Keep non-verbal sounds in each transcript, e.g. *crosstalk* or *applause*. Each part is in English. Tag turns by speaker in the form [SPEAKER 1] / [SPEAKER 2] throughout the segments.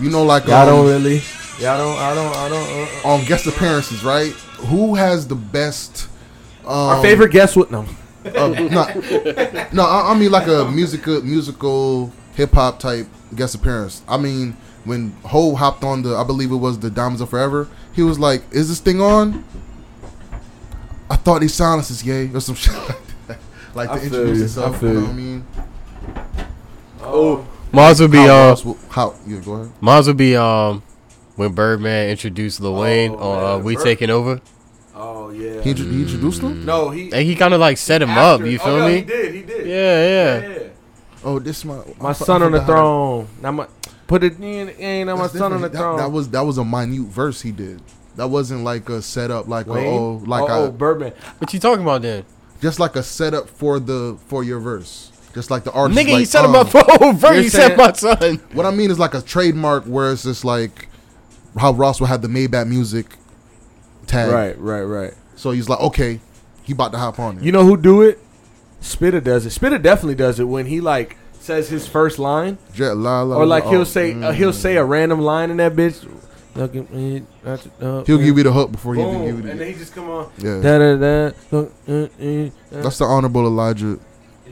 [SPEAKER 1] You know, like
[SPEAKER 2] Y'all don't
[SPEAKER 1] um,
[SPEAKER 2] really. Y'all don't. I don't. I don't. Uh, uh.
[SPEAKER 1] on guest appearances, right? Who has the best? Um,
[SPEAKER 2] Our favorite guest would no.
[SPEAKER 1] Uh, no, no, I, I mean like a musical, musical hip hop type guest appearance. I mean, when Ho hopped on the, I believe it was the Diamonds of Forever, he was like, "Is this thing on?" I thought these silences gay or some *laughs* shit like that, like
[SPEAKER 2] I
[SPEAKER 1] to
[SPEAKER 2] feel
[SPEAKER 1] introduce
[SPEAKER 2] you, I
[SPEAKER 1] itself.
[SPEAKER 2] feel
[SPEAKER 1] You know
[SPEAKER 2] you.
[SPEAKER 1] what I mean?
[SPEAKER 2] Oh,
[SPEAKER 3] Mars would be
[SPEAKER 1] how,
[SPEAKER 3] um,
[SPEAKER 1] else would- how? Yeah, go ahead.
[SPEAKER 3] Mars would be um, when Birdman introduced Lil Wayne on uh,
[SPEAKER 2] man,
[SPEAKER 3] We
[SPEAKER 2] Bird-
[SPEAKER 3] Taking Over.
[SPEAKER 2] oh yeah.
[SPEAKER 1] He, intro- he introduced him.
[SPEAKER 2] no, he.
[SPEAKER 3] And he kind of like set him
[SPEAKER 2] after-
[SPEAKER 3] up. You
[SPEAKER 2] oh,
[SPEAKER 3] feel
[SPEAKER 2] no,
[SPEAKER 3] me?
[SPEAKER 2] He did. He did.
[SPEAKER 3] yeah, yeah.
[SPEAKER 1] Oh, this my
[SPEAKER 2] My
[SPEAKER 1] I fo- I
[SPEAKER 2] son on the
[SPEAKER 1] forgot how that-
[SPEAKER 2] throne. Now my put it in. Ain't now my
[SPEAKER 1] That's
[SPEAKER 2] son on the
[SPEAKER 1] different.
[SPEAKER 2] throne.
[SPEAKER 1] That, that was that was a minute verse he did. That wasn't like a setup, like a,
[SPEAKER 2] Wayne?
[SPEAKER 1] oh, like
[SPEAKER 2] oh,
[SPEAKER 1] I,
[SPEAKER 2] oh, Birdman.
[SPEAKER 3] What you talking about then?
[SPEAKER 1] just like a setup for the for your verse. Just like the artist.
[SPEAKER 3] Nigga,
[SPEAKER 1] like,
[SPEAKER 3] you set him
[SPEAKER 1] um,
[SPEAKER 3] up for over.
[SPEAKER 2] You're
[SPEAKER 3] You set
[SPEAKER 2] saying-
[SPEAKER 3] my son.
[SPEAKER 1] What I mean is like a trademark where it's just like how Ross would have the Maybach music tag.
[SPEAKER 2] Right, right, right.
[SPEAKER 1] So he's like, okay, he about to hop on it.
[SPEAKER 2] You know who do it? Spitter does it. Spitter definitely does it when he like says his first line,
[SPEAKER 1] Jet, la, la,
[SPEAKER 2] or like
[SPEAKER 1] la, oh,
[SPEAKER 2] he'll say uh, he'll
[SPEAKER 1] mm.
[SPEAKER 2] say a random line in that bitch. Look at me, that's- uh,
[SPEAKER 1] he'll
[SPEAKER 2] uh,
[SPEAKER 1] give you the hook before he
[SPEAKER 2] boom,
[SPEAKER 1] even give
[SPEAKER 2] and
[SPEAKER 1] you
[SPEAKER 2] then he just come on.
[SPEAKER 1] the yeah.
[SPEAKER 2] Da, da, da, look, uh, uh, uh.
[SPEAKER 1] That's the honorable Elijah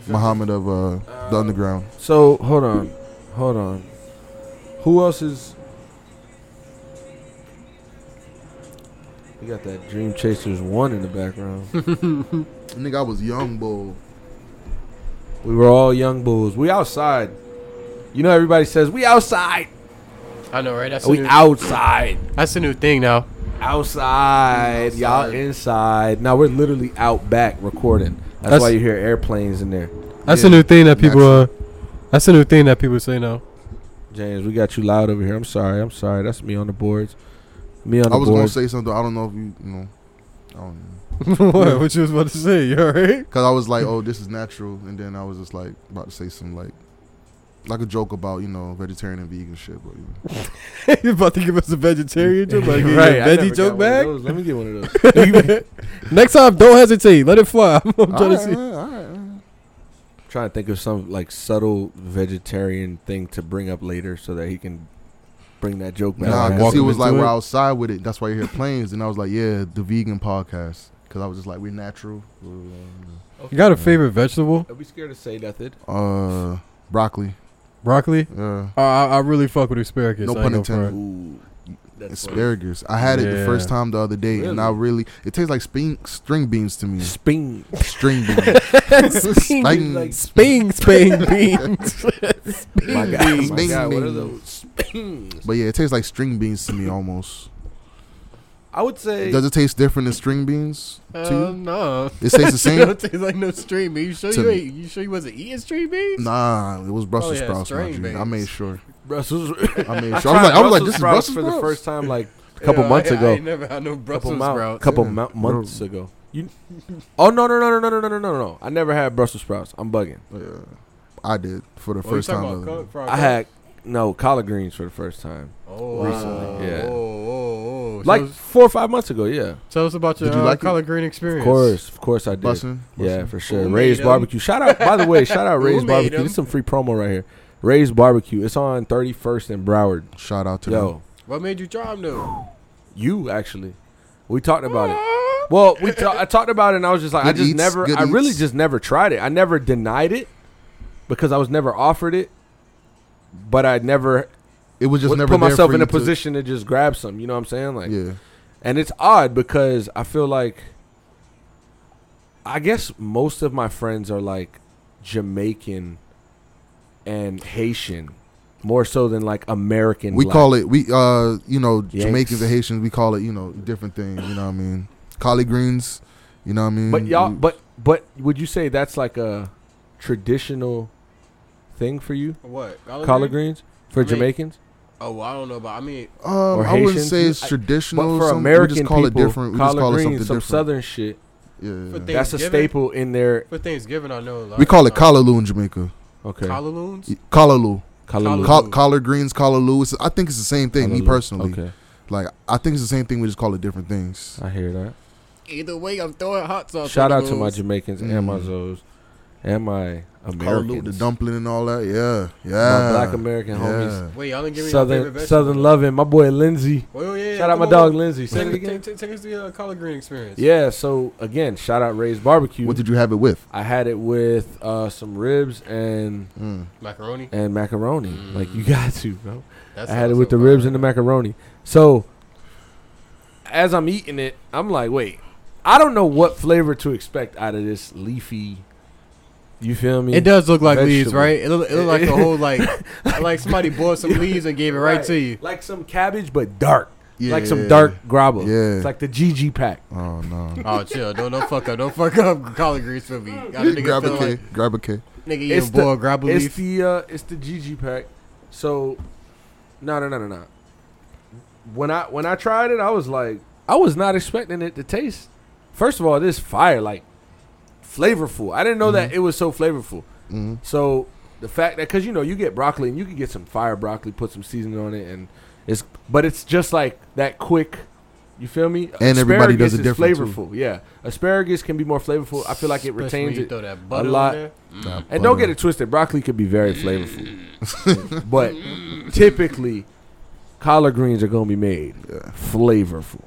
[SPEAKER 1] Muhammad of uh, the
[SPEAKER 2] Uh,
[SPEAKER 1] underground.
[SPEAKER 2] So hold on, hold on. Who else is? We got that Dream Chasers one in the background.
[SPEAKER 1] Nigga, I was young, bull.
[SPEAKER 2] *laughs* we were all young bulls. We outside. You know, everybody says we outside.
[SPEAKER 3] I know, right? That's
[SPEAKER 2] We outside.
[SPEAKER 3] That's a new thing now.
[SPEAKER 2] outside, y'all
[SPEAKER 1] Outside.
[SPEAKER 2] inside. Now we're literally out back recording. That's,
[SPEAKER 3] That's-
[SPEAKER 2] why you hear airplanes in there.
[SPEAKER 3] That's
[SPEAKER 1] Yeah,
[SPEAKER 3] a new thing that people.
[SPEAKER 1] natural.
[SPEAKER 3] Uh, that's a new thing that people
[SPEAKER 2] *laughs*
[SPEAKER 3] say now.
[SPEAKER 2] James, we got you loud over here. I'm sorry. I'm sorry. That's me on the boards. Me on the
[SPEAKER 1] I was gonna
[SPEAKER 2] boards.
[SPEAKER 1] say something. I don't know if you, you know. I don't know.
[SPEAKER 3] what? What you was about to say? You alright? *laughs*
[SPEAKER 1] Cause I was like, oh, this is natural, and then I was just like about to say some like, like a joke about you know vegetarian and vegan shit, but you
[SPEAKER 2] *laughs*
[SPEAKER 1] know.
[SPEAKER 3] you about to give us a vegetarian joke? About to give you
[SPEAKER 2] Right, I
[SPEAKER 3] a
[SPEAKER 2] never
[SPEAKER 3] veggie
[SPEAKER 2] got
[SPEAKER 3] joke
[SPEAKER 2] one of
[SPEAKER 3] back?
[SPEAKER 2] those. Let me get one of those.
[SPEAKER 3] *laughs* Next time, don't hesitate. Let it fly. *laughs* I'm, I'm trying to see.
[SPEAKER 1] all right, all right.
[SPEAKER 2] trying to think of some like subtle vegetarian thing to bring up later so that he can bring that joke back.
[SPEAKER 1] Nah,
[SPEAKER 3] Like,
[SPEAKER 1] cause
[SPEAKER 3] walk
[SPEAKER 1] he
[SPEAKER 3] him
[SPEAKER 1] was
[SPEAKER 3] into
[SPEAKER 1] like,
[SPEAKER 3] it?
[SPEAKER 1] we're outside with it. That's why you hear planes, and I was like, yeah, the vegan podcast. Cause I was just like, we're natural.
[SPEAKER 3] You got a favorite vegetable?
[SPEAKER 2] Are we scared to say nothing?
[SPEAKER 1] Uh, broccoli.
[SPEAKER 3] Broccoli?
[SPEAKER 1] Yeah,
[SPEAKER 3] I, I I really fuck with asparagus.
[SPEAKER 1] No
[SPEAKER 3] I
[SPEAKER 1] pun
[SPEAKER 3] ain't gonna front.
[SPEAKER 1] intended.
[SPEAKER 2] Ooh, that's
[SPEAKER 1] asparagus. I had it the first
[SPEAKER 3] Yeah.
[SPEAKER 1] time the other day, and I
[SPEAKER 2] Really?
[SPEAKER 1] really it tastes like spring, string beans to me.
[SPEAKER 2] Sping.
[SPEAKER 1] String beans.
[SPEAKER 3] *laughs* Sping,
[SPEAKER 1] Spring-
[SPEAKER 2] like-
[SPEAKER 3] sping, *laughs* sping, beans.
[SPEAKER 2] My God, my
[SPEAKER 1] Sping
[SPEAKER 2] God, what are
[SPEAKER 1] beans.
[SPEAKER 2] those? Spings.
[SPEAKER 1] But yeah, it tastes like string beans to me almost.
[SPEAKER 2] I would say
[SPEAKER 1] Does it taste different than string beans to you?
[SPEAKER 2] Um,
[SPEAKER 3] Uh, no.
[SPEAKER 1] It
[SPEAKER 2] *laughs*
[SPEAKER 3] *laughs*
[SPEAKER 1] tastes the
[SPEAKER 3] It
[SPEAKER 1] same.
[SPEAKER 3] don't taste like no string bean. You sure
[SPEAKER 1] To
[SPEAKER 3] you
[SPEAKER 1] me.
[SPEAKER 3] ain't, you sure you wasn't eating string beans?
[SPEAKER 1] Nah,
[SPEAKER 2] Oh,
[SPEAKER 1] it was Brussels
[SPEAKER 3] yeah,
[SPEAKER 1] sprouts. my
[SPEAKER 3] string
[SPEAKER 1] G. I
[SPEAKER 3] beans.
[SPEAKER 1] made
[SPEAKER 2] *laughs*
[SPEAKER 1] sure.
[SPEAKER 2] Brussels.
[SPEAKER 1] I made sure. I was like, I was like, this is Brussels
[SPEAKER 2] for the
[SPEAKER 1] sprouts?
[SPEAKER 2] first
[SPEAKER 1] *laughs*
[SPEAKER 2] time like a couple
[SPEAKER 3] Yeah,
[SPEAKER 2] months
[SPEAKER 3] I, I
[SPEAKER 2] ago.
[SPEAKER 3] ain't never had no
[SPEAKER 2] couple
[SPEAKER 3] Brussels
[SPEAKER 2] mou-
[SPEAKER 3] sprouts. Oh,
[SPEAKER 2] couple
[SPEAKER 1] Yeah.
[SPEAKER 2] mou- months ago. You? *laughs* Oh no no no no no no no no no no! I never had Brussels sprouts. I'm bugging.
[SPEAKER 1] Yeah, I did for the
[SPEAKER 3] Oh, you
[SPEAKER 1] first
[SPEAKER 3] talking
[SPEAKER 1] time.
[SPEAKER 3] about
[SPEAKER 1] other
[SPEAKER 3] cook- fried
[SPEAKER 2] I
[SPEAKER 3] cook?
[SPEAKER 2] had no collard greens for the first time.
[SPEAKER 3] oh,
[SPEAKER 2] recently, yeah.
[SPEAKER 3] Oh, oh, oh.
[SPEAKER 2] Like
[SPEAKER 3] tell, us,
[SPEAKER 2] four or five months ago. Yeah.
[SPEAKER 3] tell us about your
[SPEAKER 1] Did you
[SPEAKER 3] uh,
[SPEAKER 1] like it?
[SPEAKER 3] collard green experience.
[SPEAKER 2] Of course, of course I did.
[SPEAKER 1] Bussin',
[SPEAKER 2] Yeah,
[SPEAKER 1] bussin'.
[SPEAKER 2] for sure.
[SPEAKER 3] Who made
[SPEAKER 2] Ray's
[SPEAKER 3] 'em?
[SPEAKER 2] barbecue. Shout out. By the way, shout
[SPEAKER 1] *laughs*
[SPEAKER 2] out
[SPEAKER 3] Who
[SPEAKER 2] Ray's
[SPEAKER 3] made
[SPEAKER 2] barbecue.
[SPEAKER 3] 'em?
[SPEAKER 2] This is some free promo right here. Ray's barbecue. It's on 31st and Broward.
[SPEAKER 1] Shout out to them.
[SPEAKER 2] Yo,
[SPEAKER 3] What made you try them though?
[SPEAKER 2] you actually. We talked about it. Well, we ta- I talked about it, and I was just like, I
[SPEAKER 1] Good
[SPEAKER 2] just
[SPEAKER 1] eats,
[SPEAKER 2] never,
[SPEAKER 1] good
[SPEAKER 2] I really
[SPEAKER 1] eats.
[SPEAKER 2] just never tried it. I never denied it because I was never offered it, but I never
[SPEAKER 1] It was just
[SPEAKER 2] would
[SPEAKER 1] never
[SPEAKER 2] put
[SPEAKER 1] there
[SPEAKER 2] myself
[SPEAKER 1] for
[SPEAKER 2] in
[SPEAKER 1] you
[SPEAKER 2] a
[SPEAKER 1] to-
[SPEAKER 2] position to just grab some. You know what I'm saying? Like,
[SPEAKER 1] Yeah,
[SPEAKER 2] and it's odd because I feel like, I guess most of my friends are like Jamaican and Haitian, more so than like American.
[SPEAKER 1] we
[SPEAKER 2] black.
[SPEAKER 1] call it we uh you know
[SPEAKER 2] Yanks.
[SPEAKER 1] Jamaicans and Haitians we call it you know different things. You know what I mean? Collard greens. You know what I mean?
[SPEAKER 2] But y'all,
[SPEAKER 1] We-
[SPEAKER 2] but but would you say that's like a traditional thing for you?
[SPEAKER 3] What
[SPEAKER 2] collard greens for
[SPEAKER 3] I mean,
[SPEAKER 2] Jamaicans.
[SPEAKER 3] Oh, well, I don't know about. I mean,
[SPEAKER 1] um,
[SPEAKER 2] or
[SPEAKER 1] I wouldn't
[SPEAKER 2] Haitians,
[SPEAKER 1] say it's
[SPEAKER 2] I-
[SPEAKER 1] traditional.
[SPEAKER 2] But
[SPEAKER 1] or
[SPEAKER 2] for
[SPEAKER 1] something.
[SPEAKER 2] American
[SPEAKER 1] we just call
[SPEAKER 2] people,
[SPEAKER 1] it different. We just
[SPEAKER 2] collard
[SPEAKER 1] call it
[SPEAKER 2] greens,
[SPEAKER 1] something
[SPEAKER 2] some
[SPEAKER 1] different.
[SPEAKER 2] southern shit.
[SPEAKER 1] yeah,
[SPEAKER 3] For
[SPEAKER 1] yeah.
[SPEAKER 3] things
[SPEAKER 2] That's a
[SPEAKER 3] given.
[SPEAKER 2] staple in their
[SPEAKER 3] for Thanksgiving, I know. Like,
[SPEAKER 1] we call it
[SPEAKER 3] uh,
[SPEAKER 1] callaloo in Jamaica.
[SPEAKER 2] okay.
[SPEAKER 3] collard loons.
[SPEAKER 4] E-
[SPEAKER 1] Y- Callaloo.
[SPEAKER 2] Callaloo.
[SPEAKER 1] Col-
[SPEAKER 3] Ooh.
[SPEAKER 1] collard greens, collard loo. It's- I think it's the same thing. Me
[SPEAKER 2] Callaloo.
[SPEAKER 1] personally,
[SPEAKER 2] Okay,
[SPEAKER 1] like I think it's the same thing. We just call it different things.
[SPEAKER 2] I hear that.
[SPEAKER 3] Either way, I'm throwing hot sauce.
[SPEAKER 2] Shout
[SPEAKER 3] on
[SPEAKER 2] out
[SPEAKER 3] the
[SPEAKER 2] to my
[SPEAKER 3] loons.
[SPEAKER 2] Jamaicans
[SPEAKER 1] Mm.
[SPEAKER 2] and my Zoes and my
[SPEAKER 1] Call Luke the
[SPEAKER 2] Americans,
[SPEAKER 1] dumpling and all that. Yeah,
[SPEAKER 2] my
[SPEAKER 1] yeah.
[SPEAKER 2] Black American homies,
[SPEAKER 1] yeah.
[SPEAKER 3] Wait, y'all didn't give me my favorite
[SPEAKER 2] Southern
[SPEAKER 3] vegetable.
[SPEAKER 2] Southern loving. My boy Lindsay,
[SPEAKER 3] Wait, oh, yeah, yeah,
[SPEAKER 2] shout out
[SPEAKER 3] come
[SPEAKER 2] my
[SPEAKER 3] on.
[SPEAKER 2] dog Lindsay. Say
[SPEAKER 3] Take,
[SPEAKER 2] it again.
[SPEAKER 3] take, take, take us to the uh, collard green experience.
[SPEAKER 2] Yeah. So again, shout out Ray's Barbecue.
[SPEAKER 1] What did you have it with?
[SPEAKER 2] I had it with uh, some ribs and
[SPEAKER 1] Mm.
[SPEAKER 3] Macaroni.
[SPEAKER 2] and macaroni.
[SPEAKER 3] Mm.
[SPEAKER 2] Like you got to, bro.
[SPEAKER 3] That's
[SPEAKER 2] I had it
[SPEAKER 3] also
[SPEAKER 2] with the
[SPEAKER 3] fire.
[SPEAKER 2] ribs and the macaroni. So as I'm eating it, I'm like, wait, I don't know what flavor to expect out of this leafy. You feel me?
[SPEAKER 4] It does look like leaves,
[SPEAKER 2] Vegetable.
[SPEAKER 4] right? It look, it look like the whole
[SPEAKER 2] *laughs*
[SPEAKER 4] like like somebody boiled some leaves and gave it right, to you.
[SPEAKER 2] Like some cabbage, but dark.
[SPEAKER 1] Yeah.
[SPEAKER 2] Like some dark grabba.
[SPEAKER 1] Yeah.
[SPEAKER 2] It's like the GG pack.
[SPEAKER 1] Oh no.
[SPEAKER 4] Oh, chill. Don't don't fuck up. Don't fuck up collard greens for me.
[SPEAKER 1] *laughs*
[SPEAKER 4] Got a nigga
[SPEAKER 1] grab a
[SPEAKER 4] feeling
[SPEAKER 1] K.
[SPEAKER 4] like
[SPEAKER 1] Grab a K.
[SPEAKER 4] nigga
[SPEAKER 2] It's
[SPEAKER 4] eating boiled grab a
[SPEAKER 2] It's
[SPEAKER 4] leaf.
[SPEAKER 2] the uh, it's the GG pack. So no no no no no. When I when I tried it, I was like I was not expecting it to taste. First of all, this fire like flavorful. I didn't know
[SPEAKER 1] Mm-hmm.
[SPEAKER 2] that it was so flavorful.
[SPEAKER 1] Mhm.
[SPEAKER 2] So the fact that because you know you get broccoli and you can get some fire broccoli, put some seasoning on it, and it's but it's just like that quick. You feel me?
[SPEAKER 1] And everybody does it
[SPEAKER 2] is
[SPEAKER 1] different, too.
[SPEAKER 2] flavorful. Yeah, asparagus can be more flavorful. I feel like it
[SPEAKER 3] Especially
[SPEAKER 2] retains
[SPEAKER 3] when you
[SPEAKER 2] it.
[SPEAKER 3] throw that butter
[SPEAKER 2] lot.
[SPEAKER 3] In there.
[SPEAKER 4] Mm.
[SPEAKER 1] Nah,
[SPEAKER 2] And don't
[SPEAKER 1] butter.
[SPEAKER 2] get it twisted, broccoli could be very flavorful.
[SPEAKER 1] *laughs*
[SPEAKER 2] but typically, collard greens are going to be made flavorful.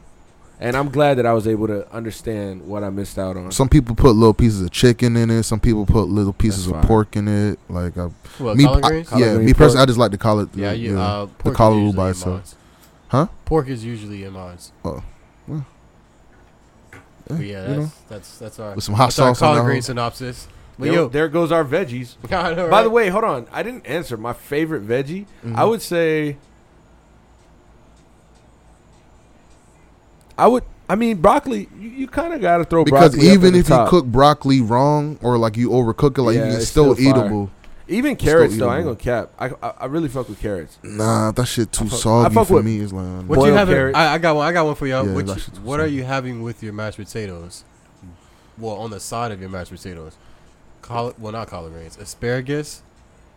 [SPEAKER 2] And I'm glad that I was able to understand what I missed out on.
[SPEAKER 1] uh, Some people put little pieces of chicken in it. Some people put little pieces
[SPEAKER 2] That's
[SPEAKER 1] of
[SPEAKER 2] fine.
[SPEAKER 1] pork in it. Like I,
[SPEAKER 4] What,
[SPEAKER 1] me,
[SPEAKER 4] collard
[SPEAKER 1] I-
[SPEAKER 4] greens?
[SPEAKER 1] yeah,
[SPEAKER 2] Collard green
[SPEAKER 1] me personally,
[SPEAKER 2] pork.
[SPEAKER 1] I just like the collard.
[SPEAKER 4] Yeah, you, uh, pork is
[SPEAKER 1] collard
[SPEAKER 4] usually
[SPEAKER 1] by
[SPEAKER 4] in
[SPEAKER 1] itself.
[SPEAKER 4] mines.
[SPEAKER 1] Huh?
[SPEAKER 4] Pork is usually in mines.
[SPEAKER 1] Oh, well, yeah,
[SPEAKER 4] But yeah,
[SPEAKER 1] you
[SPEAKER 4] that's,
[SPEAKER 1] know.
[SPEAKER 4] that's that's all right.
[SPEAKER 1] with some hot
[SPEAKER 4] that's our
[SPEAKER 1] sauce on
[SPEAKER 4] collard
[SPEAKER 1] that.
[SPEAKER 4] green
[SPEAKER 1] hoe.
[SPEAKER 4] synopsis. But
[SPEAKER 2] There-
[SPEAKER 4] yo,
[SPEAKER 2] there goes our veggies.
[SPEAKER 3] *laughs* I know,
[SPEAKER 2] By the
[SPEAKER 3] right?
[SPEAKER 2] way, hold on. I didn't answer my favorite veggie.
[SPEAKER 1] Mhm.
[SPEAKER 2] I would say. I would. I mean, broccoli. You, you kind of got to throw
[SPEAKER 1] Because
[SPEAKER 2] broccoli up
[SPEAKER 1] even
[SPEAKER 2] in the
[SPEAKER 1] if you
[SPEAKER 2] top.
[SPEAKER 1] cook broccoli wrong or like you overcook it, like
[SPEAKER 2] Yeah,
[SPEAKER 1] you, it's
[SPEAKER 2] it's
[SPEAKER 1] still,
[SPEAKER 2] still fire.
[SPEAKER 1] eatable.
[SPEAKER 2] even
[SPEAKER 1] still
[SPEAKER 2] carrots though, I ain't
[SPEAKER 1] eatable.
[SPEAKER 2] gonna cap. I, I I really fuck with carrots.
[SPEAKER 1] Nah, that shit too
[SPEAKER 2] I fuck- I
[SPEAKER 1] soggy
[SPEAKER 2] fuck
[SPEAKER 1] for
[SPEAKER 2] with-
[SPEAKER 1] me. It's like
[SPEAKER 2] What
[SPEAKER 1] nah.
[SPEAKER 3] what you
[SPEAKER 2] boiled
[SPEAKER 3] having?
[SPEAKER 2] carrot.
[SPEAKER 3] I, I got one. I got one for y'all.
[SPEAKER 1] Yeah,
[SPEAKER 3] what
[SPEAKER 1] that
[SPEAKER 3] you-
[SPEAKER 1] shit's
[SPEAKER 3] what
[SPEAKER 1] awesome.
[SPEAKER 3] are you having with your mashed potatoes? Well, on the side of your mashed potatoes, collard. Well, not collard greens. Asparagus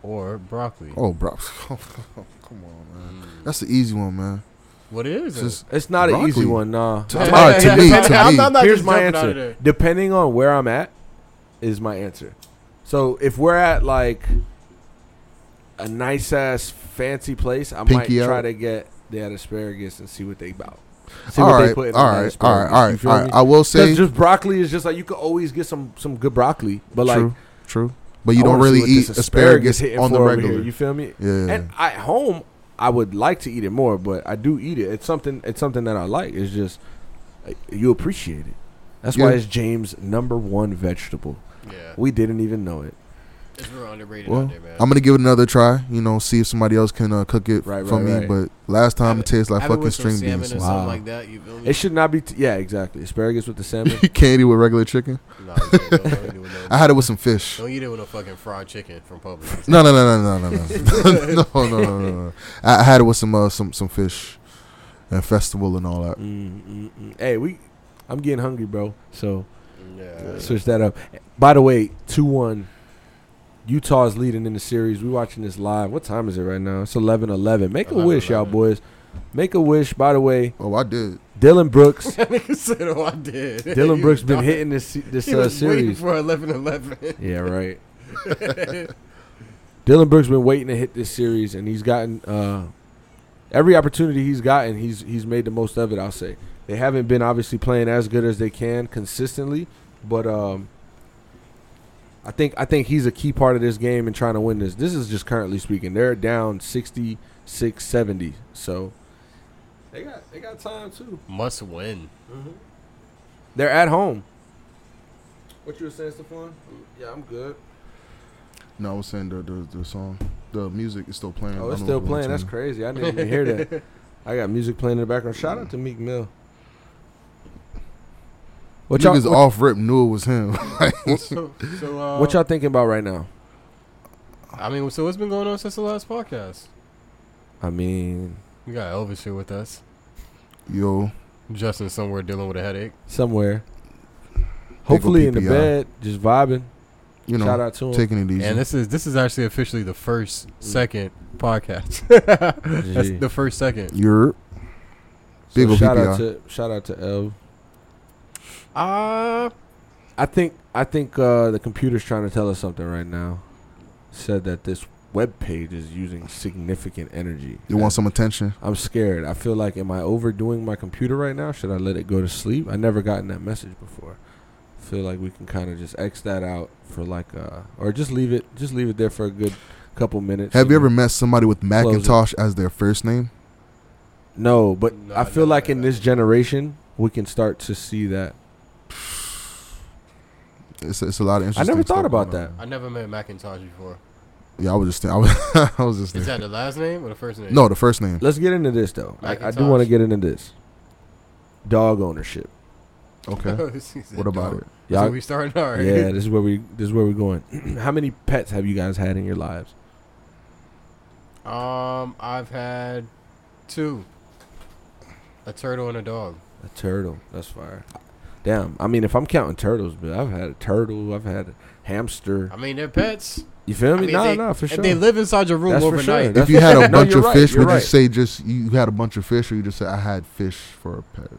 [SPEAKER 3] or broccoli.
[SPEAKER 1] Oh, bro, *laughs* come on, man. That's the easy one, man.
[SPEAKER 3] What it is?
[SPEAKER 1] It's just
[SPEAKER 2] It's not an easy
[SPEAKER 1] Broccoli.
[SPEAKER 2] one, nah.
[SPEAKER 1] To- all right,
[SPEAKER 2] *laughs*
[SPEAKER 1] to
[SPEAKER 3] *laughs*
[SPEAKER 1] me, to
[SPEAKER 3] I'm
[SPEAKER 1] me.
[SPEAKER 3] not- I'm not
[SPEAKER 2] Here's
[SPEAKER 3] just
[SPEAKER 2] my
[SPEAKER 3] jumping out of
[SPEAKER 2] answer.
[SPEAKER 3] there.
[SPEAKER 2] Depending on where I'm at, is my answer. So if we're at like a nice ass fancy place, I
[SPEAKER 1] Pinky
[SPEAKER 2] might try
[SPEAKER 1] out.
[SPEAKER 2] to get that asparagus and see what they about. See
[SPEAKER 1] all
[SPEAKER 2] what
[SPEAKER 1] right, all right,
[SPEAKER 2] in
[SPEAKER 1] all
[SPEAKER 2] that
[SPEAKER 1] right, all
[SPEAKER 2] asparagus, you
[SPEAKER 1] right,
[SPEAKER 2] feel
[SPEAKER 1] all right.
[SPEAKER 2] me?
[SPEAKER 1] I will
[SPEAKER 2] 'Cause
[SPEAKER 1] say
[SPEAKER 2] just broccoli is just like you could always get some some good broccoli, but like
[SPEAKER 1] true, true. But you
[SPEAKER 2] I
[SPEAKER 1] don't
[SPEAKER 2] wanna see
[SPEAKER 1] really
[SPEAKER 2] what
[SPEAKER 1] eat
[SPEAKER 2] this
[SPEAKER 1] asparagus
[SPEAKER 2] hitting
[SPEAKER 1] on the
[SPEAKER 2] for over here,
[SPEAKER 1] regular.
[SPEAKER 2] you feel me?
[SPEAKER 1] Yeah.
[SPEAKER 2] And at home, I would like to eat it more, but I do eat it. It's something. It's something that I like. It's just uh, you appreciate it. That's why
[SPEAKER 1] Yeah.
[SPEAKER 2] it's James' number one vegetable.
[SPEAKER 3] yeah,
[SPEAKER 2] We didn't even know it.
[SPEAKER 3] it's real underrated
[SPEAKER 1] Well,
[SPEAKER 3] out there, man.
[SPEAKER 1] I'm gonna give it another try. You know, see if somebody else can uh, cook it
[SPEAKER 2] Right,
[SPEAKER 1] for
[SPEAKER 2] right,
[SPEAKER 1] me.
[SPEAKER 2] right.
[SPEAKER 1] But last time it,
[SPEAKER 3] Have
[SPEAKER 1] tastes like
[SPEAKER 3] Have it
[SPEAKER 1] fucking
[SPEAKER 3] with some
[SPEAKER 1] string
[SPEAKER 3] salmon
[SPEAKER 1] beans.
[SPEAKER 3] or
[SPEAKER 2] Wow.
[SPEAKER 3] something like that. You feel me?
[SPEAKER 2] It should not be. T- yeah, exactly. Asparagus with the salmon.
[SPEAKER 1] *laughs* Candy with regular chicken.
[SPEAKER 3] Nah, you can't- don't eat it
[SPEAKER 1] *laughs*
[SPEAKER 3] with no-
[SPEAKER 1] I had it with some fish.
[SPEAKER 3] *laughs* Don't eat it with no fucking fried chicken from Publix.
[SPEAKER 1] *laughs* No, no, no, no, no, *laughs* no, no, no, no, no, no. no. I, I had it with some uh, some some fish, and festival and all that.
[SPEAKER 2] mm, mm, mm. Hey, we. I'm getting hungry, bro. So
[SPEAKER 3] Yeah.
[SPEAKER 2] switch that up. By the way, two one. Utah's leading in the series. We watching this live. What time is it right now? It's 11-11. Make a wish, y'all
[SPEAKER 3] 11-11.
[SPEAKER 2] boys. Make a wish. By the way,
[SPEAKER 1] Oh, I did.
[SPEAKER 2] Dylan Brooks
[SPEAKER 3] *laughs* That nigga said, "Oh, I did." *laughs*
[SPEAKER 2] Dylan
[SPEAKER 3] He
[SPEAKER 2] Brooks
[SPEAKER 3] was
[SPEAKER 2] been
[SPEAKER 3] dying.
[SPEAKER 2] hitting this this
[SPEAKER 3] He
[SPEAKER 2] uh,
[SPEAKER 3] was waiting
[SPEAKER 2] series.
[SPEAKER 3] for 11-11.
[SPEAKER 2] *laughs* Yeah, right. Dylan Brooks been waiting to hit this series, and he's gotten uh, every opportunity he's gotten. He's he's made the most of it. I'll say they haven't been obviously playing as good as they can consistently, but um, I think I think he's a key part of this game and trying to win this. This is just currently speaking. They're down 66 70 so they got they got time too.
[SPEAKER 3] *laughs*
[SPEAKER 1] *laughs*
[SPEAKER 3] Must win.
[SPEAKER 2] They're at home. What you were saying, Stephon? Yeah, I'm good.
[SPEAKER 1] No, I was saying the the, the song, the music is still playing.
[SPEAKER 2] Oh,
[SPEAKER 1] I
[SPEAKER 2] it's
[SPEAKER 1] don't
[SPEAKER 2] still
[SPEAKER 1] know what
[SPEAKER 2] playing. That's
[SPEAKER 1] time.
[SPEAKER 2] crazy. I didn't even hear
[SPEAKER 1] *laughs*
[SPEAKER 2] that. I got music playing in the background. Shout out to Meek Mill. What y'all,
[SPEAKER 1] Niggas
[SPEAKER 2] what,
[SPEAKER 1] off rip knew it was him. *laughs*
[SPEAKER 3] So, so uh,
[SPEAKER 2] what y'all thinking about right now?
[SPEAKER 3] I mean, so what's been going on since the last podcast?
[SPEAKER 2] I mean,
[SPEAKER 3] We got Elvis here with us.
[SPEAKER 1] Yo,
[SPEAKER 3] Justin somewhere dealing with a headache.
[SPEAKER 2] somewhere. Hopefully in the
[SPEAKER 1] PPI.
[SPEAKER 2] bed, just vibing.
[SPEAKER 1] you know,
[SPEAKER 2] Shout out to him.
[SPEAKER 1] taking it easy.
[SPEAKER 3] And this is this is actually officially the first second podcast. *laughs* That's
[SPEAKER 2] Mm. Gee.
[SPEAKER 3] the first second.
[SPEAKER 1] You're
[SPEAKER 2] So
[SPEAKER 1] Big ol'
[SPEAKER 2] shout
[SPEAKER 1] PPI.
[SPEAKER 2] out to shout out to El.
[SPEAKER 3] Uh
[SPEAKER 2] I think I think uh, the computer's trying to tell us something right now. Said that this web page is using significant energy.
[SPEAKER 1] You want some attention?
[SPEAKER 2] I'm scared. I feel like am I overdoing my computer right now? Should I let it go to sleep? I never gotten that message before. I feel like we can kind of just X that out for like uh or just leave it just leave it there for a good couple minutes.
[SPEAKER 1] Have you
[SPEAKER 2] know.
[SPEAKER 1] ever met somebody with Macintosh as their first name? *sighs*
[SPEAKER 2] No, but
[SPEAKER 3] No,
[SPEAKER 2] I
[SPEAKER 3] I
[SPEAKER 2] feel
[SPEAKER 3] never
[SPEAKER 2] like
[SPEAKER 3] had
[SPEAKER 2] in
[SPEAKER 3] that.
[SPEAKER 2] this generation we can start to see that.
[SPEAKER 1] It's, it's a lot of
[SPEAKER 2] I
[SPEAKER 1] interesting.
[SPEAKER 2] never thought
[SPEAKER 1] stuff
[SPEAKER 2] about
[SPEAKER 1] going
[SPEAKER 2] that.
[SPEAKER 1] on.
[SPEAKER 3] I never met Macintosh before.
[SPEAKER 1] Yeah, I was just. Think, I was. *laughs* I was just.
[SPEAKER 3] Is
[SPEAKER 1] Thinking.
[SPEAKER 3] that the last name or the first name? *laughs*
[SPEAKER 1] No, the first name.
[SPEAKER 2] Let's get into this though. I, I do
[SPEAKER 3] Macintosh.
[SPEAKER 2] want to get into this. Dog ownership.
[SPEAKER 1] Okay.
[SPEAKER 3] Oh,
[SPEAKER 1] What about it?
[SPEAKER 3] Yeah.
[SPEAKER 2] Y'all,
[SPEAKER 3] we starting all right.
[SPEAKER 2] yeah, this is where we this is where we're going. *clears throat* How many pets have you guys had in your lives?
[SPEAKER 3] Um, I've had two. A turtle and a dog.
[SPEAKER 2] A turtle. That's fire. Damn. I mean, if I'm counting turtles, but I've had a turtle. I've had a hamster.
[SPEAKER 3] I mean, they're pets.
[SPEAKER 2] You feel
[SPEAKER 3] I
[SPEAKER 2] me?
[SPEAKER 3] mean,
[SPEAKER 2] nah,
[SPEAKER 3] they-
[SPEAKER 2] nah, for
[SPEAKER 3] if
[SPEAKER 2] sure.
[SPEAKER 3] they live inside your room
[SPEAKER 2] That's for sure.
[SPEAKER 3] overnight,
[SPEAKER 2] That's-
[SPEAKER 1] if you had a
[SPEAKER 2] *laughs* No,
[SPEAKER 1] bunch
[SPEAKER 2] you're
[SPEAKER 1] of
[SPEAKER 2] right,
[SPEAKER 1] fish,
[SPEAKER 2] you're
[SPEAKER 1] would you
[SPEAKER 2] right.
[SPEAKER 1] say just you had a bunch of fish, or you just say I had fish for a pet?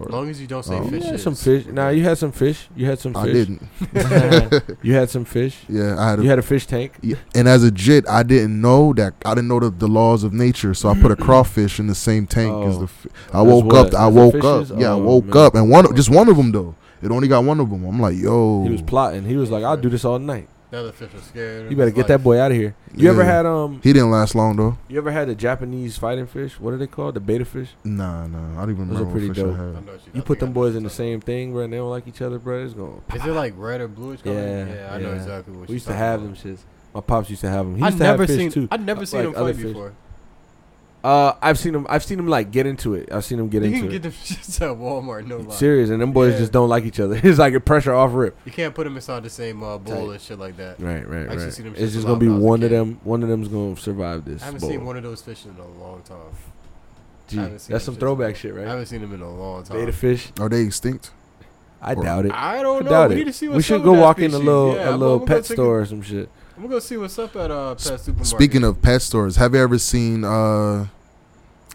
[SPEAKER 3] as long as you don't say
[SPEAKER 1] Oh.
[SPEAKER 2] You
[SPEAKER 3] fishes.
[SPEAKER 2] had some fish. Nah, you had some fish. You had some fish.
[SPEAKER 1] I
[SPEAKER 2] *laughs*
[SPEAKER 1] didn't. *laughs*
[SPEAKER 2] You had some fish.
[SPEAKER 1] Yeah, I had. A,
[SPEAKER 2] You had a fish tank.
[SPEAKER 1] yeah, and as a jit, I didn't know that. I didn't know the, the laws of nature, so I put a crawfish in the same tank as
[SPEAKER 2] Oh.
[SPEAKER 1] the. F- I
[SPEAKER 2] As
[SPEAKER 1] woke up.
[SPEAKER 2] what?
[SPEAKER 1] I
[SPEAKER 2] As the
[SPEAKER 1] woke
[SPEAKER 2] fishes?
[SPEAKER 1] up. Yeah, I
[SPEAKER 2] Oh,
[SPEAKER 1] woke
[SPEAKER 2] man.
[SPEAKER 1] up, and one just one of them though. It only got one of them. I'm like, yo.
[SPEAKER 2] He was plotting. He was like, "I'll do this all night."
[SPEAKER 3] The other fish was scared. of
[SPEAKER 2] You better
[SPEAKER 3] his
[SPEAKER 2] get that
[SPEAKER 3] life.
[SPEAKER 2] boy out of here. You ever
[SPEAKER 1] Yeah.
[SPEAKER 2] had um?
[SPEAKER 1] He didn't last long though.
[SPEAKER 2] You ever had the Japanese fighting fish? What are they called? The beta fish.
[SPEAKER 1] Nah, nah. I don't even
[SPEAKER 2] Those
[SPEAKER 1] remember
[SPEAKER 2] are
[SPEAKER 1] what
[SPEAKER 2] pretty
[SPEAKER 1] fish
[SPEAKER 2] dope.
[SPEAKER 1] I
[SPEAKER 3] I
[SPEAKER 1] had.
[SPEAKER 3] know what I
[SPEAKER 2] You put
[SPEAKER 3] think I
[SPEAKER 2] them
[SPEAKER 3] know
[SPEAKER 2] boys
[SPEAKER 3] what
[SPEAKER 2] in the
[SPEAKER 3] you're
[SPEAKER 2] same thing, bro, and they don't like each other, bro. It's going.
[SPEAKER 3] talking about. Is it like red or bluish color?
[SPEAKER 2] Yeah,
[SPEAKER 3] I know
[SPEAKER 2] yeah.
[SPEAKER 3] exactly
[SPEAKER 2] We
[SPEAKER 3] what you're
[SPEAKER 2] used to
[SPEAKER 3] talking
[SPEAKER 2] have
[SPEAKER 3] about.
[SPEAKER 2] them shits. My pops used to have them. He used
[SPEAKER 3] I've
[SPEAKER 2] to
[SPEAKER 3] never
[SPEAKER 2] have fish
[SPEAKER 3] seen.
[SPEAKER 2] too.
[SPEAKER 3] I've never seen
[SPEAKER 2] like
[SPEAKER 3] them
[SPEAKER 2] other
[SPEAKER 3] fight
[SPEAKER 2] fish.
[SPEAKER 3] before.
[SPEAKER 2] Uh, I've seen them. I've seen them like get into it. I've seen them get
[SPEAKER 3] You
[SPEAKER 2] into
[SPEAKER 3] can
[SPEAKER 2] it.
[SPEAKER 3] get them *laughs* shits at Walmart. No lie.
[SPEAKER 2] Serious, and them boys
[SPEAKER 3] Yeah.
[SPEAKER 2] just don't like each other. it's like a pressure off rip.
[SPEAKER 3] You can't put them inside the same uh, bowl
[SPEAKER 2] Tight.
[SPEAKER 3] and shit like that.
[SPEAKER 2] Right, right,
[SPEAKER 3] I used to
[SPEAKER 2] right.
[SPEAKER 3] see them
[SPEAKER 2] It's
[SPEAKER 3] shits
[SPEAKER 2] just
[SPEAKER 3] a
[SPEAKER 2] gonna
[SPEAKER 3] lot
[SPEAKER 2] be
[SPEAKER 3] when I was a
[SPEAKER 2] one of
[SPEAKER 3] kid.
[SPEAKER 2] them. One of them's gonna survive this.
[SPEAKER 3] I haven't
[SPEAKER 2] bowl.
[SPEAKER 3] seen one of those fish in a long time.
[SPEAKER 2] Gee,
[SPEAKER 3] I haven't seen
[SPEAKER 2] that's some
[SPEAKER 3] them shits.
[SPEAKER 2] throwback shit,
[SPEAKER 3] I
[SPEAKER 2] right?
[SPEAKER 3] haven't seen them in a long time.
[SPEAKER 2] Beta fish.
[SPEAKER 1] Are they extinct?
[SPEAKER 2] I
[SPEAKER 1] Or-
[SPEAKER 2] doubt it.
[SPEAKER 3] I
[SPEAKER 2] I
[SPEAKER 3] don't know.
[SPEAKER 2] doubt
[SPEAKER 3] we
[SPEAKER 2] it.
[SPEAKER 3] need to see what's
[SPEAKER 2] we should
[SPEAKER 3] up
[SPEAKER 2] go
[SPEAKER 3] with that
[SPEAKER 2] walk in a
[SPEAKER 3] species.
[SPEAKER 2] little
[SPEAKER 3] Yeah,
[SPEAKER 2] a
[SPEAKER 3] I'm-
[SPEAKER 2] little
[SPEAKER 3] I'm gonna
[SPEAKER 2] pet
[SPEAKER 3] take
[SPEAKER 2] store or some shit.
[SPEAKER 3] I'm gonna go see what's up at uh, pet supermarket.
[SPEAKER 1] Speaking of pet stores, have you ever seen uh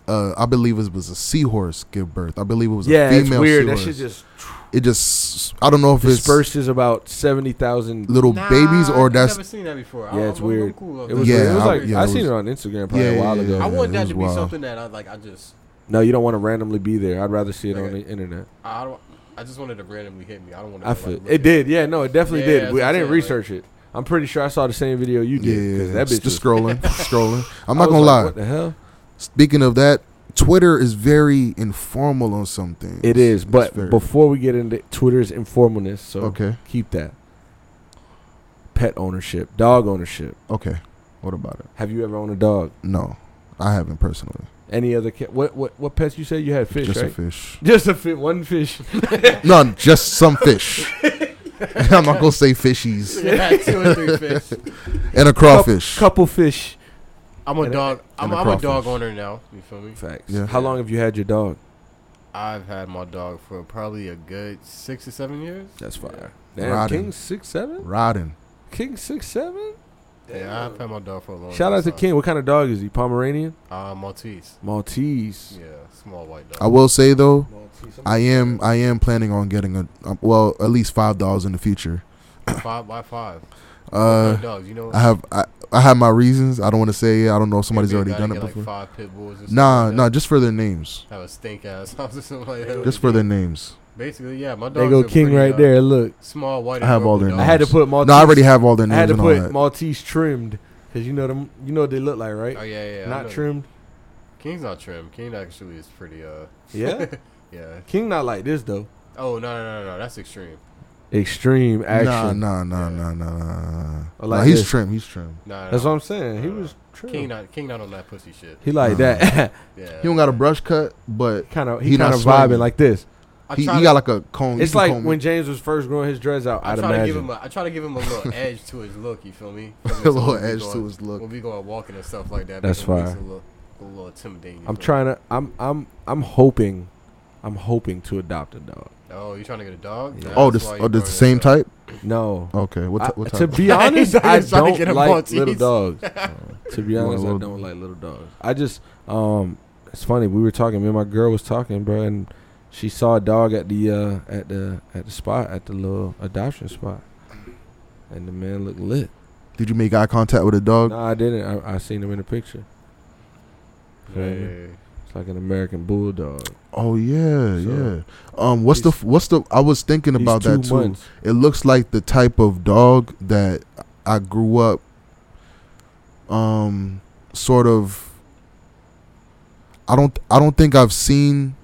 [SPEAKER 1] uh I believe it was a seahorse give birth. I believe it was
[SPEAKER 2] Yeah,
[SPEAKER 1] a
[SPEAKER 2] it's
[SPEAKER 1] female
[SPEAKER 2] weird. That
[SPEAKER 1] seahorse.
[SPEAKER 2] shit just
[SPEAKER 1] it just I don't know if it's
[SPEAKER 2] disperses about seventy thousand.
[SPEAKER 1] little
[SPEAKER 3] Nah,
[SPEAKER 1] babies or
[SPEAKER 3] I've
[SPEAKER 1] that's
[SPEAKER 3] never seen that before.
[SPEAKER 2] Yeah,
[SPEAKER 3] I,
[SPEAKER 2] it's
[SPEAKER 3] I'm,
[SPEAKER 2] weird.
[SPEAKER 3] I'm cool
[SPEAKER 2] It was,
[SPEAKER 1] Yeah,
[SPEAKER 2] yeah, it was
[SPEAKER 1] I-
[SPEAKER 2] like
[SPEAKER 1] yeah,
[SPEAKER 2] I
[SPEAKER 1] it
[SPEAKER 2] seen
[SPEAKER 1] was-
[SPEAKER 2] it on Instagram probably
[SPEAKER 1] Yeah,
[SPEAKER 2] a while
[SPEAKER 1] yeah,
[SPEAKER 2] ago.
[SPEAKER 1] yeah.
[SPEAKER 3] I want
[SPEAKER 1] it
[SPEAKER 3] that
[SPEAKER 1] was
[SPEAKER 3] to be
[SPEAKER 1] wild.
[SPEAKER 3] something that I like. I just,
[SPEAKER 2] No, you don't want to randomly be there. I'd rather see it
[SPEAKER 3] Like
[SPEAKER 2] on
[SPEAKER 3] a-
[SPEAKER 2] the internet.
[SPEAKER 3] I don't. I just wanted to randomly hit me. I don't want to.
[SPEAKER 2] I feel it did. Yeah, no, it definitely
[SPEAKER 3] Yeah,
[SPEAKER 2] did.
[SPEAKER 3] that's
[SPEAKER 2] We,
[SPEAKER 3] what
[SPEAKER 2] I
[SPEAKER 3] I'm
[SPEAKER 2] didn't
[SPEAKER 3] saying, like-
[SPEAKER 2] research it. I'm pretty sure I saw the same video you did.
[SPEAKER 1] yeah,
[SPEAKER 2] 'cause that bitch was-
[SPEAKER 1] just
[SPEAKER 2] *laughs*
[SPEAKER 1] scrolling, scrolling. I'm
[SPEAKER 2] I
[SPEAKER 1] not
[SPEAKER 2] was
[SPEAKER 1] gonna
[SPEAKER 2] like,
[SPEAKER 1] lie.
[SPEAKER 2] What the hell?
[SPEAKER 1] Speaking of that, Twitter is very informal on something.
[SPEAKER 2] It is, but
[SPEAKER 1] very-
[SPEAKER 2] before we get into Twitter's informalness, so
[SPEAKER 1] okay,
[SPEAKER 2] keep that. Pet ownership, dog ownership.
[SPEAKER 1] okay. What about it?
[SPEAKER 2] Have you ever owned a dog?
[SPEAKER 1] No, I haven't personally.
[SPEAKER 2] Any other cat? What what what pets you said you had? Fish,
[SPEAKER 1] just
[SPEAKER 2] right?
[SPEAKER 1] a fish.
[SPEAKER 2] *laughs* Just a fish. One fish.
[SPEAKER 1] no, just some
[SPEAKER 2] *laughs*
[SPEAKER 1] fish. *laughs* I'm not gonna say fishies
[SPEAKER 3] Yeah, *laughs* two
[SPEAKER 2] *laughs*
[SPEAKER 3] or three fish.
[SPEAKER 1] and a crawfish.
[SPEAKER 2] Couple fish.
[SPEAKER 3] I'm a
[SPEAKER 2] And a-
[SPEAKER 3] dog. I'm,
[SPEAKER 1] and a
[SPEAKER 3] I'm a dog
[SPEAKER 1] crawfish.
[SPEAKER 3] owner now. You feel me?
[SPEAKER 2] Facts.
[SPEAKER 1] Yeah.
[SPEAKER 2] How long have you had your dog?
[SPEAKER 3] I've had my dog for probably a good six or seven years.
[SPEAKER 2] That's fire. Damn,
[SPEAKER 1] Rodden.
[SPEAKER 2] King six seven.
[SPEAKER 1] Rotting.
[SPEAKER 2] King six seven.
[SPEAKER 3] Yeah, I've had my dog for a long.
[SPEAKER 2] Shout
[SPEAKER 3] long
[SPEAKER 2] out to
[SPEAKER 3] time.
[SPEAKER 2] King. What kind of dog is he? Pomeranian,
[SPEAKER 3] Uh, Maltese.
[SPEAKER 2] Maltese.
[SPEAKER 3] Yeah, small white dog.
[SPEAKER 1] I will say though,
[SPEAKER 2] Maltese.
[SPEAKER 1] I am I am planning on getting a um, well at least five dollars in the future.
[SPEAKER 3] five by five.
[SPEAKER 1] Uh,
[SPEAKER 3] No dogs. You know.
[SPEAKER 1] I have I, I have my reasons. I don't want to say it. I don't know if somebody's
[SPEAKER 3] maybe
[SPEAKER 1] already
[SPEAKER 3] gotta
[SPEAKER 1] done it
[SPEAKER 3] get, like,
[SPEAKER 1] before.
[SPEAKER 3] five pit bulls. or
[SPEAKER 1] Nah,
[SPEAKER 3] something
[SPEAKER 1] nah,
[SPEAKER 3] like that.
[SPEAKER 1] just for their names.
[SPEAKER 3] Have a stink ass *laughs* house or something like that.
[SPEAKER 1] Just for their names.
[SPEAKER 3] Basically, yeah, my dog.
[SPEAKER 2] They go King right there. Look,
[SPEAKER 3] uh, Small white.
[SPEAKER 1] I have all
[SPEAKER 3] adorable
[SPEAKER 1] their
[SPEAKER 3] dogs.
[SPEAKER 2] I had to put Maltese.
[SPEAKER 1] No, I already have all their
[SPEAKER 2] I had
[SPEAKER 1] names
[SPEAKER 2] to
[SPEAKER 1] and all
[SPEAKER 2] put
[SPEAKER 1] that.
[SPEAKER 2] Maltese trimmed because you know them. You know what they look like, right?
[SPEAKER 3] Oh yeah, yeah. I
[SPEAKER 2] Not
[SPEAKER 3] know. *laughs*
[SPEAKER 2] trimmed.
[SPEAKER 3] King's not trim. King actually is pretty. Uh,
[SPEAKER 2] Yeah.
[SPEAKER 3] *laughs* yeah.
[SPEAKER 2] King not like this though.
[SPEAKER 3] Oh no no no no, that's extreme.
[SPEAKER 2] Extreme action.
[SPEAKER 1] Nah, nah, nah, nah, nah, nah.
[SPEAKER 2] Or
[SPEAKER 1] nah.
[SPEAKER 2] like
[SPEAKER 1] Nah, he's
[SPEAKER 2] this.
[SPEAKER 1] trim. He's trim.
[SPEAKER 3] Nah,
[SPEAKER 2] That's
[SPEAKER 3] no.
[SPEAKER 2] what I'm saying. He
[SPEAKER 3] Nah,
[SPEAKER 2] was trim.
[SPEAKER 3] King not King not on that pussy shit.
[SPEAKER 2] He like
[SPEAKER 1] Nah.
[SPEAKER 2] that. *laughs*
[SPEAKER 3] Yeah.
[SPEAKER 1] He don't got a brush cut, but
[SPEAKER 2] kind of. He,
[SPEAKER 1] He not
[SPEAKER 2] kind of
[SPEAKER 1] swinging.
[SPEAKER 2] vibing like this.
[SPEAKER 3] I
[SPEAKER 1] he, he
[SPEAKER 3] try to-
[SPEAKER 1] got like a cone. you
[SPEAKER 2] It's
[SPEAKER 1] can
[SPEAKER 2] like
[SPEAKER 1] comb
[SPEAKER 2] when James was first growing his dreads out.
[SPEAKER 3] I
[SPEAKER 2] I'd
[SPEAKER 3] try to give him
[SPEAKER 2] imagine.
[SPEAKER 3] a I try to give him a little edge to his look. You feel me?
[SPEAKER 1] it. *laughs* a little edge to his look.
[SPEAKER 3] When we going walking and stuff like that,
[SPEAKER 2] That's
[SPEAKER 3] make him look
[SPEAKER 2] fire.
[SPEAKER 3] A little, a little intimidating. you
[SPEAKER 2] I'm
[SPEAKER 3] feel me?
[SPEAKER 2] trying to. I'm. I'm. I'm hoping. I'm hoping to adopt a dog.
[SPEAKER 3] Oh, you trying to get a dog?
[SPEAKER 2] Yeah.
[SPEAKER 3] Nah,
[SPEAKER 1] Oh,
[SPEAKER 3] that's
[SPEAKER 1] this
[SPEAKER 3] why you
[SPEAKER 1] oh, this
[SPEAKER 3] growing
[SPEAKER 1] the same
[SPEAKER 3] that up.
[SPEAKER 1] type.
[SPEAKER 2] No.
[SPEAKER 1] Okay, what,
[SPEAKER 2] I-
[SPEAKER 1] t- what
[SPEAKER 2] to
[SPEAKER 1] type? *laughs*
[SPEAKER 2] be
[SPEAKER 3] He's
[SPEAKER 2] honest,
[SPEAKER 3] not
[SPEAKER 2] I
[SPEAKER 3] even trying to
[SPEAKER 2] don't
[SPEAKER 3] get a
[SPEAKER 2] like
[SPEAKER 3] Maltese.
[SPEAKER 2] little dogs. to be
[SPEAKER 1] You want a
[SPEAKER 2] honest, I
[SPEAKER 1] little-
[SPEAKER 2] don't like little dogs. I just um, it's funny. We were talking. Me and my girl was talking, bro, and She saw a dog at the uh, at the at the spot at the little adoption spot, and the man looked lit.
[SPEAKER 1] Did you make eye contact with a dog?
[SPEAKER 2] No, I didn't. I, I seen him in the picture. Feel me?
[SPEAKER 3] Hey.
[SPEAKER 2] It's like an American bulldog.
[SPEAKER 1] Oh yeah, yeah.
[SPEAKER 2] So-
[SPEAKER 1] Um, what's the
[SPEAKER 2] He's-
[SPEAKER 1] what's the? I was thinking
[SPEAKER 2] He's
[SPEAKER 1] about
[SPEAKER 2] two
[SPEAKER 1] that too.
[SPEAKER 2] months.
[SPEAKER 1] It looks like the type of dog that I grew up, um, sort of. I don't. I don't think I've seen.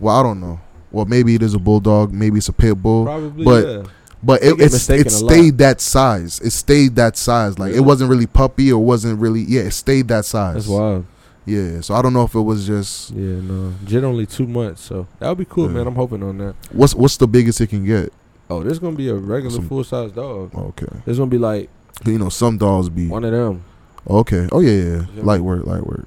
[SPEAKER 1] Well, I don't know. Well, maybe it is a bulldog. Maybe it's a pit bull.
[SPEAKER 2] Probably,
[SPEAKER 1] but-
[SPEAKER 2] yeah.
[SPEAKER 1] But
[SPEAKER 2] They
[SPEAKER 1] it
[SPEAKER 2] get
[SPEAKER 1] it's,
[SPEAKER 2] mistaken
[SPEAKER 1] it
[SPEAKER 2] a lot.
[SPEAKER 1] stayed that size. It stayed that size. Like it
[SPEAKER 2] Really?
[SPEAKER 1] wasn't really puppy. It wasn't really. Yeah, it stayed that size.
[SPEAKER 2] That's wild.
[SPEAKER 1] Yeah. So I don't know if it was just
[SPEAKER 2] Yeah, no. Jit only two months, so that would be cool,
[SPEAKER 1] Yeah.
[SPEAKER 2] man. I'm hoping on that.
[SPEAKER 1] what's what's the biggest it can get.
[SPEAKER 2] Oh, this gonna be a regular
[SPEAKER 1] Some-
[SPEAKER 2] full size dog.
[SPEAKER 1] Okay.
[SPEAKER 2] This gonna be like
[SPEAKER 1] You know, some dogs be
[SPEAKER 2] one of them.
[SPEAKER 1] okay. Oh yeah, yeah.
[SPEAKER 2] Yeah.
[SPEAKER 1] Light work, light work.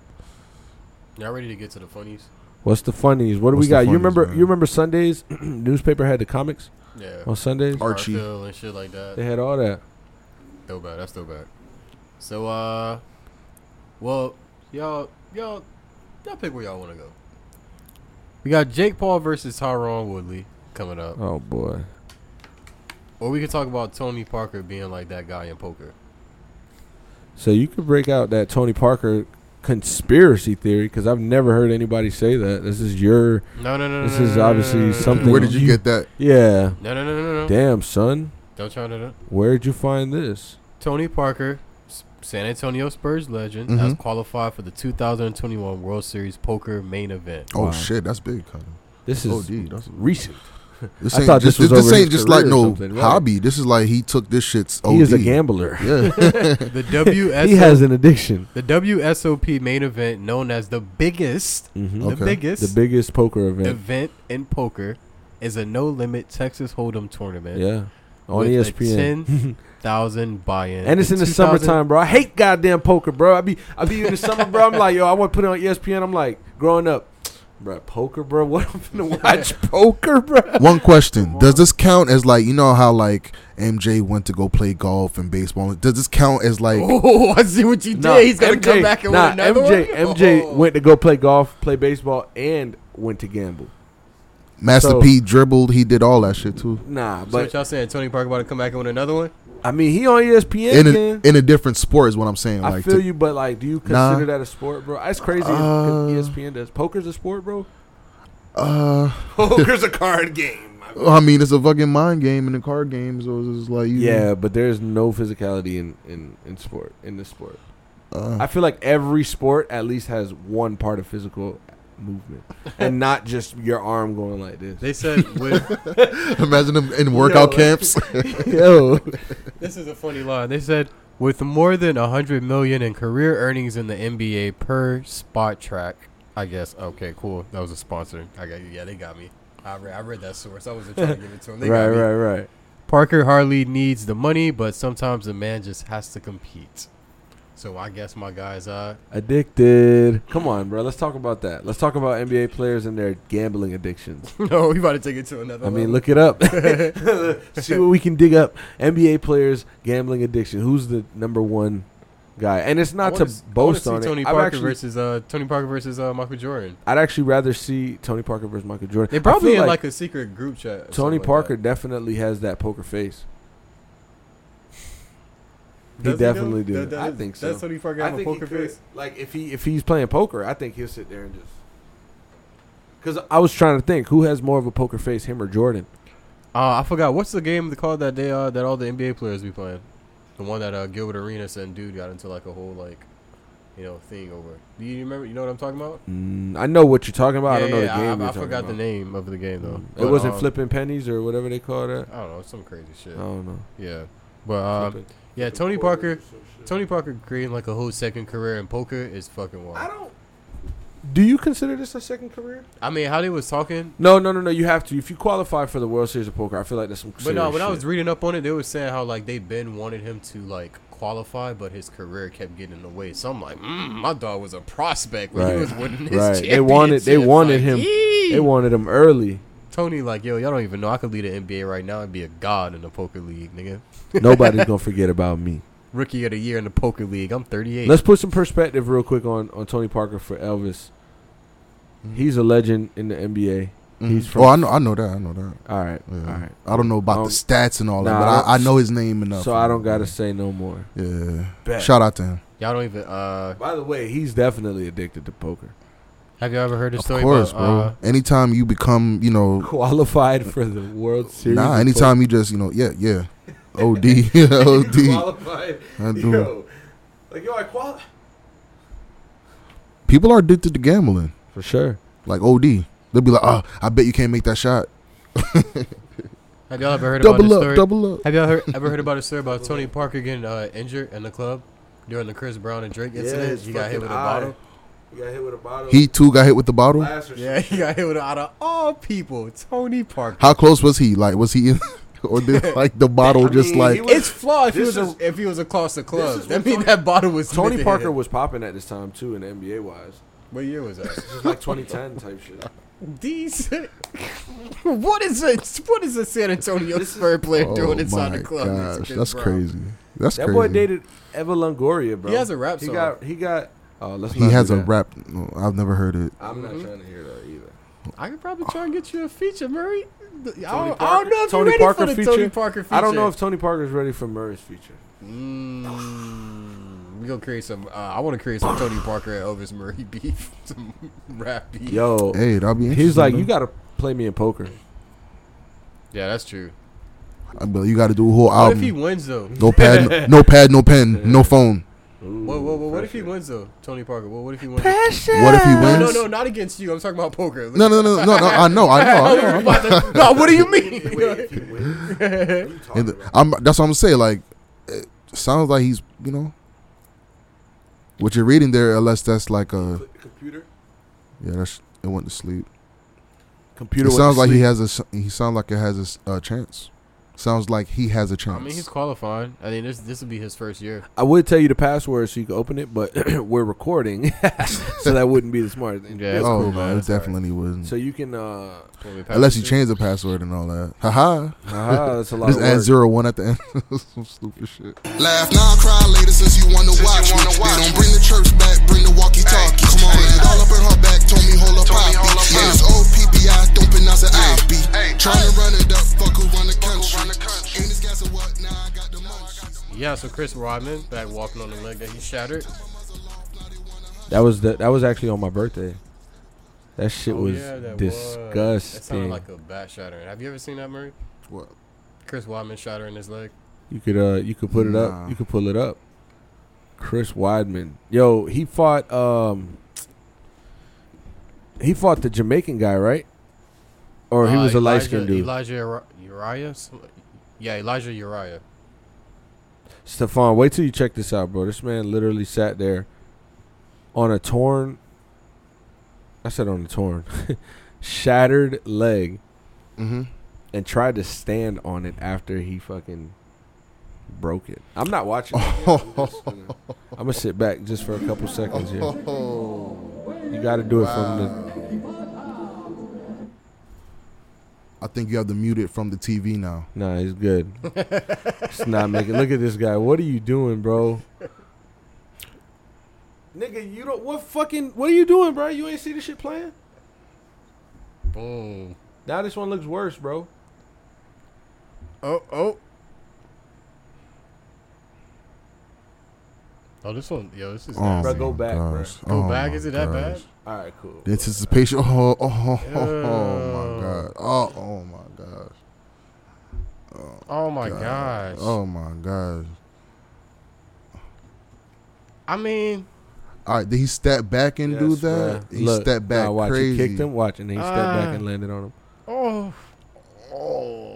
[SPEAKER 3] Y'all ready to get to the funnies?
[SPEAKER 2] What's the funnies? What do
[SPEAKER 1] What's
[SPEAKER 2] we
[SPEAKER 1] the
[SPEAKER 2] got? you
[SPEAKER 1] funnies,
[SPEAKER 2] remember?
[SPEAKER 1] man?
[SPEAKER 2] You remember Sundays? *clears throat* newspaper had the comics
[SPEAKER 3] Yeah.
[SPEAKER 2] on Sundays.
[SPEAKER 1] Archie.
[SPEAKER 3] Garfield and shit like that.
[SPEAKER 2] They had all that.
[SPEAKER 3] Throwback. That's throwback. So, uh, well, y'all, y'all, y'all pick where y'all want to go. We got Jake Paul versus Tyron Woodley coming up,
[SPEAKER 2] Oh boy.
[SPEAKER 3] or we could talk about Tony Parker being like that guy in poker.
[SPEAKER 2] So you could break out that Tony Parker conspiracy theory because I've never heard anybody say that. This is your
[SPEAKER 3] No, no, no. no,
[SPEAKER 2] This
[SPEAKER 3] no,
[SPEAKER 2] is
[SPEAKER 3] no, no,
[SPEAKER 2] obviously
[SPEAKER 3] no, no, no,
[SPEAKER 2] something-
[SPEAKER 3] No,
[SPEAKER 1] Where did you
[SPEAKER 2] You-
[SPEAKER 1] get that?
[SPEAKER 2] yeah.
[SPEAKER 3] no, no, no, no, no.
[SPEAKER 2] Damn son,
[SPEAKER 3] Don't try to.
[SPEAKER 2] where'd you find this?
[SPEAKER 3] Tony Parker, S- San Antonio Spurs legend,
[SPEAKER 1] Mhm.
[SPEAKER 3] has qualified for the 2021 World Series Poker main event.
[SPEAKER 1] Oh
[SPEAKER 2] Wow.
[SPEAKER 1] shit, that's big. Cutting.
[SPEAKER 2] This is
[SPEAKER 1] Oh, dude, that's
[SPEAKER 2] recent.
[SPEAKER 1] This
[SPEAKER 2] I
[SPEAKER 1] ain't
[SPEAKER 2] thought
[SPEAKER 1] just,
[SPEAKER 2] this was
[SPEAKER 1] this,
[SPEAKER 2] over
[SPEAKER 1] ain't
[SPEAKER 2] his
[SPEAKER 1] just like
[SPEAKER 2] career or
[SPEAKER 1] no
[SPEAKER 2] something, right?
[SPEAKER 1] hobby. This is like he took this shit's. OD.
[SPEAKER 2] He is a gambler.
[SPEAKER 1] Yeah.
[SPEAKER 2] *laughs*
[SPEAKER 1] *laughs*
[SPEAKER 3] The WS
[SPEAKER 2] He has an addiction.
[SPEAKER 3] the WSOP main event, known as the biggest,
[SPEAKER 2] Mm-hmm.
[SPEAKER 1] Okay.
[SPEAKER 3] the biggest
[SPEAKER 2] The biggest poker event.
[SPEAKER 3] event in poker, is a no limit Texas Hold'em tournament.
[SPEAKER 2] Yeah. On E
[SPEAKER 3] With a
[SPEAKER 2] ESPN. *laughs*
[SPEAKER 3] 10,000 buy-in,
[SPEAKER 2] And it's in the
[SPEAKER 3] 2000
[SPEAKER 2] summertime, bro. I hate goddamn poker, bro. I be I be in the summer, bro. I'm like, yo, I want to put it on E ESPN. I'm like, growing up, bro, poker, bro. What I'm
[SPEAKER 3] *laughs*
[SPEAKER 2] finna watch poker, bro?
[SPEAKER 1] One question: Does this count as like you know how like MJ went to go play golf and baseball? Does this count as like?
[SPEAKER 3] Oh, I see what you did. *laughs*
[SPEAKER 2] Nah,
[SPEAKER 3] He's gonna
[SPEAKER 2] MJ
[SPEAKER 3] come back and
[SPEAKER 2] nah,
[SPEAKER 3] win another
[SPEAKER 2] MJ,
[SPEAKER 3] one.
[SPEAKER 2] MJ
[SPEAKER 3] Oh.
[SPEAKER 2] went to go play golf, play baseball, and went to gamble.
[SPEAKER 1] Master
[SPEAKER 2] So-
[SPEAKER 1] P dribbled. He did all that shit too.
[SPEAKER 2] Nah,
[SPEAKER 3] So what
[SPEAKER 2] but
[SPEAKER 3] y'all saying? Tony Parker about to come back and win another one?
[SPEAKER 2] I mean, he on E ESPN.
[SPEAKER 1] In
[SPEAKER 2] man.
[SPEAKER 1] a, in a different sport is what I'm saying.
[SPEAKER 2] I
[SPEAKER 1] Like
[SPEAKER 2] feel
[SPEAKER 1] to-
[SPEAKER 2] you, but like, do you
[SPEAKER 1] Nah.
[SPEAKER 2] consider that a sport, bro? That's crazy. if- E if
[SPEAKER 1] Uh,
[SPEAKER 2] ESPN does. Poker's a sport, bro.
[SPEAKER 1] uh,
[SPEAKER 2] Poker's Oh, a card game.
[SPEAKER 1] I mean it's a fucking mind game and a card game, so it's just like you,
[SPEAKER 2] Yeah, but there's no physicality in in in sport in this sport.
[SPEAKER 1] Uh,
[SPEAKER 2] I feel like every sport at least has one part of physical
[SPEAKER 3] *laughs*
[SPEAKER 2] movement, and not just your arm going like this. *laughs*
[SPEAKER 3] They said with
[SPEAKER 1] *laughs* imagine him in workout
[SPEAKER 2] Yo.
[SPEAKER 1] camps.
[SPEAKER 2] Yo,
[SPEAKER 3] This is a funny line. They said with more than 100 million in career earnings in the NBA per spot track. I guess okay, cool. That was a sponsor. I got yeah, they got me. I read, I read that source. I wasn't trying to give it to them. They
[SPEAKER 2] right,
[SPEAKER 3] got me.
[SPEAKER 2] right, right.
[SPEAKER 3] Parker Harley needs the money, but sometimes the man just has to compete. So I guess my guys uh, are
[SPEAKER 2] Addicted. Come on, bro. Let's talk about that. Let's talk about NBA players and their gambling addictions.
[SPEAKER 3] *laughs* no, we about to take it to another.
[SPEAKER 2] I mean,
[SPEAKER 3] level.
[SPEAKER 2] look it up. *laughs*
[SPEAKER 3] *laughs*
[SPEAKER 2] See what we can dig up. NBA players gambling addiction. Who's the number one guy? And it's
[SPEAKER 3] I
[SPEAKER 2] not to
[SPEAKER 3] wanna s- I wanna
[SPEAKER 2] boast
[SPEAKER 3] see
[SPEAKER 2] on
[SPEAKER 3] Tony
[SPEAKER 2] it. I'd
[SPEAKER 3] Parker
[SPEAKER 2] actually,
[SPEAKER 3] versus uh, Tony Parker versus uh, Michael Jordan.
[SPEAKER 2] I'd actually rather see Tony Parker versus Michael Jordan.
[SPEAKER 3] They
[SPEAKER 2] I feel
[SPEAKER 3] probably in like, a secret group chat. or
[SPEAKER 2] Tony
[SPEAKER 3] something like that.
[SPEAKER 2] Parker definitely has that poker face. He
[SPEAKER 3] Does though?
[SPEAKER 2] definitely
[SPEAKER 3] Does-
[SPEAKER 2] do. I
[SPEAKER 3] does-
[SPEAKER 2] think
[SPEAKER 3] Does
[SPEAKER 2] so.
[SPEAKER 3] Tony Parker
[SPEAKER 2] I
[SPEAKER 3] have a
[SPEAKER 2] think he
[SPEAKER 3] poker
[SPEAKER 2] could,
[SPEAKER 3] face?
[SPEAKER 2] like if he if he's playing poker, I think he'll sit there and just. Because I was trying to think who has more of a poker face, him or Jordan.
[SPEAKER 3] Uh, I forgot what's the game called that they uh, that all the NBA players be playing. The one that uh, Gilbert Arenas and dude got into like a whole like, you know, thing over. Do you remember? You know what I'm talking about?
[SPEAKER 2] Mm, I know what you're talking about. I
[SPEAKER 3] Yeah,
[SPEAKER 2] don't know
[SPEAKER 3] yeah,
[SPEAKER 2] the game.
[SPEAKER 3] I,
[SPEAKER 2] you're
[SPEAKER 3] I forgot
[SPEAKER 2] talking
[SPEAKER 3] the
[SPEAKER 2] about.
[SPEAKER 3] name of the game though.
[SPEAKER 2] it Uh,
[SPEAKER 3] But,
[SPEAKER 2] wasn't Oh.
[SPEAKER 3] um,
[SPEAKER 2] flipping pennies or whatever they call that.
[SPEAKER 3] I don't know, some crazy shit.
[SPEAKER 2] I don't know.
[SPEAKER 3] Yeah, but um,
[SPEAKER 2] Flipping-
[SPEAKER 3] yeah,
[SPEAKER 2] flipping
[SPEAKER 3] Tony
[SPEAKER 2] quarters
[SPEAKER 3] Parker,
[SPEAKER 2] or some shit.
[SPEAKER 3] Tony Parker creating like a whole second career in poker is fucking wild.
[SPEAKER 2] I
[SPEAKER 3] I,
[SPEAKER 2] don't. Do you consider this a second career?
[SPEAKER 3] mean, how they was talking,
[SPEAKER 2] No, no, no, no. You have to. If you qualify for the World Series of Poker, I feel like that's some.
[SPEAKER 3] but no,
[SPEAKER 2] serious
[SPEAKER 3] when I was
[SPEAKER 2] shit.
[SPEAKER 3] reading up on it, they were saying how like they been wanted him to like qualify, but his career kept getting in the way. So I'm like, mm, my dog was a prospect when
[SPEAKER 2] Right.
[SPEAKER 3] he was winning his
[SPEAKER 2] right, they wanted they
[SPEAKER 3] championships."
[SPEAKER 2] wanted
[SPEAKER 3] Like,
[SPEAKER 2] him.
[SPEAKER 3] "Yee."
[SPEAKER 2] They wanted him early.
[SPEAKER 3] Tony like, yo, y'all don't even know I could lead an NBA right now and be a god in the poker league, nigga.
[SPEAKER 2] Nobody's gonna forget about me.
[SPEAKER 3] Rookie of the year in the poker league. I'm 38.
[SPEAKER 2] Let's put some perspective real quick on on Tony Parker for Elvis. He's a legend in the NBA. He's
[SPEAKER 1] Mhm.
[SPEAKER 2] from-
[SPEAKER 1] Oh, I know. I know that. I know that.
[SPEAKER 2] All right,
[SPEAKER 1] Yeah.
[SPEAKER 2] all right.
[SPEAKER 1] I don't know about
[SPEAKER 2] Um,
[SPEAKER 1] the stats and all
[SPEAKER 2] nah,
[SPEAKER 1] that, but
[SPEAKER 2] I don't-
[SPEAKER 1] I, I know his name enough.
[SPEAKER 2] So I don't gotta say no more.
[SPEAKER 1] Yeah.
[SPEAKER 2] Bet.
[SPEAKER 1] Shout out to him.
[SPEAKER 3] Y'all don't even. Uh,
[SPEAKER 2] By the way, he's definitely addicted to poker.
[SPEAKER 3] have you all ever heard the
[SPEAKER 1] Of
[SPEAKER 3] story?
[SPEAKER 1] course,
[SPEAKER 3] about, uh,
[SPEAKER 1] bro. anytime you become, you know,
[SPEAKER 2] Qualified for the World Series.
[SPEAKER 1] nah.
[SPEAKER 2] of
[SPEAKER 1] Anytime you just, you know, yeah,
[SPEAKER 2] *laughs*
[SPEAKER 1] yeah. OD, *laughs* yeah,
[SPEAKER 2] poker. *laughs*
[SPEAKER 1] OD.
[SPEAKER 2] He's qualified.
[SPEAKER 1] I do.
[SPEAKER 2] Yo, like yo, I qual.
[SPEAKER 1] People are addicted to gambling.
[SPEAKER 2] For sure.
[SPEAKER 1] Like OD, they'll be like, oh, I bet you can't make that shot.
[SPEAKER 3] Uh, have y'all ever heard about
[SPEAKER 1] Double
[SPEAKER 3] the
[SPEAKER 1] up,
[SPEAKER 3] story?
[SPEAKER 1] double up.
[SPEAKER 3] Have y'all heard, ever heard about a story about Tony Parker getting uh, injured in the club during the Chris Brown and Drake incident? he got hit with a bottle.
[SPEAKER 2] He got hit with a bottle.
[SPEAKER 1] He too got hit with the bottle.
[SPEAKER 2] Last or
[SPEAKER 3] Yeah, *laughs* he got hit with a, out of all people, Tony Parker.
[SPEAKER 1] How close was he? Like, was he in, *laughs* or did like the bottle
[SPEAKER 2] *laughs* I
[SPEAKER 1] just
[SPEAKER 2] mean,
[SPEAKER 1] like?
[SPEAKER 2] he was-
[SPEAKER 3] It's flawed if he was
[SPEAKER 2] This
[SPEAKER 3] a, if he was across the club.
[SPEAKER 2] is
[SPEAKER 3] That
[SPEAKER 2] what
[SPEAKER 3] mean
[SPEAKER 2] Tony-
[SPEAKER 3] that bottle was meant *laughs*
[SPEAKER 2] Tony
[SPEAKER 3] to
[SPEAKER 2] Parker
[SPEAKER 3] hit.
[SPEAKER 2] was popping at this time too in NBA wise.
[SPEAKER 3] What year was that?
[SPEAKER 2] *laughs* This is like 2010 type shit.
[SPEAKER 3] These. *laughs* what is a what is a San Antonio
[SPEAKER 2] This is-
[SPEAKER 3] Spurs player
[SPEAKER 1] Oh
[SPEAKER 3] doing inside
[SPEAKER 1] my
[SPEAKER 3] the club? It's
[SPEAKER 1] gosh,
[SPEAKER 3] Chris
[SPEAKER 1] that's
[SPEAKER 3] Brown.
[SPEAKER 1] crazy. That's
[SPEAKER 2] That
[SPEAKER 1] crazy.
[SPEAKER 2] boy dated Eva Longoria, bro.
[SPEAKER 3] He has a rap
[SPEAKER 2] He
[SPEAKER 3] song.
[SPEAKER 2] got he got. Oh, let's
[SPEAKER 1] He
[SPEAKER 2] not
[SPEAKER 1] has
[SPEAKER 2] do
[SPEAKER 1] a
[SPEAKER 2] that.
[SPEAKER 1] rap. no, I've never heard it.
[SPEAKER 2] I'm not
[SPEAKER 3] Mhm.
[SPEAKER 2] trying to hear that either.
[SPEAKER 3] I could probably try and get you a feature, Murray. I don't, I
[SPEAKER 2] Tony
[SPEAKER 3] don't
[SPEAKER 2] Parker-
[SPEAKER 3] know if
[SPEAKER 2] Tony
[SPEAKER 3] you're ready
[SPEAKER 2] Parker
[SPEAKER 3] for the
[SPEAKER 2] feature?
[SPEAKER 3] Tony Parker feature.
[SPEAKER 2] I don't know if Tony Parker's ready for Murray's feature.
[SPEAKER 3] Mm, we gonna create some. Uh, I want to create some Tony Parker and Elvis Murray *laughs* beef, some rap beef.
[SPEAKER 2] Yo,
[SPEAKER 1] Hey, that'll be.
[SPEAKER 2] he's
[SPEAKER 1] interesting,
[SPEAKER 2] like,
[SPEAKER 1] though.
[SPEAKER 2] you gotta play me in poker.
[SPEAKER 3] Yeah, that's true.
[SPEAKER 1] Uh, But you got to do a whole
[SPEAKER 3] What if he
[SPEAKER 1] album.
[SPEAKER 3] wins though?
[SPEAKER 1] No pad,
[SPEAKER 3] *laughs*
[SPEAKER 1] no, no pad, no pen, no phone.
[SPEAKER 3] Whoa, whoa, whoa! What if he
[SPEAKER 2] pressure.
[SPEAKER 3] wins though, Tony Parker? Well, what if he wins?
[SPEAKER 1] What if he
[SPEAKER 3] No,
[SPEAKER 1] wins?
[SPEAKER 3] no, no, not against you. I'm talking about poker.
[SPEAKER 1] No,
[SPEAKER 3] *laughs*
[SPEAKER 1] no, no, no, no, no, I know, I know, I know. I know. *laughs*
[SPEAKER 3] no, what do you
[SPEAKER 2] *laughs* *laughs*
[SPEAKER 3] mean?
[SPEAKER 2] Wait, if he
[SPEAKER 3] *laughs*
[SPEAKER 2] wins? What are you talking
[SPEAKER 1] And
[SPEAKER 2] about?
[SPEAKER 1] I'm, that's what I'm saying. Like, it sounds like he's, you know, what you're reading there. Unless that's like a,
[SPEAKER 2] Click the computer.
[SPEAKER 1] yeah, that's it went to sleep.
[SPEAKER 2] Computer.
[SPEAKER 1] it sounds like he has a, s- he sounds like it has a, uh chance. Sounds like he has a chance.
[SPEAKER 3] I mean, he's qualifying. I mean, this this will be his first year.
[SPEAKER 2] I would tell you the password so you can open it, but *clears throat* we're recording, *laughs* so that wouldn't be the smartest thing. to
[SPEAKER 3] Yeah,
[SPEAKER 2] do.
[SPEAKER 3] that's
[SPEAKER 1] oh
[SPEAKER 3] cool,
[SPEAKER 1] no,
[SPEAKER 3] man,
[SPEAKER 1] it
[SPEAKER 3] that's all right.
[SPEAKER 1] definitely wouldn't.
[SPEAKER 2] So you can. *laughs* uh
[SPEAKER 3] When we pass
[SPEAKER 1] Unless
[SPEAKER 3] the
[SPEAKER 1] you
[SPEAKER 3] season.
[SPEAKER 1] change the password and all that. Haha.
[SPEAKER 2] aha, that's a lot.
[SPEAKER 1] Just
[SPEAKER 2] of
[SPEAKER 1] add
[SPEAKER 2] work.
[SPEAKER 1] zero one at the end. *laughs* Some stupid shit.
[SPEAKER 5] Laugh now, cry later since you wanna watch me. They don't bring the church back, bring the walkie talkie. Come on, it all up in her back, told me hold up, poppy. Man, it's old PPI, don't pronounce it IB. Tryna run it up, fuck who run the country. Ain't this gas or what? Now I got the munchies.
[SPEAKER 3] Yeah, so Chris Rodman back walking on the leg that he shattered.
[SPEAKER 2] That was the, that was actually on my birthday. That shit
[SPEAKER 3] Oh,
[SPEAKER 2] was
[SPEAKER 3] yeah, that Was. That sounded
[SPEAKER 2] disgusting.
[SPEAKER 3] like a bat shattering. Have you ever seen that, Murray?
[SPEAKER 1] What?
[SPEAKER 3] Chris Rodman shattering his leg.
[SPEAKER 2] you could uh you could put it
[SPEAKER 1] Nah.
[SPEAKER 2] up. You could pull it up. Chris Weidman. Yo, he fought um he fought the Jamaican guy, right? Or he
[SPEAKER 3] Uh,
[SPEAKER 2] was a light
[SPEAKER 3] Elijah-
[SPEAKER 2] skinned dude.
[SPEAKER 3] Elijah Uri- Uriah? Some- Yeah, Elijah Uriah.
[SPEAKER 2] Stefan, wait till you check this out, bro. This man literally sat there on a torn I said on a torn *laughs* shattered leg
[SPEAKER 1] Mm-hmm.
[SPEAKER 2] and tried to stand on it after he fucking broke it. I'm not watching. it.
[SPEAKER 1] *laughs*
[SPEAKER 2] I'm gonna sit back just for a couple seconds here.
[SPEAKER 1] Oh.
[SPEAKER 2] You got to do it from the.
[SPEAKER 1] I think you have to mute it from the TV now.
[SPEAKER 2] Nah, he's good. it's not making. Look at this guy. What are you doing, bro? Nigga, you don't. What fucking? What are you doing, bro? You ain't see this shit playing.
[SPEAKER 3] Boom.
[SPEAKER 2] Now this one looks worse, bro.
[SPEAKER 3] Oh, oh. Oh, this one, yo, this is.
[SPEAKER 1] Oh
[SPEAKER 3] nasty.
[SPEAKER 2] Bro, go
[SPEAKER 1] my
[SPEAKER 2] back, bro.
[SPEAKER 1] gosh.
[SPEAKER 3] Go
[SPEAKER 1] Oh
[SPEAKER 3] back.
[SPEAKER 1] my
[SPEAKER 3] Is it that bad?
[SPEAKER 1] gosh.
[SPEAKER 2] All right, cool.
[SPEAKER 1] The anticipation. *laughs* Oh, oh, oh, oh,
[SPEAKER 3] Ew.
[SPEAKER 1] my god. Oh, oh my gosh.
[SPEAKER 3] Oh my gosh.
[SPEAKER 1] Oh my gosh.
[SPEAKER 3] I mean,
[SPEAKER 1] All right, did he step back and do that? He stepped back
[SPEAKER 2] nah, watch,
[SPEAKER 1] crazy.
[SPEAKER 2] He kicked him. Watch, and then he stepped
[SPEAKER 3] Ah.
[SPEAKER 2] back and landed on him.
[SPEAKER 3] oh, oh.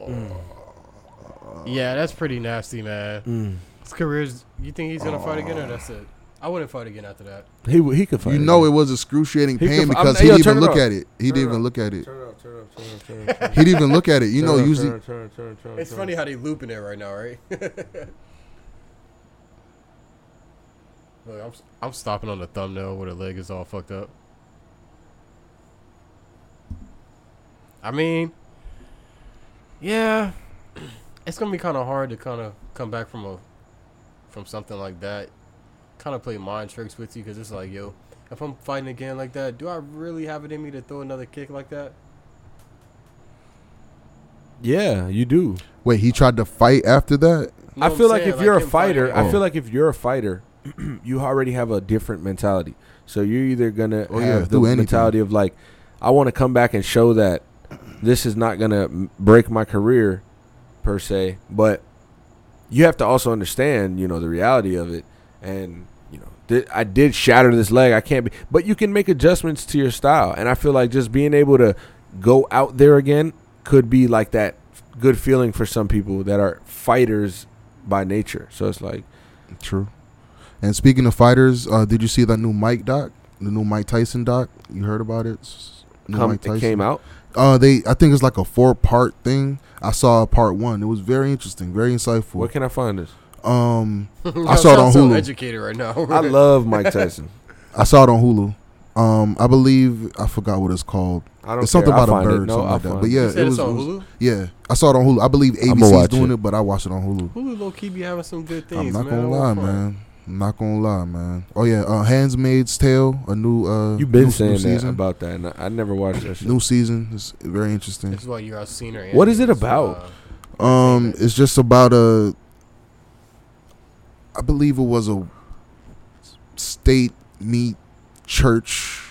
[SPEAKER 3] Yeah, that's pretty nasty, man.
[SPEAKER 1] Mm.
[SPEAKER 3] His career's. You think he's gonna fight again, or that's it? I wouldn't fight again after that.
[SPEAKER 2] He w- he could fight.
[SPEAKER 1] You
[SPEAKER 2] him.
[SPEAKER 1] know it was excruciating
[SPEAKER 2] He
[SPEAKER 1] pain
[SPEAKER 2] could- I'm-
[SPEAKER 1] because
[SPEAKER 2] hey,
[SPEAKER 1] he
[SPEAKER 2] yo,
[SPEAKER 1] didn't
[SPEAKER 2] turn
[SPEAKER 1] even
[SPEAKER 2] it
[SPEAKER 1] look
[SPEAKER 2] off.
[SPEAKER 1] at it. He
[SPEAKER 2] Turn it
[SPEAKER 1] didn't even
[SPEAKER 2] off.
[SPEAKER 1] look at it.
[SPEAKER 2] Turn it up, turn it up, turn it up, turn it up.
[SPEAKER 1] He didn't even look at it. You know,
[SPEAKER 2] Turn it up,
[SPEAKER 1] usually
[SPEAKER 2] turn it up, turn it up, turn it up, turn it
[SPEAKER 3] It's
[SPEAKER 2] up.
[SPEAKER 3] funny how they looping it right now, right? *laughs* Look, I'm I'm stopping on the thumbnail where the leg is all fucked up. I mean, yeah, *clears throat* it's gonna be kind of hard to kind of come back from a from something like that. Kind of play mind tricks with you because it's like, yo, if I'm fighting again like that, do I really have it in me to throw another kick like that?
[SPEAKER 2] Yeah, you do.
[SPEAKER 1] Wait, he tried to fight after that.
[SPEAKER 2] I
[SPEAKER 3] I'm
[SPEAKER 2] feel like
[SPEAKER 3] saying,
[SPEAKER 2] if you're a
[SPEAKER 3] him fighting
[SPEAKER 2] fighter,
[SPEAKER 3] him.
[SPEAKER 1] Oh.
[SPEAKER 2] I feel like if you're a fighter, *clears throat* you already have a different mentality. So you're either gonna
[SPEAKER 1] Oh, yeah,
[SPEAKER 2] have the
[SPEAKER 1] do anything.
[SPEAKER 2] mentality of like, I want to come back and show that this is not gonna m- break my career, per se. But you have to also understand, you know, the reality of it, and you know, th- I did shatter this leg. I can't be, but you can make adjustments to your style, and I feel like just being able to go out there again could be like that good feeling for some people that are fighters by nature. So it's like,
[SPEAKER 1] True. And speaking of fighters, uh, did you see that new Mike doc? The new Mike Tyson doc? You heard about it? S- New
[SPEAKER 2] come, it came out.
[SPEAKER 1] Uh, they, I think it's like a four-part thing. I saw part one. It was very interesting, very
[SPEAKER 2] Where
[SPEAKER 1] insightful.
[SPEAKER 2] can I find this?
[SPEAKER 1] Um,
[SPEAKER 3] *laughs* I
[SPEAKER 1] saw it on
[SPEAKER 3] So
[SPEAKER 1] Hulu.
[SPEAKER 3] educated right now. *laughs*
[SPEAKER 2] I
[SPEAKER 1] *laughs*
[SPEAKER 2] love Mike Tyson.
[SPEAKER 1] I saw it on Hulu. Um, I believe I forgot what it's called.
[SPEAKER 2] I don't.
[SPEAKER 1] It's something
[SPEAKER 2] care. I'll
[SPEAKER 1] about a
[SPEAKER 2] find it.
[SPEAKER 1] bird,
[SPEAKER 2] No,
[SPEAKER 1] something
[SPEAKER 2] I'll
[SPEAKER 1] like that.
[SPEAKER 2] find
[SPEAKER 1] But
[SPEAKER 2] it.
[SPEAKER 1] yeah,
[SPEAKER 3] You said
[SPEAKER 1] it
[SPEAKER 3] it's
[SPEAKER 1] was, it
[SPEAKER 3] on
[SPEAKER 1] was-
[SPEAKER 3] Hulu.
[SPEAKER 1] yeah. I saw it on Hulu. I believe
[SPEAKER 2] I'ma
[SPEAKER 1] ABC's
[SPEAKER 2] watch
[SPEAKER 1] doing
[SPEAKER 2] it.
[SPEAKER 1] it. but I watched it on Hulu.
[SPEAKER 3] Hulu low key be having some good things.
[SPEAKER 1] I'm not
[SPEAKER 3] man.
[SPEAKER 1] gonna
[SPEAKER 3] I
[SPEAKER 1] lie,
[SPEAKER 3] want fun.
[SPEAKER 1] man. I'm not gonna lie, man. Oh yeah, uh, Handmaid's Tale, a new. Uh,
[SPEAKER 2] You've been
[SPEAKER 1] new,
[SPEAKER 2] saying
[SPEAKER 1] new
[SPEAKER 2] that
[SPEAKER 1] season.
[SPEAKER 2] about that, and I, I never watched that. Shit.
[SPEAKER 1] new season. It's very interesting.
[SPEAKER 3] This is why you are scenery.
[SPEAKER 2] What is it about?
[SPEAKER 3] Uh,
[SPEAKER 1] Um, it's just about a. I believe it was a state meet church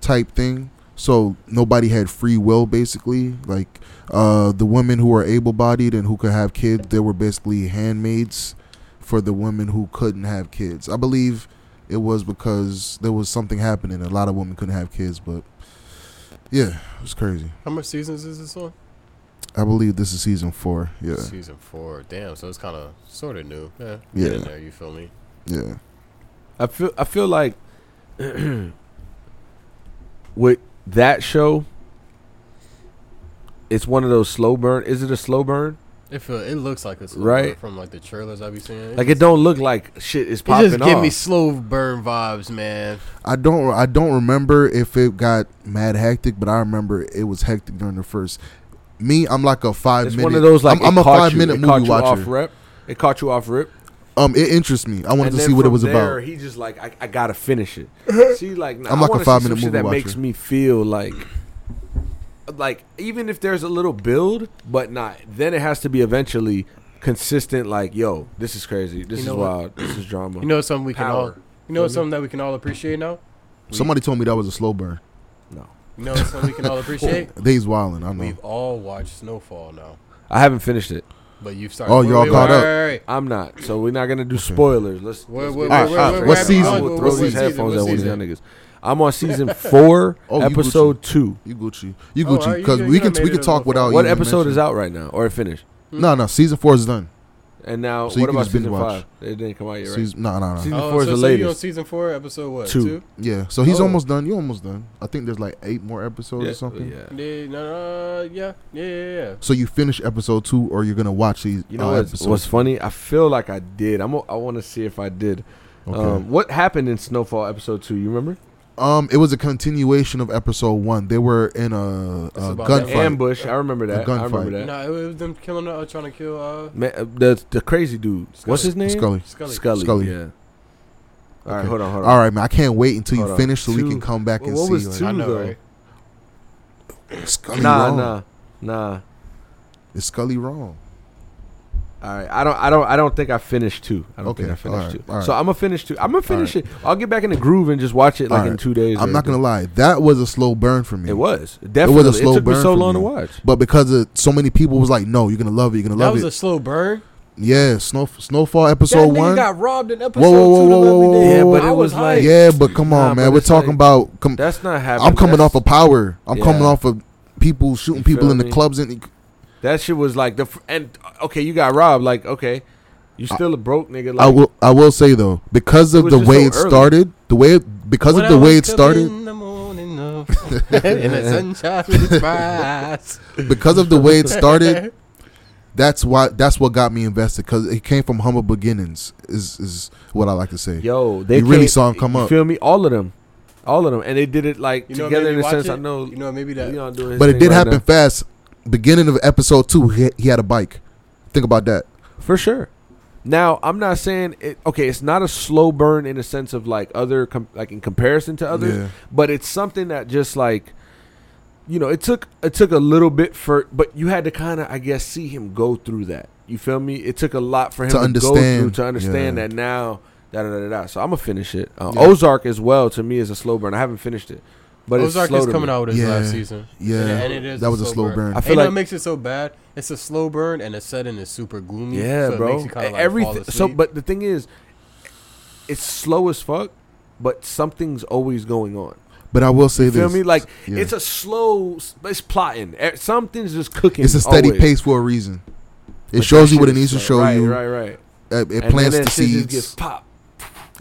[SPEAKER 1] type thing. So nobody had free will, basically. Like uh, the women who were able-bodied and who could have kids, they were basically handmaids for the women who couldn't have kids. I believe it was because there was something happening. A lot of women couldn't have kids, but yeah, it was crazy.
[SPEAKER 3] How much seasons is this on?
[SPEAKER 1] I believe this is season four. Yeah.
[SPEAKER 3] Season four. Damn. So it's kind of sort of new. Yeah.
[SPEAKER 1] Yeah.
[SPEAKER 3] Get in there. You feel me?
[SPEAKER 1] Yeah.
[SPEAKER 2] I feel. I feel like *clears throat* with that show, it's one of those slow burn. Is it a slow burn?
[SPEAKER 3] It feel. It looks like it's
[SPEAKER 2] Right.
[SPEAKER 3] from like the trailers I be seeing.
[SPEAKER 2] Like it don't look like shit is
[SPEAKER 3] It
[SPEAKER 2] popping
[SPEAKER 3] just give
[SPEAKER 2] off.
[SPEAKER 3] me slow burn vibes, man.
[SPEAKER 1] I don't I don't remember if it got mad hectic, but I remember it was hectic during the first. Me, I'm like a five
[SPEAKER 2] it's
[SPEAKER 1] minute.
[SPEAKER 2] one of those like
[SPEAKER 1] I'm, I'm
[SPEAKER 2] it
[SPEAKER 1] a
[SPEAKER 2] caught
[SPEAKER 1] five
[SPEAKER 2] you.
[SPEAKER 1] minute
[SPEAKER 2] it caught
[SPEAKER 1] movie
[SPEAKER 2] you
[SPEAKER 1] watcher.
[SPEAKER 2] Off rep. It caught you off rip.
[SPEAKER 1] um, it interests me. I wanted
[SPEAKER 2] And
[SPEAKER 1] to
[SPEAKER 2] then
[SPEAKER 1] see what it
[SPEAKER 2] from
[SPEAKER 1] was
[SPEAKER 2] there,
[SPEAKER 1] about.
[SPEAKER 2] He just like I, I gotta finish it. See, like nah,
[SPEAKER 1] *laughs* I'm
[SPEAKER 2] I'm
[SPEAKER 1] like a
[SPEAKER 2] like a five
[SPEAKER 1] five-minute
[SPEAKER 2] minute movie
[SPEAKER 1] movie
[SPEAKER 2] that
[SPEAKER 1] watcher.
[SPEAKER 2] makes me feel like, like even if there's a little build, but not. Then it has to be eventually consistent. Like yo, this is crazy. This
[SPEAKER 3] You
[SPEAKER 2] is
[SPEAKER 3] know what?
[SPEAKER 2] wild. This is drama.
[SPEAKER 3] You know it's something we can all.
[SPEAKER 2] Power.
[SPEAKER 3] You know it's something that we can all appreciate now.
[SPEAKER 1] Somebody told me that was a slow burn.
[SPEAKER 2] no,
[SPEAKER 3] You know it's something we
[SPEAKER 1] *laughs*
[SPEAKER 3] can all appreciate.
[SPEAKER 1] They's wilding. I know.
[SPEAKER 3] We've all watched Snowfall now,
[SPEAKER 2] I haven't finished it.
[SPEAKER 3] but you've started.
[SPEAKER 1] Oh,
[SPEAKER 3] Wait,
[SPEAKER 1] y'all
[SPEAKER 3] wait,
[SPEAKER 1] caught
[SPEAKER 3] wait,
[SPEAKER 1] up.
[SPEAKER 3] wait, wait.
[SPEAKER 2] I'm not. So we're not gonna do spoilers. Let's.
[SPEAKER 3] Where-
[SPEAKER 2] let's
[SPEAKER 3] where-
[SPEAKER 2] get
[SPEAKER 1] where- where-
[SPEAKER 2] it. Alright,
[SPEAKER 1] where-
[SPEAKER 2] alright.
[SPEAKER 1] what
[SPEAKER 2] I'm
[SPEAKER 1] season?
[SPEAKER 2] gonna
[SPEAKER 1] What
[SPEAKER 2] Throw these
[SPEAKER 1] season?
[SPEAKER 2] headphones
[SPEAKER 3] What
[SPEAKER 2] at one of y'all
[SPEAKER 3] season?
[SPEAKER 2] niggas. I'm
[SPEAKER 1] *laughs*
[SPEAKER 2] on season four,
[SPEAKER 1] Oh, you
[SPEAKER 2] episode two.
[SPEAKER 1] You Gucci. You
[SPEAKER 3] Oh, all
[SPEAKER 2] uh,
[SPEAKER 1] Gucci.
[SPEAKER 3] right, you
[SPEAKER 1] Because
[SPEAKER 3] good.
[SPEAKER 1] we
[SPEAKER 3] You
[SPEAKER 1] can
[SPEAKER 3] done
[SPEAKER 1] we
[SPEAKER 3] made
[SPEAKER 1] can
[SPEAKER 3] it
[SPEAKER 1] talk
[SPEAKER 3] a
[SPEAKER 1] without.
[SPEAKER 3] little
[SPEAKER 2] What episode is out right now, or it finished?
[SPEAKER 1] No, no. Season four is done.
[SPEAKER 2] And now,
[SPEAKER 1] So you
[SPEAKER 2] what
[SPEAKER 1] can
[SPEAKER 2] about
[SPEAKER 1] just binge
[SPEAKER 2] season
[SPEAKER 1] watch.
[SPEAKER 2] five? It didn't come out yet, right?
[SPEAKER 1] Season. No, no, no.
[SPEAKER 2] Season
[SPEAKER 3] Oh,
[SPEAKER 2] four is
[SPEAKER 3] so,
[SPEAKER 2] the
[SPEAKER 3] so you on
[SPEAKER 2] latest.
[SPEAKER 3] season four, episode what?
[SPEAKER 2] Two.
[SPEAKER 1] Yeah. So he's
[SPEAKER 3] Oh.
[SPEAKER 1] almost done. You almost done. I think there's like eight more episodes or something.
[SPEAKER 2] Yeah.
[SPEAKER 3] Yeah, no, no, yeah, yeah, yeah, yeah.
[SPEAKER 1] So you finish episode two, or you're gonna watch these.
[SPEAKER 2] You know
[SPEAKER 1] uh,
[SPEAKER 2] what's,
[SPEAKER 1] episodes.
[SPEAKER 2] what's funny? I feel like I did. I'm. a- I want to see if I did. Um, what happened in Snowfall episode two? You remember?
[SPEAKER 1] Um, it was a continuation of episode one. They were in a,
[SPEAKER 3] It's
[SPEAKER 1] a
[SPEAKER 3] about
[SPEAKER 2] The
[SPEAKER 3] that
[SPEAKER 1] gunfight.
[SPEAKER 2] ambush. I remember that. I
[SPEAKER 1] gunfight.
[SPEAKER 2] remember that.
[SPEAKER 3] No, it was them killing, uh, trying to kill uh,
[SPEAKER 2] Ma- uh, the the crazy dude. What's his name?
[SPEAKER 1] Scully.
[SPEAKER 3] Scully.
[SPEAKER 2] Scully.
[SPEAKER 1] Scully.
[SPEAKER 2] Yeah. All right,
[SPEAKER 1] Okay.
[SPEAKER 2] hold on, hold on.
[SPEAKER 1] All right, man. I can't wait until
[SPEAKER 2] Hold
[SPEAKER 1] you
[SPEAKER 2] on.
[SPEAKER 1] finish so we
[SPEAKER 2] Two.
[SPEAKER 1] can come back and
[SPEAKER 2] What
[SPEAKER 1] see.
[SPEAKER 2] was
[SPEAKER 1] like,
[SPEAKER 2] two?
[SPEAKER 3] I know,
[SPEAKER 2] though.
[SPEAKER 3] right?
[SPEAKER 1] is Scully
[SPEAKER 2] nah,
[SPEAKER 1] wrong?
[SPEAKER 2] nah, nah.
[SPEAKER 1] Is Scully wrong?
[SPEAKER 2] All right, I don't, I don't, I don't think I finished two. I don't
[SPEAKER 1] Okay,
[SPEAKER 2] think I finished
[SPEAKER 1] alright,
[SPEAKER 2] two.
[SPEAKER 1] alright.
[SPEAKER 2] So I'm gonna finish two. I'm gonna finish it. I'll get back in the groove and just watch it like in
[SPEAKER 1] Alright.
[SPEAKER 2] two days.
[SPEAKER 1] I'm
[SPEAKER 2] or
[SPEAKER 1] not gonna
[SPEAKER 2] anything.
[SPEAKER 1] lie. That was a slow burn for me.
[SPEAKER 2] It was definitely. It,
[SPEAKER 1] slow
[SPEAKER 2] took me
[SPEAKER 1] burn
[SPEAKER 2] so
[SPEAKER 1] for
[SPEAKER 2] long
[SPEAKER 1] me.
[SPEAKER 2] to watch.
[SPEAKER 1] But because of so many people was like, "No, you're gonna love it. You're gonna
[SPEAKER 3] That
[SPEAKER 1] love
[SPEAKER 3] was
[SPEAKER 1] it."
[SPEAKER 3] a slow burn.
[SPEAKER 1] yeah, Snow Snowfall episode
[SPEAKER 3] that nigga
[SPEAKER 1] one.
[SPEAKER 3] got robbed in episode
[SPEAKER 1] Whoa, whoa, whoa,
[SPEAKER 3] two. the
[SPEAKER 1] whoa, whoa,
[SPEAKER 3] other
[SPEAKER 1] whoa,
[SPEAKER 3] day.
[SPEAKER 1] whoa,
[SPEAKER 2] Yeah,
[SPEAKER 1] whoa.
[SPEAKER 2] but it
[SPEAKER 3] I
[SPEAKER 2] was
[SPEAKER 3] was
[SPEAKER 2] like
[SPEAKER 1] yeah, but come on,
[SPEAKER 2] Nah, but
[SPEAKER 1] man. We're
[SPEAKER 2] it's
[SPEAKER 1] talking
[SPEAKER 2] like-
[SPEAKER 1] about. Come,
[SPEAKER 2] that's not happening.
[SPEAKER 1] I'm coming
[SPEAKER 2] That's-
[SPEAKER 1] off of power. I'm
[SPEAKER 2] Yeah.
[SPEAKER 1] coming off of people shooting
[SPEAKER 2] You feel
[SPEAKER 1] people in the
[SPEAKER 2] me?
[SPEAKER 1] clubs and
[SPEAKER 2] That shit was like the fr- and uh, okay, you got robbed. Like okay, you still a broke nigga. Like
[SPEAKER 1] I will. I will say though, because of
[SPEAKER 2] was
[SPEAKER 1] the
[SPEAKER 2] just
[SPEAKER 1] way
[SPEAKER 2] so
[SPEAKER 1] it
[SPEAKER 2] early.
[SPEAKER 1] started, the way it, because
[SPEAKER 3] When
[SPEAKER 1] of
[SPEAKER 3] I
[SPEAKER 1] the way it
[SPEAKER 3] wake up
[SPEAKER 1] started,
[SPEAKER 3] In the
[SPEAKER 1] *laughs*
[SPEAKER 3] morning of- in the sunshine with my eyes.
[SPEAKER 1] because of the way *laughs*
[SPEAKER 2] *laughs*
[SPEAKER 1] it started, that's why. That's what got me invested because it came from humble beginnings. Is is what I like to say.
[SPEAKER 2] yo, they
[SPEAKER 1] You really
[SPEAKER 2] came-
[SPEAKER 1] saw 'em come
[SPEAKER 2] you
[SPEAKER 1] up.
[SPEAKER 2] Feel me? All of them, all of them, and they did it like
[SPEAKER 3] You know what
[SPEAKER 2] together
[SPEAKER 3] made
[SPEAKER 2] in
[SPEAKER 3] me
[SPEAKER 2] a
[SPEAKER 3] watch
[SPEAKER 2] sense.
[SPEAKER 3] it?
[SPEAKER 2] I know.
[SPEAKER 3] You know, what maybe that.
[SPEAKER 2] Leon doing his
[SPEAKER 1] But it
[SPEAKER 2] thing
[SPEAKER 1] did
[SPEAKER 2] right
[SPEAKER 1] happen fast. Beginning of episode two, he, he had a bike. Think about that.
[SPEAKER 2] now. for sure. Now I'm not saying it. Okay, it's not a slow burn in a sense of like other com- like in comparison to others,
[SPEAKER 1] Yeah.
[SPEAKER 2] but it's something that just like you know, it took it took a little bit for, but you had to kind of, I guess, see him go through that. You feel me? It took a lot for him
[SPEAKER 1] To
[SPEAKER 2] to, go through
[SPEAKER 1] understand.
[SPEAKER 2] to understand
[SPEAKER 1] Yeah.
[SPEAKER 2] that now. Da, da, da, da, da. So I'm gonna finish it. Uh,
[SPEAKER 1] Yeah.
[SPEAKER 2] Ozark as well to me is a slow burn. I haven't finished it, but
[SPEAKER 3] Ozark
[SPEAKER 2] it's
[SPEAKER 3] is
[SPEAKER 2] slow to
[SPEAKER 3] coming
[SPEAKER 2] me.
[SPEAKER 3] out with his
[SPEAKER 1] Yeah.
[SPEAKER 3] last season.
[SPEAKER 1] Yeah,
[SPEAKER 3] And it is
[SPEAKER 1] that was a slow burn.
[SPEAKER 2] I
[SPEAKER 3] I
[SPEAKER 2] feel
[SPEAKER 3] feel
[SPEAKER 2] like
[SPEAKER 3] what makes it so bad? It's a slow burn and the setting is super gloomy.
[SPEAKER 2] Yeah,
[SPEAKER 3] so It
[SPEAKER 2] bro.
[SPEAKER 3] makes you
[SPEAKER 1] E,
[SPEAKER 3] kinda, like, fall
[SPEAKER 2] Everything. So,
[SPEAKER 3] asleep.
[SPEAKER 2] but the thing is, it's slow as fuck, but something's always going on.
[SPEAKER 1] But I will say
[SPEAKER 2] You feel
[SPEAKER 1] this:
[SPEAKER 2] me? Like
[SPEAKER 1] Yeah.
[SPEAKER 2] it's a slow. It's plotting. Eh, Something's just cooking.
[SPEAKER 1] it's a steady
[SPEAKER 2] always.
[SPEAKER 1] pace for a reason. It
[SPEAKER 2] But
[SPEAKER 1] shows
[SPEAKER 2] that
[SPEAKER 1] you what it
[SPEAKER 2] shit
[SPEAKER 1] needs to
[SPEAKER 2] is
[SPEAKER 1] show
[SPEAKER 2] right,
[SPEAKER 1] you.
[SPEAKER 2] Right, right.
[SPEAKER 1] It, it
[SPEAKER 2] And
[SPEAKER 1] plants the
[SPEAKER 2] then that shit just gets
[SPEAKER 1] seeds,
[SPEAKER 2] popped.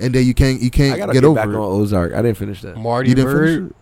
[SPEAKER 1] and then you can't you
[SPEAKER 2] I
[SPEAKER 1] can't
[SPEAKER 2] gotta
[SPEAKER 1] get,
[SPEAKER 2] get,
[SPEAKER 1] over
[SPEAKER 2] back on
[SPEAKER 1] it.
[SPEAKER 2] Ozark. I didn't finish that.
[SPEAKER 3] Marty
[SPEAKER 1] You didn't finish
[SPEAKER 3] Bird.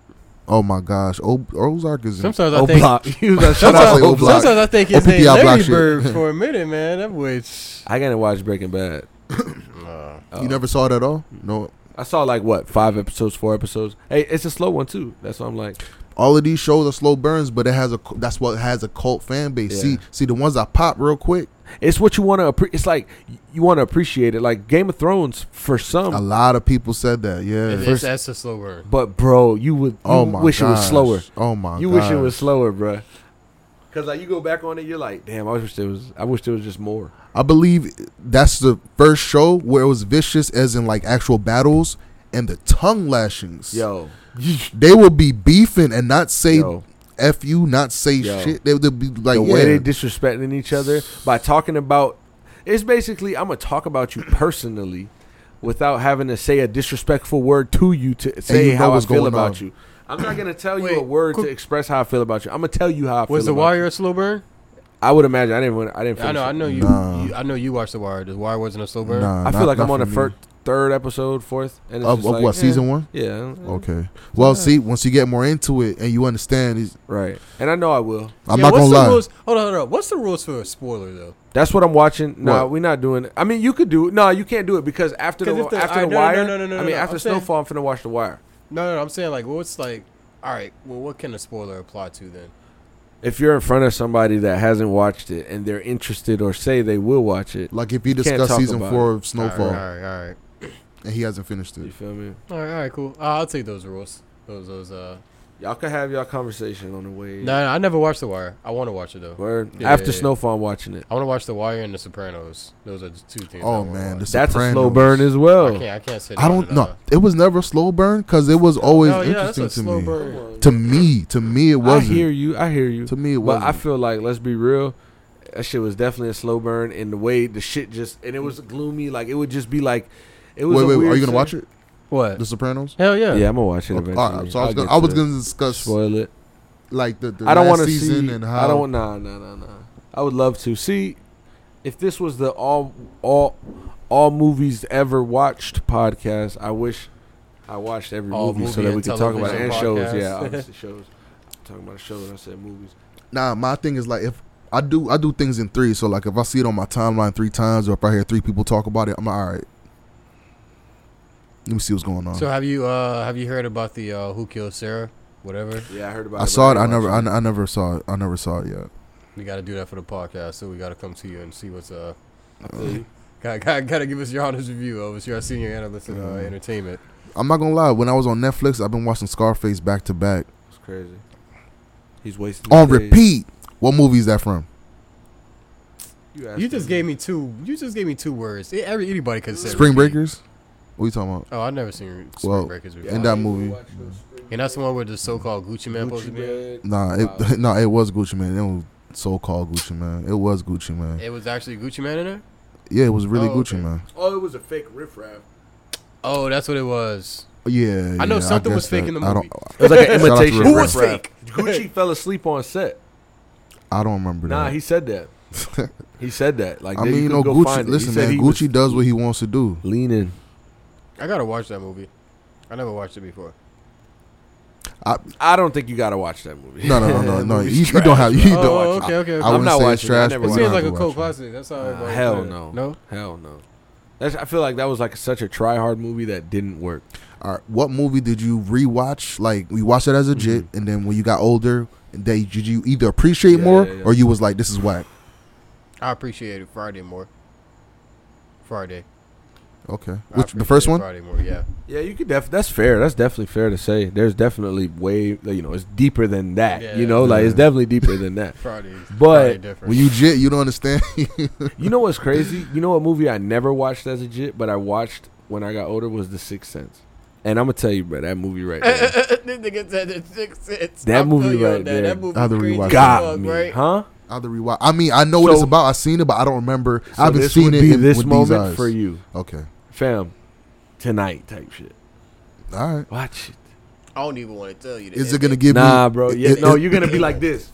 [SPEAKER 1] Oh my gosh, o- Ozark is. in-
[SPEAKER 3] Sometimes I
[SPEAKER 2] O
[SPEAKER 3] think.
[SPEAKER 2] Oh, block. *laughs* You gotta shout
[SPEAKER 1] Sometimes
[SPEAKER 2] out
[SPEAKER 1] I
[SPEAKER 2] to
[SPEAKER 1] say
[SPEAKER 2] O
[SPEAKER 1] O oh, block.
[SPEAKER 2] block.
[SPEAKER 3] Sometimes I think his
[SPEAKER 1] OPPI
[SPEAKER 3] name
[SPEAKER 1] block
[SPEAKER 3] Larry
[SPEAKER 1] shit.
[SPEAKER 3] Bird
[SPEAKER 1] *laughs*
[SPEAKER 3] for a minute, man. That boy. sh-
[SPEAKER 2] I gotta watch Breaking Bad.
[SPEAKER 3] Uh,
[SPEAKER 2] Oh.
[SPEAKER 1] You never saw it at all. No,
[SPEAKER 2] I saw like what five episodes, four episodes. Hey, it's a slow one too. That's why I'm like,
[SPEAKER 1] all of these shows are slow burns, but it has a that's what has a cult fan base.
[SPEAKER 2] Yeah.
[SPEAKER 1] See, see the ones that pop real quick.
[SPEAKER 2] it's what you want to. Appre- it's like you want to appreciate it. Like Game of Thrones for some,
[SPEAKER 1] A lot of people said that. Yeah.
[SPEAKER 3] it- it's, that's a slow burn.
[SPEAKER 2] But bro, you would you
[SPEAKER 1] oh my.
[SPEAKER 2] wish it was
[SPEAKER 1] gosh.
[SPEAKER 2] slower.
[SPEAKER 1] Oh my.
[SPEAKER 2] you wish it
[SPEAKER 1] gosh.
[SPEAKER 2] was slower, bro. Cause like you go back on it, you're like, damn, I wish there was. I wish there was just more.
[SPEAKER 1] I believe that's the first show where it was vicious, as in like actual battles and the tongue lashings.
[SPEAKER 2] Yo,
[SPEAKER 1] They would be beefing and not say
[SPEAKER 2] yo,
[SPEAKER 1] f you, not say
[SPEAKER 2] Yo.
[SPEAKER 1] shit. They would be like,
[SPEAKER 2] the
[SPEAKER 1] yeah,
[SPEAKER 2] way they disrespecting each other by talking about, it's basically I'm gonna talk about you personally, without having to say a disrespectful word to you to say
[SPEAKER 1] you know
[SPEAKER 2] how I
[SPEAKER 1] what's
[SPEAKER 2] feel
[SPEAKER 1] going
[SPEAKER 2] about
[SPEAKER 1] on.
[SPEAKER 2] you. I'm not gonna tell you
[SPEAKER 3] Wait,
[SPEAKER 2] a word
[SPEAKER 3] quick-
[SPEAKER 2] to express how I feel about you. I'm gonna tell you how I feel.
[SPEAKER 3] Was The
[SPEAKER 2] about
[SPEAKER 3] Wire
[SPEAKER 2] you.
[SPEAKER 3] a slow burn?
[SPEAKER 2] I would imagine. I didn't. wanna- I didn't.
[SPEAKER 3] I know.
[SPEAKER 2] finish
[SPEAKER 3] I
[SPEAKER 2] it.
[SPEAKER 3] know you,
[SPEAKER 1] Nah.
[SPEAKER 3] you. I know you watched The Wire. The Wire wasn't a slow burn.
[SPEAKER 1] nah,
[SPEAKER 2] I feel
[SPEAKER 1] not-
[SPEAKER 2] like
[SPEAKER 1] not
[SPEAKER 2] I'm on
[SPEAKER 1] for
[SPEAKER 2] the
[SPEAKER 1] me.
[SPEAKER 2] first, third episode, fourth, and it's
[SPEAKER 1] of,
[SPEAKER 2] just
[SPEAKER 1] of
[SPEAKER 2] like,
[SPEAKER 1] what
[SPEAKER 2] eh,
[SPEAKER 1] season one. Oh.
[SPEAKER 2] Yeah.
[SPEAKER 1] Okay. Well, see, once you get more into it and you understand, it's,
[SPEAKER 2] Right. And I know I will.
[SPEAKER 1] I'm
[SPEAKER 3] Yeah,
[SPEAKER 1] not
[SPEAKER 3] what's
[SPEAKER 1] gonna
[SPEAKER 3] the
[SPEAKER 1] lie.
[SPEAKER 3] Rules? Hold on, hold on. What's the rules for a spoiler though?
[SPEAKER 2] That's what I'm watching. No,
[SPEAKER 1] What?
[SPEAKER 2] we're not doing it. I mean, you could do it. No, you can't do it because after the,
[SPEAKER 3] 'Cause if the-
[SPEAKER 2] after
[SPEAKER 3] I-
[SPEAKER 2] the
[SPEAKER 3] no, no,
[SPEAKER 2] wire.
[SPEAKER 3] no, no, no,
[SPEAKER 2] I mean,
[SPEAKER 3] no,
[SPEAKER 2] after
[SPEAKER 3] I'm saying-
[SPEAKER 2] Snowfall, I'm finna watch the wire.
[SPEAKER 3] No, no. I'm saying like, what's like? All right. Well, what can a spoiler apply to then?
[SPEAKER 2] If you're in front of somebody that hasn't watched it and they're interested or say they will watch it,
[SPEAKER 1] Like if you
[SPEAKER 2] Can't
[SPEAKER 1] discuss
[SPEAKER 2] talk
[SPEAKER 1] season
[SPEAKER 2] about
[SPEAKER 1] four of
[SPEAKER 3] All
[SPEAKER 1] Snowfall
[SPEAKER 3] right. All right.
[SPEAKER 1] and he hasn't finished
[SPEAKER 2] you
[SPEAKER 1] it,
[SPEAKER 2] feel me?
[SPEAKER 3] All right. All right. Cool. Uh, I'll take those rules. Those. Those. Uh.
[SPEAKER 2] Y'all could have y'all conversation on the way.
[SPEAKER 3] No, no, I never watched The Wire. I want to watch it though.
[SPEAKER 2] Word.
[SPEAKER 3] Yeah,
[SPEAKER 2] after
[SPEAKER 3] yeah, yeah.
[SPEAKER 2] Snowfall, I'm watching it.
[SPEAKER 3] I want to watch The Wire and The Sopranos. Those are the two things. I
[SPEAKER 1] Oh,
[SPEAKER 3] wanna
[SPEAKER 1] man,
[SPEAKER 3] watch.
[SPEAKER 1] this-
[SPEAKER 2] That's a slow
[SPEAKER 1] Sopranos.
[SPEAKER 2] burn as well.
[SPEAKER 3] I can't. I can't sit.
[SPEAKER 1] Oh. I
[SPEAKER 3] down
[SPEAKER 1] don't
[SPEAKER 3] and,
[SPEAKER 1] know.
[SPEAKER 3] uh,
[SPEAKER 1] It was never a slow burn because it was always
[SPEAKER 3] no, yeah, that's
[SPEAKER 1] interesting
[SPEAKER 3] a
[SPEAKER 1] to
[SPEAKER 3] slow
[SPEAKER 1] me.
[SPEAKER 3] burn.
[SPEAKER 2] Come on.
[SPEAKER 1] To me, to me, it
[SPEAKER 2] I
[SPEAKER 1] wasn't.
[SPEAKER 2] hear you. I hear you.
[SPEAKER 1] To me, it
[SPEAKER 2] But
[SPEAKER 1] wasn't.
[SPEAKER 2] I feel like let's be real, that shit was definitely a slow burn, and the way the shit just and it was gloomy, like it would just be like, it was.
[SPEAKER 1] wait,
[SPEAKER 2] a
[SPEAKER 1] wait,
[SPEAKER 2] weird
[SPEAKER 1] are you gonna
[SPEAKER 2] sen-
[SPEAKER 1] watch it?
[SPEAKER 3] What?
[SPEAKER 1] The Sopranos.
[SPEAKER 3] Hell
[SPEAKER 2] Yeah,
[SPEAKER 3] yeah.
[SPEAKER 2] I'm gonna watch it
[SPEAKER 1] Okay,
[SPEAKER 2] eventually.
[SPEAKER 1] all right, so I was
[SPEAKER 2] I'll
[SPEAKER 1] gonna,
[SPEAKER 2] get
[SPEAKER 1] I was
[SPEAKER 2] to it.
[SPEAKER 1] gonna discuss
[SPEAKER 2] spoil it.
[SPEAKER 1] like the, the
[SPEAKER 2] I don't
[SPEAKER 1] last
[SPEAKER 2] want to
[SPEAKER 1] season
[SPEAKER 2] see.
[SPEAKER 1] and how
[SPEAKER 2] I don't. Nah, nah, nah, nah. I would love to see if this was the all all all movies ever watched podcast. I wish I watched every
[SPEAKER 3] All
[SPEAKER 2] movie so
[SPEAKER 3] movie
[SPEAKER 2] that we
[SPEAKER 3] and
[SPEAKER 2] could talk about it
[SPEAKER 3] television
[SPEAKER 2] and shows.
[SPEAKER 3] podcast.
[SPEAKER 2] Yeah,
[SPEAKER 3] *laughs*
[SPEAKER 2] obviously shows. talking about shows. I said movies.
[SPEAKER 1] Nah, my thing is like if I do I do things in three. So like if I see it on my timeline three times, or if I hear three people talk about it, I'm like, all right. Let me see what's going on.
[SPEAKER 3] So have you uh have you heard about the uh, Who Killed Sarah? Whatever.
[SPEAKER 2] Yeah, I heard about.
[SPEAKER 1] I saw it.
[SPEAKER 2] but
[SPEAKER 1] I
[SPEAKER 2] didn't
[SPEAKER 1] never. I,
[SPEAKER 2] watch it.
[SPEAKER 1] I never saw it. I never saw it yet.
[SPEAKER 3] We got to do that for the podcast, so we got to come to you and see what's uh.
[SPEAKER 2] I feel you.
[SPEAKER 3] Got got got to give us your honest review. Of us, your senior analyst in uh,
[SPEAKER 1] Mm.
[SPEAKER 3] entertainment.
[SPEAKER 1] I'm not gonna lie. When I was on Netflix, I've been watching Scarface back to back
[SPEAKER 2] It's crazy. He's wasting
[SPEAKER 1] on
[SPEAKER 2] his days.
[SPEAKER 1] repeat. What movie is that from?
[SPEAKER 2] asked
[SPEAKER 3] You just
[SPEAKER 2] him.
[SPEAKER 3] gave me two. You just gave me two words. Eh, Every anybody could say
[SPEAKER 1] Spring
[SPEAKER 3] repeat.
[SPEAKER 1] Breakers. What you talking about?
[SPEAKER 3] Oh, I've never seen Spring
[SPEAKER 1] Well,
[SPEAKER 3] Breakers before.
[SPEAKER 1] in that movie.
[SPEAKER 3] and that's the one where the so-called Gucci man supposed to be. in?
[SPEAKER 1] Nah,
[SPEAKER 2] Wow.
[SPEAKER 1] it, *laughs* nah, it was Gucci Man. It was so called Gucci Man. It was Gucci Man.
[SPEAKER 3] It was actually Gucci man in there.
[SPEAKER 1] Yeah, it was really
[SPEAKER 3] Oh,
[SPEAKER 1] Gucci
[SPEAKER 3] okay.
[SPEAKER 1] Man.
[SPEAKER 2] Oh, it was a fake riffraff.
[SPEAKER 3] Oh, that's what it was.
[SPEAKER 1] Yeah,
[SPEAKER 3] I know
[SPEAKER 1] yeah,
[SPEAKER 3] something
[SPEAKER 1] guess
[SPEAKER 3] was fake
[SPEAKER 1] that-
[SPEAKER 3] in the
[SPEAKER 1] I
[SPEAKER 3] movie.
[SPEAKER 1] don't.
[SPEAKER 2] It *laughs* was like an
[SPEAKER 1] Shout out to
[SPEAKER 2] imitation.
[SPEAKER 1] Who was
[SPEAKER 2] riffraff. Gucci fell asleep on set.
[SPEAKER 1] I don't remember
[SPEAKER 2] Nah,
[SPEAKER 1] that.
[SPEAKER 2] he
[SPEAKER 1] *laughs*
[SPEAKER 2] said that. He said that. Like
[SPEAKER 1] I
[SPEAKER 2] they-
[SPEAKER 1] mean, you
[SPEAKER 2] could
[SPEAKER 1] know,
[SPEAKER 2] go find
[SPEAKER 1] Gucci.
[SPEAKER 2] it. He
[SPEAKER 1] Listen,
[SPEAKER 2] said
[SPEAKER 1] man,
[SPEAKER 2] he was
[SPEAKER 1] Gucci does what he wants to do.
[SPEAKER 2] leaning.
[SPEAKER 3] I gotta watch that movie. I never watched it before.
[SPEAKER 2] I don't think you gotta watch that movie.
[SPEAKER 1] No, no, no, no,
[SPEAKER 2] That *laughs*
[SPEAKER 1] no.
[SPEAKER 2] movie's
[SPEAKER 1] You, you
[SPEAKER 2] trash,
[SPEAKER 1] don't have. *laughs* You
[SPEAKER 3] oh,
[SPEAKER 1] don't watch.
[SPEAKER 3] okay, okay. okay.
[SPEAKER 1] I
[SPEAKER 2] I'm
[SPEAKER 1] wouldn't
[SPEAKER 2] not
[SPEAKER 1] say
[SPEAKER 2] watching
[SPEAKER 1] it's
[SPEAKER 2] it. I
[SPEAKER 1] trash.
[SPEAKER 2] never
[SPEAKER 1] but
[SPEAKER 3] it
[SPEAKER 1] you
[SPEAKER 2] watched
[SPEAKER 1] don't
[SPEAKER 3] seems
[SPEAKER 1] have
[SPEAKER 3] like
[SPEAKER 1] to
[SPEAKER 3] a
[SPEAKER 1] watch
[SPEAKER 3] cult
[SPEAKER 1] it.
[SPEAKER 3] classic. That's how. I
[SPEAKER 2] Nah,
[SPEAKER 3] would
[SPEAKER 2] hell
[SPEAKER 3] put it.
[SPEAKER 2] no.
[SPEAKER 3] No.
[SPEAKER 2] Hell no. That's. I feel like that was like such a try hard movie that didn't work.
[SPEAKER 1] All right, what movie did you rewatch? Like we watched it as a
[SPEAKER 2] Mm-hmm.
[SPEAKER 1] jit, and then when you got older, they did you either appreciate
[SPEAKER 2] Yeah,
[SPEAKER 1] more
[SPEAKER 2] yeah, yeah.
[SPEAKER 1] or you was like, "This is whack."
[SPEAKER 3] I appreciated Friday more. Friday.
[SPEAKER 1] Okay.
[SPEAKER 3] I
[SPEAKER 1] Which the
[SPEAKER 3] appreciate
[SPEAKER 1] first one?
[SPEAKER 3] Friday more, yeah.
[SPEAKER 2] Yeah, you could def. That's fair. That's definitely fair to say. There's definitely way. You know, it's deeper than that.
[SPEAKER 3] Yeah.
[SPEAKER 2] You know, like it's
[SPEAKER 1] Yeah.
[SPEAKER 2] definitely deeper
[SPEAKER 1] *laughs*
[SPEAKER 2] than that.
[SPEAKER 3] Fridays. Friday
[SPEAKER 2] But
[SPEAKER 3] different.
[SPEAKER 1] When
[SPEAKER 3] *laughs*
[SPEAKER 1] you jit, you don't understand. *laughs*
[SPEAKER 2] you know what's crazy? You know what movie I never watched as a jit, but I watched when I got older was The Sixth Sense. And I'm gonna tell you, bro, that movie
[SPEAKER 1] Eh,
[SPEAKER 2] right there That
[SPEAKER 3] That
[SPEAKER 2] movie right there
[SPEAKER 1] I had to rewatch it.
[SPEAKER 2] got me, huh?
[SPEAKER 1] I have to rewatch. I mean, I know what it's
[SPEAKER 2] So-
[SPEAKER 1] about. I've seen it, but I don't remember.
[SPEAKER 2] So
[SPEAKER 1] I haven't
[SPEAKER 2] this
[SPEAKER 1] seen
[SPEAKER 2] would
[SPEAKER 1] it
[SPEAKER 2] be
[SPEAKER 1] in,
[SPEAKER 2] this
[SPEAKER 1] with
[SPEAKER 2] moment
[SPEAKER 1] these eyes.
[SPEAKER 2] for you,
[SPEAKER 1] Okay.
[SPEAKER 2] fam. Tonight, type shit.
[SPEAKER 1] All right.
[SPEAKER 2] Watch it.
[SPEAKER 4] I don't even want to tell you.
[SPEAKER 1] Is it gonna give me?
[SPEAKER 2] nah, bro. Yeah,
[SPEAKER 1] it-
[SPEAKER 2] no,
[SPEAKER 1] it-
[SPEAKER 2] you're gonna be like this.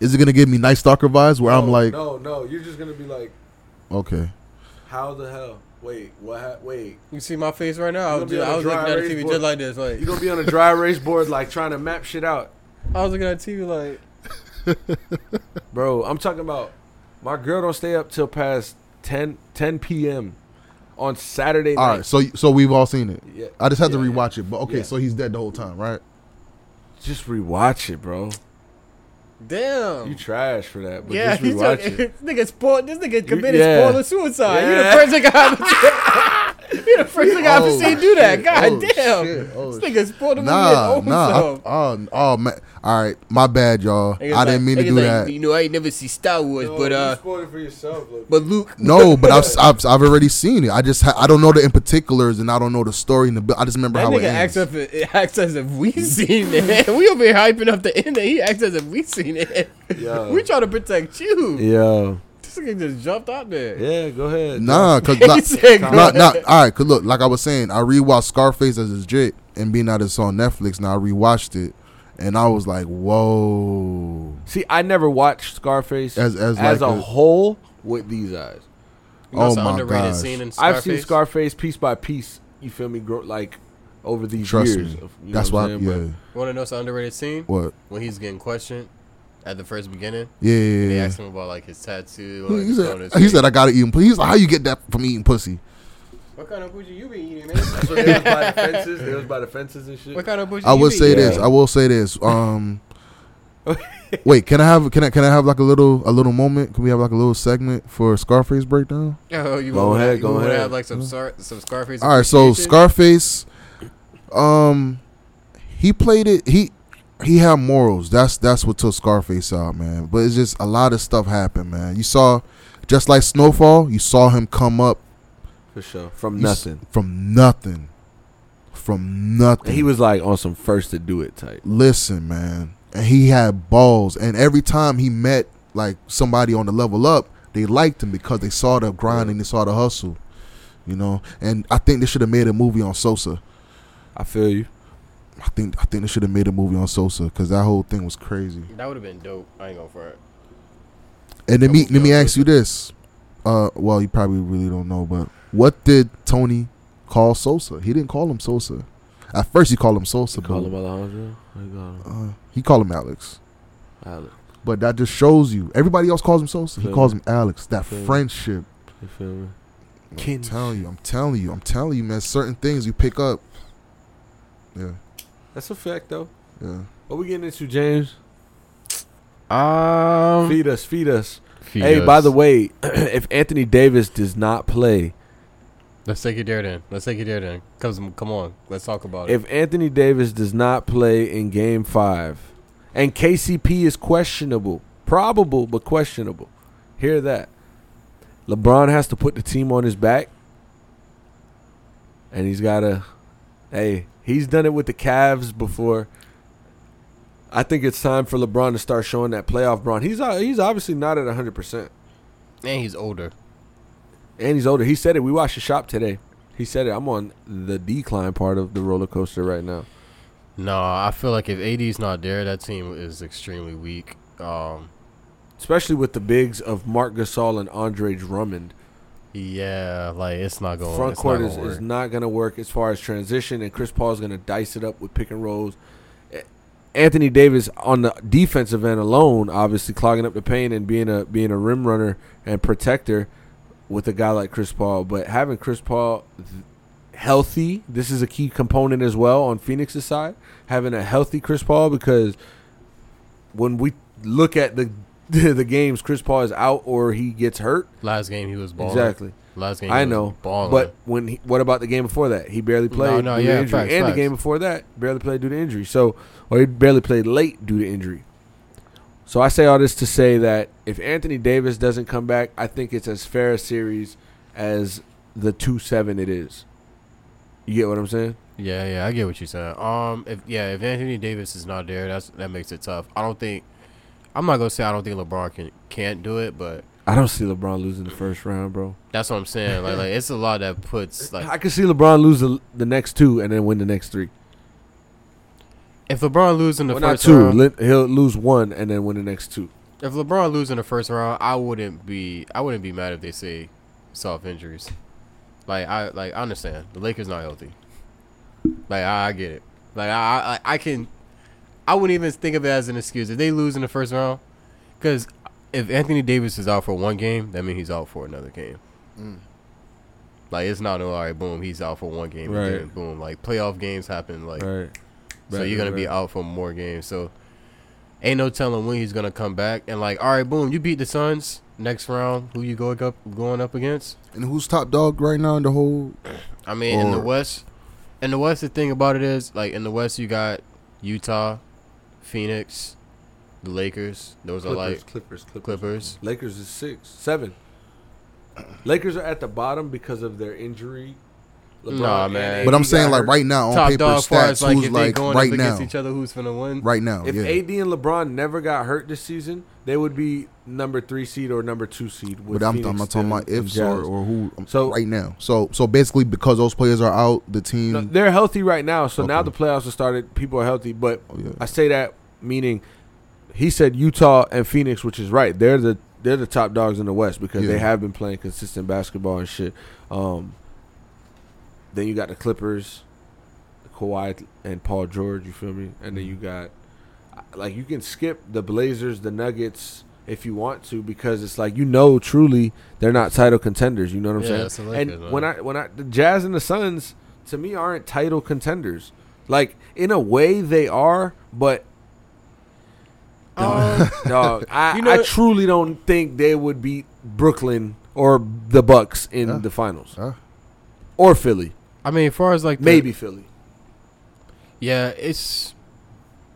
[SPEAKER 1] Is it gonna give me Night Stalker vibes where *laughs* I'm
[SPEAKER 2] No,
[SPEAKER 1] like,
[SPEAKER 2] no, no. You're just gonna be like,
[SPEAKER 1] okay,
[SPEAKER 2] how the hell? Wait, what? Ha- wait.
[SPEAKER 3] You see my face right now? I
[SPEAKER 2] You're gonna
[SPEAKER 3] was,
[SPEAKER 2] be on
[SPEAKER 3] just,
[SPEAKER 2] a
[SPEAKER 3] I was looking
[SPEAKER 2] dry
[SPEAKER 3] at the
[SPEAKER 2] erase
[SPEAKER 3] TV
[SPEAKER 2] board.
[SPEAKER 3] just like this. Like
[SPEAKER 2] You're gonna be on a dry erase board, like trying to map shit out.
[SPEAKER 3] I was looking at the TV like
[SPEAKER 2] Bro, I'm talking about my girl don't stay up till past 10, 10 p.m. on Saturday
[SPEAKER 1] all
[SPEAKER 2] night.
[SPEAKER 1] right. So, so we've all seen it.
[SPEAKER 2] Yeah,
[SPEAKER 1] I just had to
[SPEAKER 2] yeah, yeah.
[SPEAKER 1] rewatch it. But okay,
[SPEAKER 2] Yeah.
[SPEAKER 1] so he's dead the whole time,
[SPEAKER 2] *laughs*
[SPEAKER 1] right?
[SPEAKER 2] Just rewatch it, bro.
[SPEAKER 3] Damn.
[SPEAKER 2] You trash for that, but
[SPEAKER 4] Yeah,
[SPEAKER 2] *laughs* just
[SPEAKER 4] he's
[SPEAKER 2] rewatch
[SPEAKER 3] *laughs*
[SPEAKER 4] talking,
[SPEAKER 2] it.
[SPEAKER 4] this nigga spoil, This nigga committed
[SPEAKER 2] yeah.
[SPEAKER 4] spoiler suicide.
[SPEAKER 2] Yeah.
[SPEAKER 4] You the first nigga
[SPEAKER 1] *laughs*
[SPEAKER 4] I've you the first nigga I've
[SPEAKER 1] Oh,
[SPEAKER 4] seen do that.
[SPEAKER 1] shit.
[SPEAKER 4] God
[SPEAKER 1] Oh,
[SPEAKER 4] damn,
[SPEAKER 1] shit. Oh,
[SPEAKER 4] this nigga spoiled him.
[SPEAKER 1] Nah, nah.
[SPEAKER 4] Himself.
[SPEAKER 1] I, oh, oh man. All right, my bad, y'all. I didn't mean to do
[SPEAKER 4] You
[SPEAKER 1] that.
[SPEAKER 4] know, I ain't never see Star Wars, but uh,
[SPEAKER 2] spoil it for yourself, look.
[SPEAKER 4] but Luke.
[SPEAKER 1] *laughs* No, but
[SPEAKER 2] *laughs*
[SPEAKER 1] I've, I've I've already seen it. I just ha- I don't know the in particulars and I don't know the story and the bu- I just remember
[SPEAKER 3] That
[SPEAKER 1] how it
[SPEAKER 3] nigga
[SPEAKER 1] ends.
[SPEAKER 3] acts up it *laughs* acts as if we seen it. *laughs* we over here hyping up the end and he acts as if we seen it.
[SPEAKER 2] Yo.
[SPEAKER 3] we trying to protect you.
[SPEAKER 2] Yeah.
[SPEAKER 3] This nigga just jumped out there.
[SPEAKER 2] Yeah, go ahead.
[SPEAKER 1] Nah, cause
[SPEAKER 3] *laughs* he
[SPEAKER 1] not,
[SPEAKER 3] said,
[SPEAKER 1] not, not all right. Cause look, like I was saying, I rewatched Scarface as a jit, and being that it's on Netflix now, I rewatched it, and I was like, whoa.
[SPEAKER 2] See, I never watched Scarface
[SPEAKER 1] As-
[SPEAKER 2] as,
[SPEAKER 1] as
[SPEAKER 2] a,
[SPEAKER 1] like a-
[SPEAKER 2] whole with these eyes.
[SPEAKER 3] You know, it's
[SPEAKER 1] oh
[SPEAKER 3] an
[SPEAKER 1] my
[SPEAKER 3] underrated
[SPEAKER 1] gosh.
[SPEAKER 3] scene in
[SPEAKER 2] I've seen
[SPEAKER 3] Scarface.
[SPEAKER 2] Scarface piece by piece. You feel me? Grow like over these
[SPEAKER 1] Trust
[SPEAKER 2] years.
[SPEAKER 1] me.
[SPEAKER 2] of- you know
[SPEAKER 1] That's
[SPEAKER 2] what
[SPEAKER 1] why.
[SPEAKER 2] I'm saying?
[SPEAKER 1] Yeah.
[SPEAKER 2] But-
[SPEAKER 3] Want to know some underrated scene?
[SPEAKER 1] What?
[SPEAKER 3] When he's getting questioned at the first beginning,
[SPEAKER 1] Yeah. yeah,
[SPEAKER 3] they
[SPEAKER 1] yeah.
[SPEAKER 3] asked him about like his tattoo. Or
[SPEAKER 1] He
[SPEAKER 3] his
[SPEAKER 1] said,
[SPEAKER 3] bonus
[SPEAKER 1] he
[SPEAKER 3] weight.
[SPEAKER 1] said, I gotta eat him. He's like, how you get that from eating pussy?
[SPEAKER 3] "What kind of bougie you been eating, man?
[SPEAKER 2] So they was by the fences. They was by the fences and shit.
[SPEAKER 3] *laughs* What kind of bougie?"
[SPEAKER 1] I
[SPEAKER 3] you
[SPEAKER 1] will
[SPEAKER 3] been
[SPEAKER 1] say
[SPEAKER 3] eating?
[SPEAKER 1] this. I will say this. Um, wait, can I have can I can I have like a little a little moment? Can we have like a little segment for Scarface breakdown?
[SPEAKER 3] Oh, you
[SPEAKER 2] Go
[SPEAKER 3] want
[SPEAKER 2] ahead,
[SPEAKER 3] to
[SPEAKER 2] go ahead.
[SPEAKER 3] have like some scar- some Scarface.
[SPEAKER 1] All right, so
[SPEAKER 3] appreciation?
[SPEAKER 1] Scarface, um, he played it. He he had morals. That's that's what took Scarface out, man. But it's just a lot of stuff happened, man. You saw, just like Snowfall, you saw him come up
[SPEAKER 2] For sure. From
[SPEAKER 1] you s-
[SPEAKER 2] nothing.
[SPEAKER 1] from nothing, from nothing.
[SPEAKER 2] He was like on some first to do it type.
[SPEAKER 1] listen, man. And he had balls. And every time he met like somebody on the level up, they liked him because they saw the grind and they saw the hustle. You know, and I think they should have made a movie on Sosa.
[SPEAKER 2] I feel you.
[SPEAKER 1] I think I think they should have made a movie on Sosa because that whole thing was crazy.
[SPEAKER 3] That would have been dope. I ain't going for it.
[SPEAKER 1] And let me
[SPEAKER 3] That was
[SPEAKER 1] let me
[SPEAKER 3] dope.
[SPEAKER 1] ask you this. Uh, well, you probably really don't know, but what did Tony call Sosa? He didn't call him Sosa. At first, he called him Sosa,
[SPEAKER 2] Call
[SPEAKER 1] but
[SPEAKER 2] him Alejandro. What you call him?
[SPEAKER 1] uh, he called him Alex. Uh,
[SPEAKER 2] Alex.
[SPEAKER 1] But that just shows you. Everybody else calls him Sosa. He
[SPEAKER 2] Feel
[SPEAKER 1] calls him Alex. That
[SPEAKER 2] Feel me.
[SPEAKER 1] friendship.
[SPEAKER 2] You feel me?
[SPEAKER 1] I'm telling you. I'm telling you. I'm telling you, man. Certain things you pick up. Yeah,
[SPEAKER 2] That's a fact though.
[SPEAKER 1] yeah.
[SPEAKER 2] What we getting into, James?
[SPEAKER 3] Um.
[SPEAKER 2] Feed us, feed us. hey, by the way, *clears throat* if Anthony Davis does not play,
[SPEAKER 3] let's take it there then. Let's take it there then. Cause come on, let's talk about it.
[SPEAKER 2] if Anthony Davis does not play in game five, and KCP is questionable, probable but questionable. Hear that. LeBron has to put the team on his back. And he's gotta hey, he's done it with the Cavs before. I think it's time for LeBron to start showing that playoff Bron. He's o- he's obviously not at hundred percent.
[SPEAKER 3] And he's older.
[SPEAKER 2] And he's older. He said it. We watched the shop today. He said it. I'm on the decline part of the roller coaster right now.
[SPEAKER 3] No, I feel like if AD's not there, that team is extremely weak. Um.
[SPEAKER 2] especially with the bigs of Mark Gasol and Andre Drummond.
[SPEAKER 3] Yeah, like it's not going.
[SPEAKER 2] Front
[SPEAKER 3] it's
[SPEAKER 2] court
[SPEAKER 3] not
[SPEAKER 2] is,
[SPEAKER 3] gonna
[SPEAKER 2] is
[SPEAKER 3] work.
[SPEAKER 2] not going to work as far as transition, and Chris Paul is going to dice it up with pick and rolls. A- Anthony Davis on the defensive end alone, obviously clogging up the paint and being a being a rim runner and protector with a guy like Chris Paul. But having Chris Paul th- healthy, this is a key component as well on Phoenix's side. Having a healthy Chris Paul because when we look at the *laughs* the games Chris Paul is out or he gets hurt.
[SPEAKER 3] Last game he was balling.
[SPEAKER 2] Exactly.
[SPEAKER 3] Last game he
[SPEAKER 2] I
[SPEAKER 3] was
[SPEAKER 2] know,
[SPEAKER 3] balling.
[SPEAKER 2] but when he, what about the game before that? He barely played
[SPEAKER 3] no,
[SPEAKER 2] due to
[SPEAKER 3] yeah,
[SPEAKER 2] injury,
[SPEAKER 3] facts,
[SPEAKER 2] and
[SPEAKER 3] facts.
[SPEAKER 2] the game before that barely played due to injury. So, or he barely played late due to injury. So I say all this to say that if Anthony Davis doesn't come back, I think it's as fair a series as the two seven it is. You get what I'm saying?
[SPEAKER 3] Yeah, yeah, I get what you're saying. Um, if yeah, if Anthony Davis is not there, that's that makes it tough. I don't think. I'm not gonna say I don't think LeBron can can't do it, but
[SPEAKER 2] I don't see LeBron losing the first round, bro.
[SPEAKER 3] that's what I'm saying. Like, like it's a lot that puts like
[SPEAKER 2] I can see LeBron lose the, the next two and then win the next three.
[SPEAKER 3] if LeBron loses in the
[SPEAKER 2] Well, not
[SPEAKER 3] first
[SPEAKER 2] two.
[SPEAKER 3] round,
[SPEAKER 2] Li- He'll lose one and then win the next two.
[SPEAKER 3] if LeBron loses in the first round, I wouldn't be I wouldn't be mad if they say soft injuries. Like I like I understand the Lakers not healthy. Like I, I get it. Like I, I I can I wouldn't even think of it as an excuse if they lose in the first round, because if Anthony Davis is out for one game, that means he's out for another game. Like it's not all right. Boom, he's out for one game. And then
[SPEAKER 2] Right.
[SPEAKER 3] boom, like playoff games happen. Like
[SPEAKER 2] Right.
[SPEAKER 3] so
[SPEAKER 2] Right,
[SPEAKER 3] you're gonna
[SPEAKER 2] right,
[SPEAKER 3] be out for more games. So ain't no telling when he's gonna come back. And like, all right, boom, you beat the Suns next round. Who you going up going up against?
[SPEAKER 1] And who's top dog right now in the whole?
[SPEAKER 3] I mean, in the
[SPEAKER 1] Or-
[SPEAKER 3] West, in the West, the thing about it is, like, in the West, you got Utah, Phoenix, the Lakers. Those are like
[SPEAKER 2] Clippers, Clippers.
[SPEAKER 3] Clippers.
[SPEAKER 2] Lakers is six, seven. Lakers are at the bottom because of their injury.
[SPEAKER 3] Nah,
[SPEAKER 2] and
[SPEAKER 3] man.
[SPEAKER 2] AD
[SPEAKER 1] But I'm
[SPEAKER 2] got
[SPEAKER 1] saying like
[SPEAKER 2] hurt.
[SPEAKER 1] right now on
[SPEAKER 3] Top
[SPEAKER 1] paper
[SPEAKER 3] dog, far as
[SPEAKER 1] stats,
[SPEAKER 3] like
[SPEAKER 1] who's
[SPEAKER 3] if they
[SPEAKER 1] like
[SPEAKER 3] going
[SPEAKER 1] right
[SPEAKER 3] up against
[SPEAKER 1] now,
[SPEAKER 3] each other, who's gonna win?
[SPEAKER 1] right now,
[SPEAKER 2] If
[SPEAKER 1] yeah.
[SPEAKER 2] AD and LeBron never got hurt this season, they would be number three seed or number two seed. With
[SPEAKER 1] But I'm,
[SPEAKER 2] Phoenix
[SPEAKER 1] I'm not talking
[SPEAKER 2] still
[SPEAKER 1] about
[SPEAKER 2] and
[SPEAKER 1] ifs or,
[SPEAKER 2] Jazz.
[SPEAKER 1] or who um,
[SPEAKER 2] So-
[SPEAKER 1] right now. So so basically, because those players are out, the team.
[SPEAKER 2] No, they're healthy right now, so now
[SPEAKER 1] Okay.
[SPEAKER 2] the playoffs have started. People are healthy, but
[SPEAKER 1] Oh, yeah.
[SPEAKER 2] I say that meaning he said Utah and Phoenix, which is right. They're the they're the top dogs in the West because
[SPEAKER 1] Yeah.
[SPEAKER 2] they have been playing consistent basketball and shit. Um, then you got the Clippers, Kawhi and Paul George. You feel me? And then you got like you can skip the Blazers, the Nuggets if you want to because it's like you know truly they're not title contenders. You know what I'm
[SPEAKER 3] Yeah,
[SPEAKER 2] saying?
[SPEAKER 3] it's the Lakers,
[SPEAKER 2] and
[SPEAKER 3] man.
[SPEAKER 2] when I when I the Jazz and the Suns to me aren't title contenders. Like in a way they are, but
[SPEAKER 3] Um,
[SPEAKER 2] dog, I,
[SPEAKER 3] You know
[SPEAKER 2] I
[SPEAKER 3] what?
[SPEAKER 2] truly don't think they would beat Brooklyn or the Bucks in
[SPEAKER 1] Yeah.
[SPEAKER 2] the finals
[SPEAKER 1] Huh?
[SPEAKER 2] or Philly,
[SPEAKER 3] *laughs* I mean, as far as like the-
[SPEAKER 2] maybe Philly.
[SPEAKER 3] Yeah, it's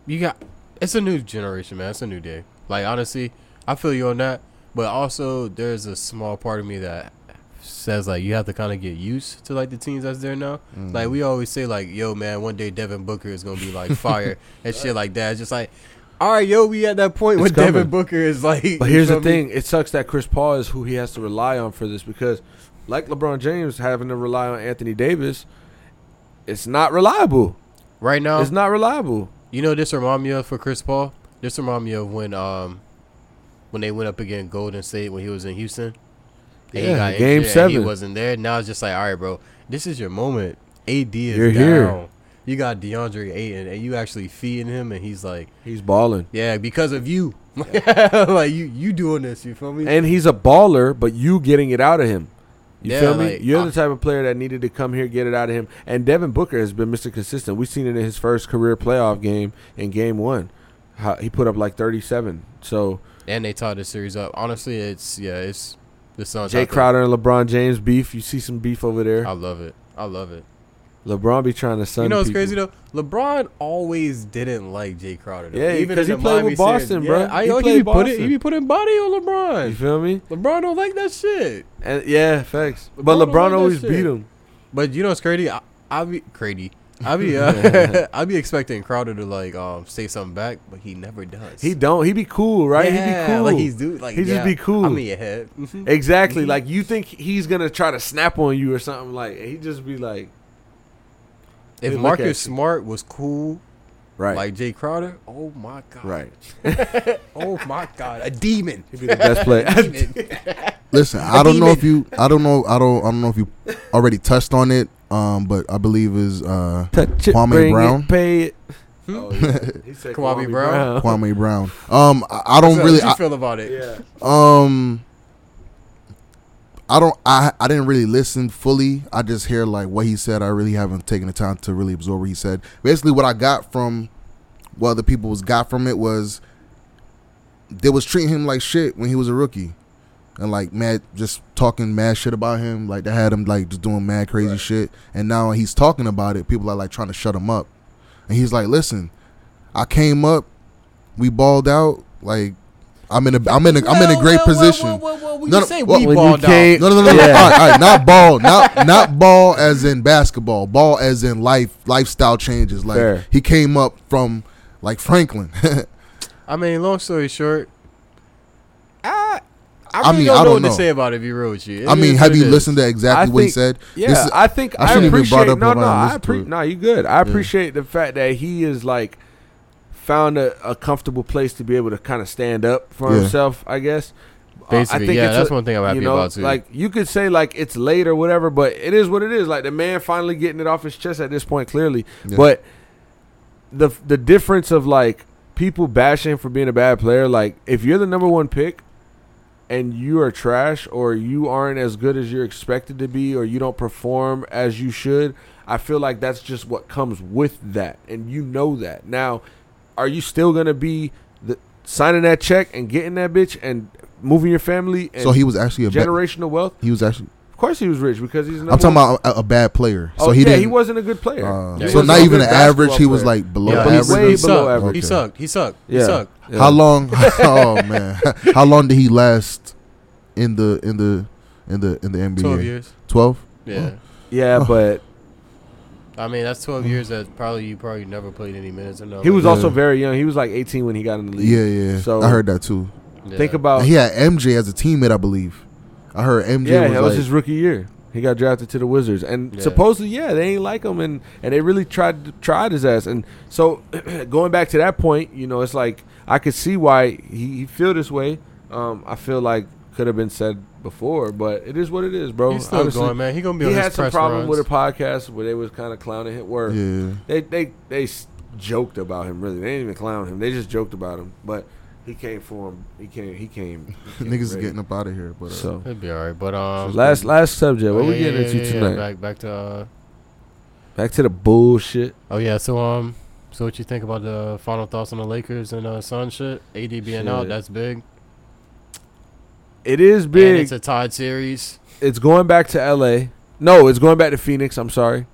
[SPEAKER 3] you got it's a new generation, man. It's a new day. Like honestly, I feel you on that, but also there's a small part of me that says like you have to kind of get used to like the teams that's there now.
[SPEAKER 2] Mm.
[SPEAKER 3] Like we always say like, "Yo, man, one day Devin Booker is gonna be
[SPEAKER 2] *laughs*
[SPEAKER 3] like fire and shit like that." It's just like, all right, yo, we at that point
[SPEAKER 2] It's
[SPEAKER 3] where
[SPEAKER 2] coming.
[SPEAKER 3] Devin Booker is like.
[SPEAKER 2] But
[SPEAKER 3] you
[SPEAKER 2] here's the
[SPEAKER 3] feel me?
[SPEAKER 2] thing: it sucks that Chris Paul is who he has to rely on for this because, like LeBron James having to rely on Anthony Davis, it's not reliable.
[SPEAKER 3] right now,
[SPEAKER 2] It's not reliable.
[SPEAKER 3] You know this remind me of for Chris Paul? This remind me of when um when they went up against Golden State when he was in Houston.
[SPEAKER 2] Yeah,
[SPEAKER 3] And he got
[SPEAKER 2] game
[SPEAKER 3] injured and
[SPEAKER 2] seven.
[SPEAKER 3] He wasn't there. Now it's just like, all right, bro, this is your moment. AD is
[SPEAKER 2] You're
[SPEAKER 3] You're
[SPEAKER 2] here.
[SPEAKER 3] Here. You got DeAndre Ayton, and you actually feeding him, and he's like,
[SPEAKER 2] He's balling,
[SPEAKER 3] yeah, because of you. *laughs* like you, you doing this. You feel me?
[SPEAKER 2] and he's a baller. But you getting it out of him. You
[SPEAKER 3] Yeah,
[SPEAKER 2] feel me?
[SPEAKER 3] like, uh,
[SPEAKER 2] You're
[SPEAKER 3] I-
[SPEAKER 2] the type of player that needed to come here, get it out of him. And Devin Booker has been Mr. Consistent. We've seen it in his first career playoff game in Game One. How, he put up like 37. So
[SPEAKER 3] and they tied the series up. Honestly, it's yeah, it's the Suns.
[SPEAKER 2] Jay
[SPEAKER 3] I think-
[SPEAKER 2] Crowder and LeBron James beef. You see some beef over there.
[SPEAKER 3] I love it. I love it.
[SPEAKER 2] LeBron be trying to sun.
[SPEAKER 3] Uh, You know what's
[SPEAKER 2] people.
[SPEAKER 3] crazy though? Lebron always didn't like Jay Crowder. Though.
[SPEAKER 2] Yeah, 'cause he
[SPEAKER 3] in the
[SPEAKER 2] played with
[SPEAKER 3] Miami
[SPEAKER 2] Boston, bro.
[SPEAKER 3] Yeah, I
[SPEAKER 2] He
[SPEAKER 3] know
[SPEAKER 2] played
[SPEAKER 3] he, put it,
[SPEAKER 2] Boston.
[SPEAKER 3] he be putting body on
[SPEAKER 2] You
[SPEAKER 3] LeBron.
[SPEAKER 2] feel me?
[SPEAKER 3] LeBron don't like that shit.
[SPEAKER 2] And yeah, facts.
[SPEAKER 3] LeBron
[SPEAKER 2] but
[SPEAKER 3] don't like
[SPEAKER 2] LeBron
[SPEAKER 3] that
[SPEAKER 2] always
[SPEAKER 3] shit.
[SPEAKER 2] beat him.
[SPEAKER 3] But you know what's crazy? I, I be crazy. I
[SPEAKER 2] *laughs*
[SPEAKER 3] be uh, *laughs* I be expecting Crowder to like um say something back, but he never does.
[SPEAKER 2] He don't. He be cool, right?
[SPEAKER 3] Yeah,
[SPEAKER 2] he be cool.
[SPEAKER 3] Like he's dude. Like
[SPEAKER 2] He just
[SPEAKER 3] yeah,
[SPEAKER 2] be cool. Mm-hmm.
[SPEAKER 3] I'm in your head.
[SPEAKER 2] *laughs*
[SPEAKER 3] Mhm.
[SPEAKER 2] exactly. Like you think he's gonna try to snap on you or something. Like he just be like,
[SPEAKER 3] if
[SPEAKER 2] look at you.
[SPEAKER 3] Marcus Smart was cool
[SPEAKER 2] right,
[SPEAKER 3] like Jay Crowder, oh my god,
[SPEAKER 2] right.
[SPEAKER 3] Oh my god, a demon.
[SPEAKER 2] He'd be the best
[SPEAKER 3] *laughs*
[SPEAKER 2] player.
[SPEAKER 1] Listen, I don't know if you, I don't know, I don't, I don't know if you already touched on it. Um, but I believe is uh
[SPEAKER 2] *laughs* Touch it,
[SPEAKER 1] Kwame
[SPEAKER 2] bring
[SPEAKER 1] Brown?
[SPEAKER 2] it, pay it. Oh, yeah. He said
[SPEAKER 3] Hmm? Kwame Brown.
[SPEAKER 1] Kwame Brown. Um, I, I don't
[SPEAKER 3] How
[SPEAKER 1] really,
[SPEAKER 3] you
[SPEAKER 1] I,
[SPEAKER 3] feel about it?
[SPEAKER 2] Yeah.
[SPEAKER 1] um, I don't, I, I didn't really listen fully. I just hear like what he said. I really haven't taken the time to really absorb what he said. Basically, what I got from what other people was got from it was they was treating him like shit when he was a rookie, and like mad, just talking mad shit about him. Like they had him like just doing mad crazy shit, and now he's talking about it. People are like trying to shut him up, and he's like, "Listen, I came up, we balled out. Like I'm in a, I'm in a, I'm in a great position. No,
[SPEAKER 4] no,
[SPEAKER 1] no,
[SPEAKER 4] say
[SPEAKER 1] well,
[SPEAKER 4] we
[SPEAKER 2] when you
[SPEAKER 4] balled out.
[SPEAKER 3] *laughs*
[SPEAKER 2] came-
[SPEAKER 1] No, no, no, no.
[SPEAKER 2] Yeah.
[SPEAKER 1] no. All, right, all right, not ball, not not ball as in basketball, ball as in life lifestyle changes. Like
[SPEAKER 2] Fair.
[SPEAKER 1] he came up from like Franklin. *laughs*
[SPEAKER 3] I mean, long story short,
[SPEAKER 2] Ah,
[SPEAKER 3] I I,
[SPEAKER 1] I
[SPEAKER 3] really
[SPEAKER 1] mean,
[SPEAKER 3] don't
[SPEAKER 1] I
[SPEAKER 3] know
[SPEAKER 1] don't
[SPEAKER 3] what
[SPEAKER 1] know.
[SPEAKER 3] to say about it. If you real with you, It
[SPEAKER 1] I mean,
[SPEAKER 3] is
[SPEAKER 1] have
[SPEAKER 3] what
[SPEAKER 1] you
[SPEAKER 3] it is.
[SPEAKER 1] listened to exactly
[SPEAKER 2] I
[SPEAKER 1] what he
[SPEAKER 2] think-
[SPEAKER 1] said?
[SPEAKER 2] Yeah,
[SPEAKER 1] This is-
[SPEAKER 2] I think
[SPEAKER 1] I
[SPEAKER 2] I,
[SPEAKER 1] shouldn't even
[SPEAKER 2] appreciate.
[SPEAKER 1] brought up
[SPEAKER 2] no,
[SPEAKER 1] what I
[SPEAKER 2] no, I
[SPEAKER 1] listened to
[SPEAKER 2] appre-
[SPEAKER 1] it.
[SPEAKER 2] no, you good. I appreciate the fact that he is like found a, a comfortable place to be able to kind of stand up for
[SPEAKER 1] Yeah.
[SPEAKER 2] himself. I guess. Uh,
[SPEAKER 3] Basically, yeah, that's one thing I'm happy
[SPEAKER 2] you know,
[SPEAKER 3] about, too.
[SPEAKER 2] Like you could say like it's late or whatever, but it is what it is. Like the man finally getting it off his chest at this point, clearly.
[SPEAKER 1] Yeah.
[SPEAKER 2] But the the difference of like people bashing for being a bad player, like if you're the number one pick, and you are trash or you aren't as good as you're expected to be or you don't perform as you should, I feel like that's just what comes with that. And you know that. Now, are you still going to be the, signing that check and getting that bitch and moving your family and
[SPEAKER 1] so he was actually a bad.
[SPEAKER 2] generational wealth?
[SPEAKER 1] He was actually.
[SPEAKER 2] Of course he was rich because he's
[SPEAKER 1] I'm talking about a, a bad player. So
[SPEAKER 2] Oh,
[SPEAKER 1] he
[SPEAKER 2] yeah,
[SPEAKER 1] didn't.
[SPEAKER 2] he wasn't a good player.
[SPEAKER 1] uh,
[SPEAKER 3] Yeah, he
[SPEAKER 1] so
[SPEAKER 3] was
[SPEAKER 1] not
[SPEAKER 2] a
[SPEAKER 1] even
[SPEAKER 2] good
[SPEAKER 1] an average. He
[SPEAKER 2] basketball
[SPEAKER 1] was
[SPEAKER 2] player.
[SPEAKER 1] like below
[SPEAKER 3] Yeah,
[SPEAKER 2] but he's
[SPEAKER 1] average.
[SPEAKER 2] way
[SPEAKER 3] he
[SPEAKER 2] below
[SPEAKER 3] sucked.
[SPEAKER 2] average.
[SPEAKER 3] He sucked. He sucked. He
[SPEAKER 2] Yeah.
[SPEAKER 3] sucked.
[SPEAKER 2] Yeah.
[SPEAKER 1] How
[SPEAKER 2] *laughs*
[SPEAKER 1] long? *laughs* Oh man, how long did he last in the in the in the in the NBA?
[SPEAKER 3] Twelve years.
[SPEAKER 1] 12?
[SPEAKER 3] Yeah.
[SPEAKER 1] *laughs*
[SPEAKER 2] Yeah, but
[SPEAKER 3] I mean, that's 12 years that probably you probably never played any minutes. in the
[SPEAKER 2] he was
[SPEAKER 1] Yeah.
[SPEAKER 2] also very young. He was like 18 when he got in the league.
[SPEAKER 1] Yeah, yeah.
[SPEAKER 2] So
[SPEAKER 1] I heard that too.
[SPEAKER 3] league.
[SPEAKER 2] Think
[SPEAKER 3] Yeah.
[SPEAKER 2] about
[SPEAKER 1] He had MJ as a teammate, I believe. I heard MJ
[SPEAKER 2] Yeah,
[SPEAKER 1] was,
[SPEAKER 2] that was
[SPEAKER 1] like,
[SPEAKER 2] his rookie year. He got drafted to the Wizards, and
[SPEAKER 3] Yeah.
[SPEAKER 2] supposedly, yeah, they ain't like him, and and they really tried tried his ass. And so, *clears throat* going back to that point, you know, it's like I could see why he, he feel this way. Um, I feel like could have been said before, but it is what it is, bro.
[SPEAKER 3] He's still
[SPEAKER 2] Honestly,
[SPEAKER 3] going, man. He gonna be
[SPEAKER 2] He
[SPEAKER 3] on his
[SPEAKER 2] had some
[SPEAKER 3] press
[SPEAKER 2] problem
[SPEAKER 3] runs.
[SPEAKER 2] with a podcast where they was kind of clowning him. Where
[SPEAKER 1] Yeah.
[SPEAKER 2] they they they s- joked about him. Really, they didn't even clown him. They just joked about him. But he came for him. He came. He came. he
[SPEAKER 1] *laughs*
[SPEAKER 2] came
[SPEAKER 1] Niggas is
[SPEAKER 2] ready.
[SPEAKER 1] getting up out of here, but uh,
[SPEAKER 2] so.
[SPEAKER 3] It'd be all right, but um,
[SPEAKER 2] Last last subject. What
[SPEAKER 3] oh,
[SPEAKER 2] we
[SPEAKER 3] yeah,
[SPEAKER 2] getting
[SPEAKER 3] yeah,
[SPEAKER 2] into
[SPEAKER 3] yeah, yeah,
[SPEAKER 2] tonight?
[SPEAKER 3] Back back to uh,
[SPEAKER 2] Back to the bullshit.
[SPEAKER 3] oh yeah. So um, so what you think about the final thoughts on the Lakers and uh, Sun shit? AD being out,
[SPEAKER 2] Shit.
[SPEAKER 3] that's big.
[SPEAKER 2] It is
[SPEAKER 3] And
[SPEAKER 2] big.
[SPEAKER 3] it's a tied series.
[SPEAKER 2] it's going back to LA. No, it's going back to Phoenix. I'm sorry.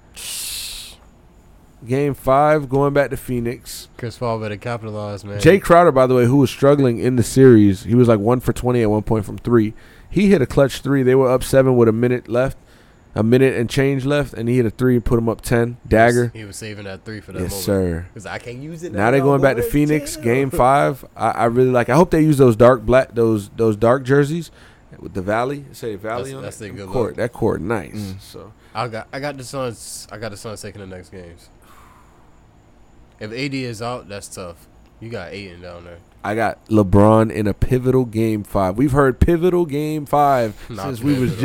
[SPEAKER 2] Game five, going back to Phoenix.
[SPEAKER 3] Chris Paul better capitalize, man.
[SPEAKER 2] Jay Crowder, by the way, who was struggling in the series, he was like one for 20 at one point from three. He hit a clutch three. They were up seven with a minute left, a minute and change left, and he hit a three, put them up 10. Dagger.
[SPEAKER 3] He was saving that three for that
[SPEAKER 2] Yes,
[SPEAKER 3] moment.
[SPEAKER 2] sir.
[SPEAKER 3] Because I can't use it.
[SPEAKER 2] Now they're going back to
[SPEAKER 3] Boy,
[SPEAKER 2] Phoenix,
[SPEAKER 3] damn.
[SPEAKER 2] Game Five. I, I really like. I hope they use those dark black, those those dark jerseys with the valley. Say valley
[SPEAKER 3] That's-
[SPEAKER 2] on
[SPEAKER 3] that's
[SPEAKER 2] it.
[SPEAKER 3] their good
[SPEAKER 2] court.
[SPEAKER 3] look. Mm.
[SPEAKER 2] That court, nice. So
[SPEAKER 3] I got I got the Suns. I got the Suns taking the next games. If AD is out, that's tough. You got Aiden down there.
[SPEAKER 2] *clears throat* I got LeBron in a pivotal Game Five. We've heard pivotal Game Five
[SPEAKER 3] Not
[SPEAKER 2] since we was
[SPEAKER 3] pivotal.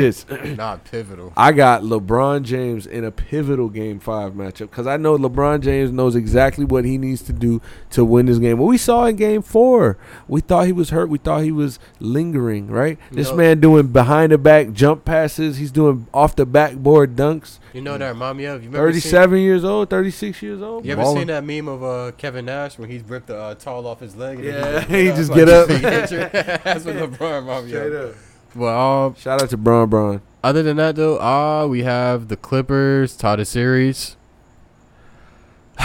[SPEAKER 2] just.
[SPEAKER 3] Not pivotal.
[SPEAKER 2] I got LeBron James in a pivotal Game Five matchup because I know LeBron James knows exactly what he needs to do to win this game. What we saw in Game Four, we thought he was hurt. We thought he was lingering. Right? This
[SPEAKER 3] No.
[SPEAKER 2] man doing behind the back jump passes. He's doing off the backboard dunks.
[SPEAKER 3] You know that remind me of you. remember seeing-
[SPEAKER 2] Thirty-seven years old, thirty-six years old.
[SPEAKER 3] You ever
[SPEAKER 1] Ballin'.
[SPEAKER 3] seen that meme of uh, Kevin Nash when he's ripped the uh, towel off his leg? and
[SPEAKER 2] Yeah,
[SPEAKER 3] then
[SPEAKER 2] *laughs*
[SPEAKER 3] he
[SPEAKER 2] he just
[SPEAKER 3] like
[SPEAKER 2] get up.
[SPEAKER 3] a
[SPEAKER 2] *laughs*
[SPEAKER 3] fake picture? That's what LeBron remind me of. Well, um,
[SPEAKER 2] Shout out to Bron Bron.
[SPEAKER 3] other than that though, uh, we have the Clippers tied a series,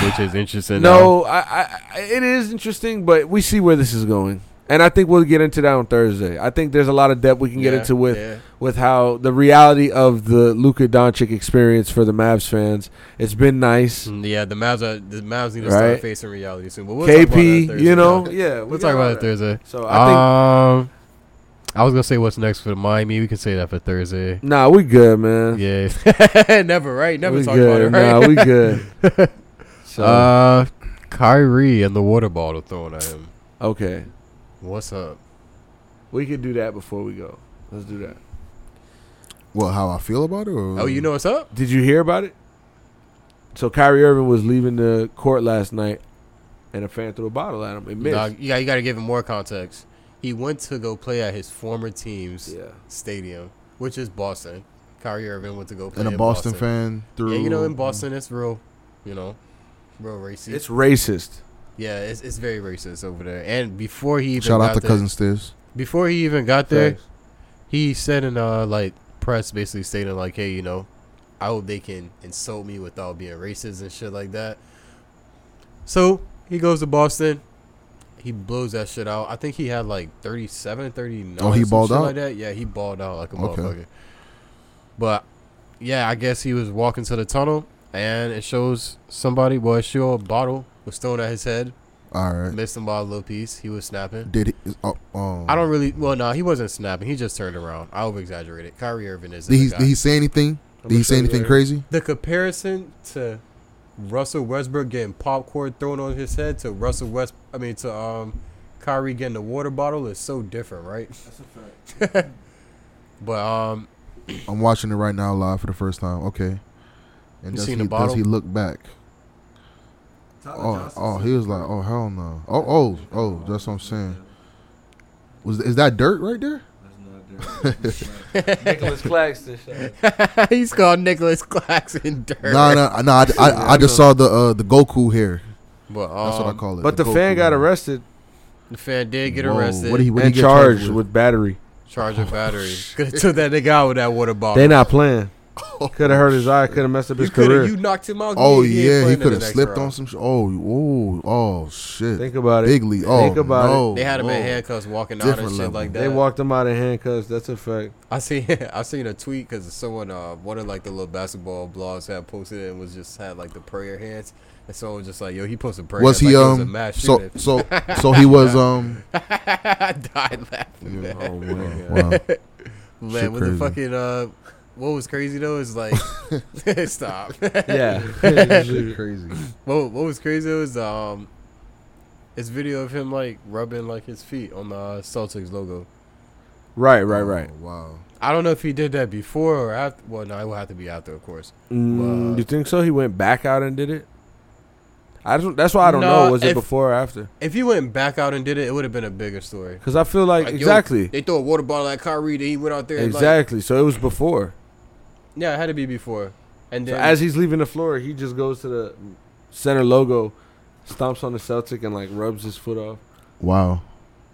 [SPEAKER 3] which is interesting.
[SPEAKER 2] No, I, I, I- it is interesting, but we see where this is going, and I think we'll get into that on Thursday. I think there's a lot of depth we can get into with with how the reality of the Luka Doncic experience for the Mavs fans. It's been nice.
[SPEAKER 3] Mm, Yeah, the Mavs are the Mavs need to
[SPEAKER 2] Right.
[SPEAKER 3] start facing reality soon. But we'll talk about that
[SPEAKER 2] KP,
[SPEAKER 3] Thursday,
[SPEAKER 2] you know,
[SPEAKER 3] though.
[SPEAKER 2] yeah,
[SPEAKER 3] we'll talk about it
[SPEAKER 2] there.
[SPEAKER 3] Thursday.
[SPEAKER 2] So I think
[SPEAKER 3] um, I was gonna say what's next for Miami. We can say that for Thursday.
[SPEAKER 2] nah, we good, man.
[SPEAKER 3] Yeah, *laughs* never right. Never
[SPEAKER 2] we
[SPEAKER 3] talk about it.
[SPEAKER 2] good.
[SPEAKER 3] Right?
[SPEAKER 2] Nah, we good. so
[SPEAKER 3] *laughs* Uh, Kyrie and the water bottle thrown at him.
[SPEAKER 2] okay,
[SPEAKER 3] What's up?
[SPEAKER 2] we could do that before we go. Let's do that.
[SPEAKER 1] well, how I feel about it? Or?
[SPEAKER 3] Oh, you know what's up?
[SPEAKER 2] Did you hear about it? So Kyrie Irving was leaving the court last night, and a fan threw a bottle at him. It missed.
[SPEAKER 3] Nah, you got you got to give him more context. He went to go play at his former team's
[SPEAKER 2] Yeah.
[SPEAKER 3] stadium, which is Boston. Kyrie Irving went to go play
[SPEAKER 1] and a
[SPEAKER 3] in
[SPEAKER 1] Boston,
[SPEAKER 3] Boston,
[SPEAKER 1] fan through.
[SPEAKER 3] Yeah, you know, in Boston, it's real, you know, real racy.
[SPEAKER 2] It's racist.
[SPEAKER 3] Yeah, it's, it's very racist over there. And before he even
[SPEAKER 1] Shout
[SPEAKER 3] got
[SPEAKER 1] out to
[SPEAKER 3] there,
[SPEAKER 1] cousin Stiz.
[SPEAKER 3] before he even got there, he said in uh like press basically stated like, hey, you know, I hope they can insult me without being racist and shit like that. So he goes to Boston. He blows that shit out. I think he had like 37, 39.
[SPEAKER 1] Oh, he
[SPEAKER 3] some
[SPEAKER 1] balled
[SPEAKER 3] shit
[SPEAKER 1] out?
[SPEAKER 3] Like that. Yeah, he balled out like a
[SPEAKER 1] Okay.
[SPEAKER 3] motherfucker. But yeah, I guess he was walking to the tunnel and it shows somebody, well, it show a bottle was thrown at his head.
[SPEAKER 1] All right.
[SPEAKER 3] Missed him by a little piece. He was snapping.
[SPEAKER 1] Did he? Oh, um,
[SPEAKER 3] I don't really. Well, no, he wasn't snapping. He just turned around. I over exaggerated. Kyrie Irving is
[SPEAKER 1] Did he,
[SPEAKER 3] the,
[SPEAKER 1] did he say anything? Did
[SPEAKER 3] I'm
[SPEAKER 1] he
[SPEAKER 3] gonna show
[SPEAKER 1] say
[SPEAKER 3] you
[SPEAKER 1] anything
[SPEAKER 3] later.
[SPEAKER 1] crazy?
[SPEAKER 3] the comparison to Russell Westbrook getting popcorn thrown on his head to Russell West. I mean to um Kyrie getting a water bottle is so different, right?
[SPEAKER 4] That's a fact.
[SPEAKER 3] *laughs* But um, *laughs*
[SPEAKER 1] I'm watching it right now live for the first time. Okay. And
[SPEAKER 3] You
[SPEAKER 1] does he,
[SPEAKER 3] seen the
[SPEAKER 1] does
[SPEAKER 3] bottle?
[SPEAKER 1] he look back? Oh, oh, he was like, oh hell no. Oh, oh, oh, that's what I'm saying. Was is that dirt right there?
[SPEAKER 6] Nicholas Claxton. shot.
[SPEAKER 3] he's called Nicholas Claxton dirt.
[SPEAKER 1] No, no, no. I, I, I just saw the uh, the Goku hair.
[SPEAKER 3] But um,
[SPEAKER 1] That's what I call it.
[SPEAKER 2] But the
[SPEAKER 1] Goku
[SPEAKER 2] fan got
[SPEAKER 1] hair.
[SPEAKER 2] arrested
[SPEAKER 3] The fan did get
[SPEAKER 1] Whoa,
[SPEAKER 3] arrested.
[SPEAKER 1] What he Oh, what
[SPEAKER 2] and
[SPEAKER 1] he get
[SPEAKER 2] charged with? battery.
[SPEAKER 3] Charge of battery. Could have took that nigga out with that water bottle.
[SPEAKER 2] They not playing. Could have hurt his eye. Could have messed up
[SPEAKER 3] Oh, you
[SPEAKER 2] his
[SPEAKER 3] could
[SPEAKER 2] career.
[SPEAKER 3] you knocked him out.
[SPEAKER 1] Oh
[SPEAKER 3] ain't
[SPEAKER 1] yeah,
[SPEAKER 3] playing
[SPEAKER 1] he
[SPEAKER 3] in the
[SPEAKER 1] could have
[SPEAKER 3] next
[SPEAKER 1] slipped
[SPEAKER 3] round.
[SPEAKER 1] on some. Sh- oh, oh, oh shit.
[SPEAKER 2] Think about it.
[SPEAKER 1] Big league. Oh,
[SPEAKER 2] Think about it.
[SPEAKER 1] no.
[SPEAKER 3] They had him in
[SPEAKER 1] no.
[SPEAKER 3] handcuffs walking out and
[SPEAKER 1] Oh, Different
[SPEAKER 3] shit
[SPEAKER 1] level.
[SPEAKER 3] like that.
[SPEAKER 2] They walked him out in handcuffs. That's a fact.
[SPEAKER 3] I seen *laughs* I seen a tweet because someone uh one of like the little basketball blogs had posted it and was just had like the prayer hands and someone was just like yo he posted prayer
[SPEAKER 1] Was
[SPEAKER 3] hands
[SPEAKER 1] he
[SPEAKER 3] like it was a
[SPEAKER 1] um?
[SPEAKER 3] mass
[SPEAKER 1] So
[SPEAKER 3] shooting.
[SPEAKER 1] so
[SPEAKER 3] *laughs*
[SPEAKER 1] so he was um.
[SPEAKER 3] I died laughing man.
[SPEAKER 2] Oh man.
[SPEAKER 1] Wow.
[SPEAKER 3] man when the
[SPEAKER 1] crazy.
[SPEAKER 3] fucking uh what was crazy though
[SPEAKER 1] *laughs*
[SPEAKER 3] is like *laughs* stop *laughs*
[SPEAKER 2] yeah.
[SPEAKER 1] crazy.
[SPEAKER 3] what what was crazy was um this video of him like rubbing like his feet on the uh, Celtics logo
[SPEAKER 2] Right, right, right.
[SPEAKER 1] Oh, wow.
[SPEAKER 3] I don't know if he did that before or after well no it will have to be after of course
[SPEAKER 2] Mm,
[SPEAKER 3] But-
[SPEAKER 2] you think so? He went back out and did it. I just, that's why I don't
[SPEAKER 3] No,
[SPEAKER 2] know. Was it
[SPEAKER 3] if-
[SPEAKER 2] before or after?
[SPEAKER 3] if he went back out and did it it would have been a bigger story
[SPEAKER 2] Because I feel like,
[SPEAKER 3] Like, yo,
[SPEAKER 2] exactly,
[SPEAKER 3] they throw a water bottle at Kyrie, then he went out there. and, Like,
[SPEAKER 2] exactly. so it was before.
[SPEAKER 3] yeah, it had to be before. And
[SPEAKER 2] So
[SPEAKER 3] then
[SPEAKER 2] as he's leaving the floor, he just goes to the center logo, stomps on the Celtic, and like rubs his foot off.
[SPEAKER 1] Wow.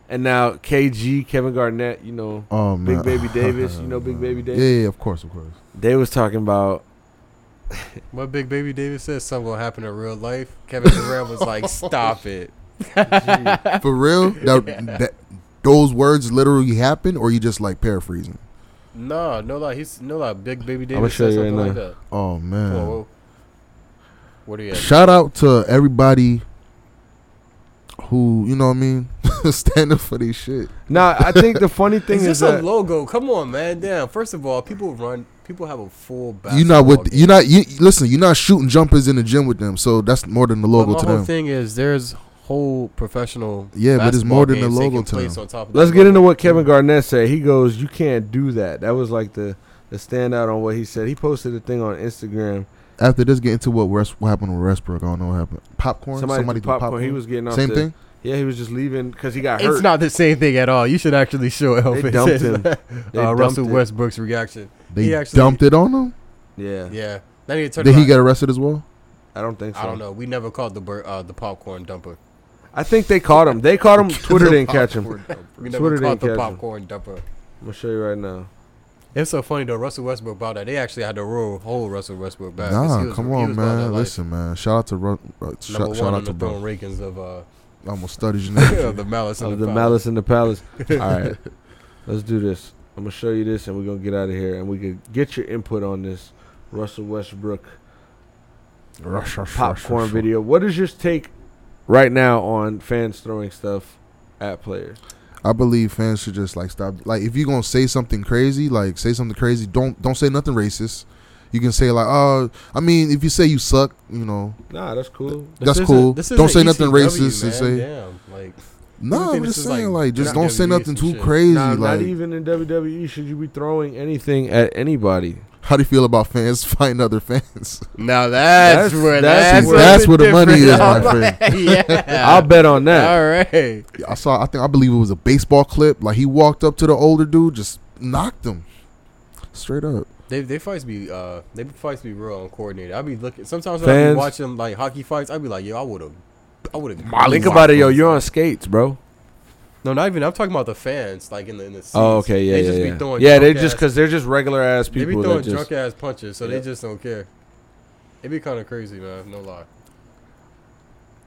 [SPEAKER 2] And now KG, Kevin Garnett, you know,
[SPEAKER 1] Oh man. *laughs*
[SPEAKER 2] Big Baby Davis, you know, Big Baby
[SPEAKER 1] Yeah,
[SPEAKER 2] Davis.
[SPEAKER 1] yeah, of course, of course.
[SPEAKER 2] They was talking about
[SPEAKER 3] what Big Baby Davis says, something gonna happen in real life. Kevin Durant was like, "Stop it."
[SPEAKER 1] For real,
[SPEAKER 3] *laughs*
[SPEAKER 1] that, that those words literally happen, or you just like paraphrasing?
[SPEAKER 3] No, no, like he's no, like Big Baby
[SPEAKER 2] I'ma
[SPEAKER 3] Davis
[SPEAKER 2] show
[SPEAKER 3] said
[SPEAKER 2] you right
[SPEAKER 3] something like
[SPEAKER 2] now.
[SPEAKER 3] that.
[SPEAKER 1] Oh man.
[SPEAKER 3] Come on, whoa. What are you? At?
[SPEAKER 1] Shout out to everybody who you know what I mean, *laughs* standing for this shit.
[SPEAKER 2] now. I think the funny thing
[SPEAKER 3] Is
[SPEAKER 2] is,
[SPEAKER 3] this a
[SPEAKER 2] that
[SPEAKER 3] logo? Come on, man! Damn. First of all, people run. People have a full. Basketball
[SPEAKER 1] you not with
[SPEAKER 3] game.
[SPEAKER 1] you not you listen. You're not shooting jumpers in the gym with them, so that's more than the
[SPEAKER 3] But
[SPEAKER 1] logo
[SPEAKER 3] my
[SPEAKER 1] to
[SPEAKER 3] whole
[SPEAKER 1] them.
[SPEAKER 3] thing is there's whole professional.
[SPEAKER 1] Yeah, but it's more
[SPEAKER 3] basketball
[SPEAKER 1] than the
[SPEAKER 3] games
[SPEAKER 1] logo
[SPEAKER 3] taking
[SPEAKER 1] to
[SPEAKER 3] place
[SPEAKER 1] them.
[SPEAKER 3] on top of
[SPEAKER 2] let's
[SPEAKER 3] that
[SPEAKER 2] get into
[SPEAKER 3] logo.
[SPEAKER 2] what Kevin Garnett said. He goes, "You can't do that." That was like the the standout on what he said. He posted a thing on Instagram.
[SPEAKER 1] After this, get into what West, what happened with Westbrook. I don't know what happened. Popcorn.
[SPEAKER 2] Somebody,
[SPEAKER 1] Somebody,
[SPEAKER 2] threw
[SPEAKER 1] threw
[SPEAKER 2] popcorn. He was getting off
[SPEAKER 1] same
[SPEAKER 2] the-
[SPEAKER 1] thing.
[SPEAKER 2] Yeah, he was just leaving because he got hurt.
[SPEAKER 3] It's not the same thing at all. You should actually show Elvis.
[SPEAKER 2] They dumped
[SPEAKER 3] *laughs*
[SPEAKER 2] him. They
[SPEAKER 3] uh,
[SPEAKER 2] dumped
[SPEAKER 3] Russell
[SPEAKER 2] it.
[SPEAKER 3] Westbrook's reaction.
[SPEAKER 1] They
[SPEAKER 3] he actually-
[SPEAKER 1] dumped it on him.
[SPEAKER 2] Yeah.
[SPEAKER 3] Yeah. Then he turned
[SPEAKER 1] Did he
[SPEAKER 3] around.
[SPEAKER 1] get arrested as well?
[SPEAKER 2] I don't think so.
[SPEAKER 3] I don't know. We never called the bur- uh, the popcorn dumper.
[SPEAKER 2] I think they caught him. They caught him. Twitter didn't catch him. I'm Twitter
[SPEAKER 3] We never
[SPEAKER 2] didn't
[SPEAKER 3] called the
[SPEAKER 2] catch him.
[SPEAKER 3] popcorn dumper.
[SPEAKER 2] gonna show you right now.
[SPEAKER 3] It's so funny though. Russell Westbrook bought that. They actually had to roll whole Russell Westbrook back. 'cause
[SPEAKER 1] Nah,
[SPEAKER 3] he was-
[SPEAKER 1] come
[SPEAKER 3] he
[SPEAKER 1] on,
[SPEAKER 3] was about that
[SPEAKER 1] man.
[SPEAKER 3] life.
[SPEAKER 1] Listen, man. Shout out to Ru- uh, sh-
[SPEAKER 3] number
[SPEAKER 1] shout out
[SPEAKER 3] one on
[SPEAKER 1] to
[SPEAKER 3] the
[SPEAKER 1] bro.
[SPEAKER 3] throne rankings
[SPEAKER 1] *laughs*
[SPEAKER 3] of uh *laughs*
[SPEAKER 1] I almost studied your
[SPEAKER 3] of
[SPEAKER 1] name.
[SPEAKER 3] the malice and
[SPEAKER 2] Of
[SPEAKER 3] the,
[SPEAKER 2] the malice in the palace. All
[SPEAKER 3] *laughs*
[SPEAKER 2] right, let's do this. I'm gonna show you this, and we're gonna get out of here, and we could get your input on this Russell Westbrook
[SPEAKER 1] Rush, rush, rush,
[SPEAKER 2] popcorn
[SPEAKER 1] rush, rush.
[SPEAKER 2] video. What is your take right now on fans throwing stuff at players?
[SPEAKER 1] I believe fans should just like stop. Like, if you're gonna say something crazy, like say something crazy. Don't don't say nothing racist. You can say like, oh, I mean, if you say you suck, you know,
[SPEAKER 2] Nah, that's cool.
[SPEAKER 1] that's cool. Don't say
[SPEAKER 3] E
[SPEAKER 1] nothing racist and say,
[SPEAKER 3] Damn,
[SPEAKER 1] *laughs*
[SPEAKER 3] like
[SPEAKER 1] no.
[SPEAKER 3] think
[SPEAKER 1] I'm
[SPEAKER 3] this
[SPEAKER 1] just
[SPEAKER 3] is, like,
[SPEAKER 1] saying like, just
[SPEAKER 3] not
[SPEAKER 1] don't say
[SPEAKER 3] WWE
[SPEAKER 1] nothing
[SPEAKER 3] some
[SPEAKER 1] too
[SPEAKER 3] shit.
[SPEAKER 1] crazy.
[SPEAKER 2] Nah, not
[SPEAKER 1] like,
[SPEAKER 2] even in WWE should you be throwing anything at anybody.
[SPEAKER 1] how do you feel about fans *laughs* fighting other fans? *laughs*
[SPEAKER 3] now that's,
[SPEAKER 2] That's-
[SPEAKER 3] where
[SPEAKER 2] that's
[SPEAKER 3] that's,
[SPEAKER 2] where-
[SPEAKER 1] That's where the money is, my
[SPEAKER 3] friend. *laughs* yeah,
[SPEAKER 2] I'll bet on that.
[SPEAKER 3] All right.
[SPEAKER 1] I saw. I think I believe it was a baseball clip. Like he walked up to the older dude, just knocked him straight up.
[SPEAKER 3] They they fights be uh they fights be real uncoordinated. I be looking sometimes when I
[SPEAKER 2] Fans-
[SPEAKER 3] be watching like hockey fights, I be like, yo, I would have I would have.
[SPEAKER 2] Think about it, yo. You're on skates, bro.
[SPEAKER 3] No, not even. I'm talking about the fans, like in the in the. Seats.
[SPEAKER 2] Oh, okay, yeah,
[SPEAKER 3] They
[SPEAKER 2] yeah,
[SPEAKER 3] just
[SPEAKER 2] yeah.
[SPEAKER 3] be throwing.
[SPEAKER 2] yeah,
[SPEAKER 3] drunk
[SPEAKER 2] they just
[SPEAKER 3] ass-
[SPEAKER 2] because they're just regular ass
[SPEAKER 3] they be
[SPEAKER 2] people.
[SPEAKER 3] throwing
[SPEAKER 2] That
[SPEAKER 3] drunk
[SPEAKER 2] just,
[SPEAKER 3] ass punches, so
[SPEAKER 2] Yeah.
[SPEAKER 3] they just don't care. It'd be kind of crazy, man. No lie.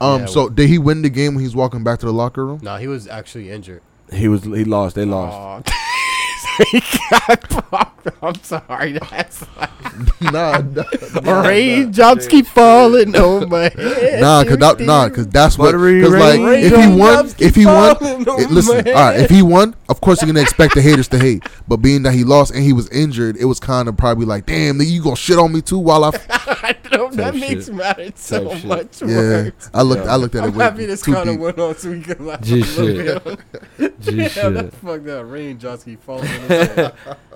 [SPEAKER 1] Um.
[SPEAKER 3] Yeah.
[SPEAKER 1] so did he win the game when he's walking back to the locker
[SPEAKER 3] *laughs*
[SPEAKER 1] room?
[SPEAKER 3] Nah, he was actually injured.
[SPEAKER 2] he was he lost. They lost.
[SPEAKER 3] Aw. he got popped. *laughs* I'm sorry.
[SPEAKER 2] *laughs*
[SPEAKER 3] That's like
[SPEAKER 1] *laughs* nah, nah,
[SPEAKER 3] raindrops keep falling over my head.
[SPEAKER 1] nah, cause that, nah, cause that's what.
[SPEAKER 2] Buttery
[SPEAKER 1] Cause like,
[SPEAKER 2] rain
[SPEAKER 1] if he won,
[SPEAKER 3] drops
[SPEAKER 1] if he won,
[SPEAKER 3] falling on
[SPEAKER 1] it- listen, all
[SPEAKER 3] my
[SPEAKER 1] right, if he won, of course you're gonna expect the haters to hate. But being that he lost and he was injured, it was kind of probably like, damn, nigga, you gonna shit on me too while I, f-?
[SPEAKER 3] *laughs* I don't, that
[SPEAKER 2] Type
[SPEAKER 3] makes
[SPEAKER 2] shit.
[SPEAKER 3] matters so
[SPEAKER 2] Type shit.
[SPEAKER 1] *laughs*
[SPEAKER 3] much
[SPEAKER 1] yeah.
[SPEAKER 3] worse.
[SPEAKER 1] *laughs* I looked, I looked at it.
[SPEAKER 3] I'm
[SPEAKER 1] way
[SPEAKER 3] happy this
[SPEAKER 1] too
[SPEAKER 3] kind of
[SPEAKER 1] deep.
[SPEAKER 3] went on so we can *laughs* laugh
[SPEAKER 2] G
[SPEAKER 3] a little
[SPEAKER 2] shit.
[SPEAKER 3] bit.
[SPEAKER 2] Gee,
[SPEAKER 3] *laughs* Yeah,
[SPEAKER 2] shit.
[SPEAKER 3] that fuck that raindrops keep falling.
[SPEAKER 1] *laughs*
[SPEAKER 3] on the-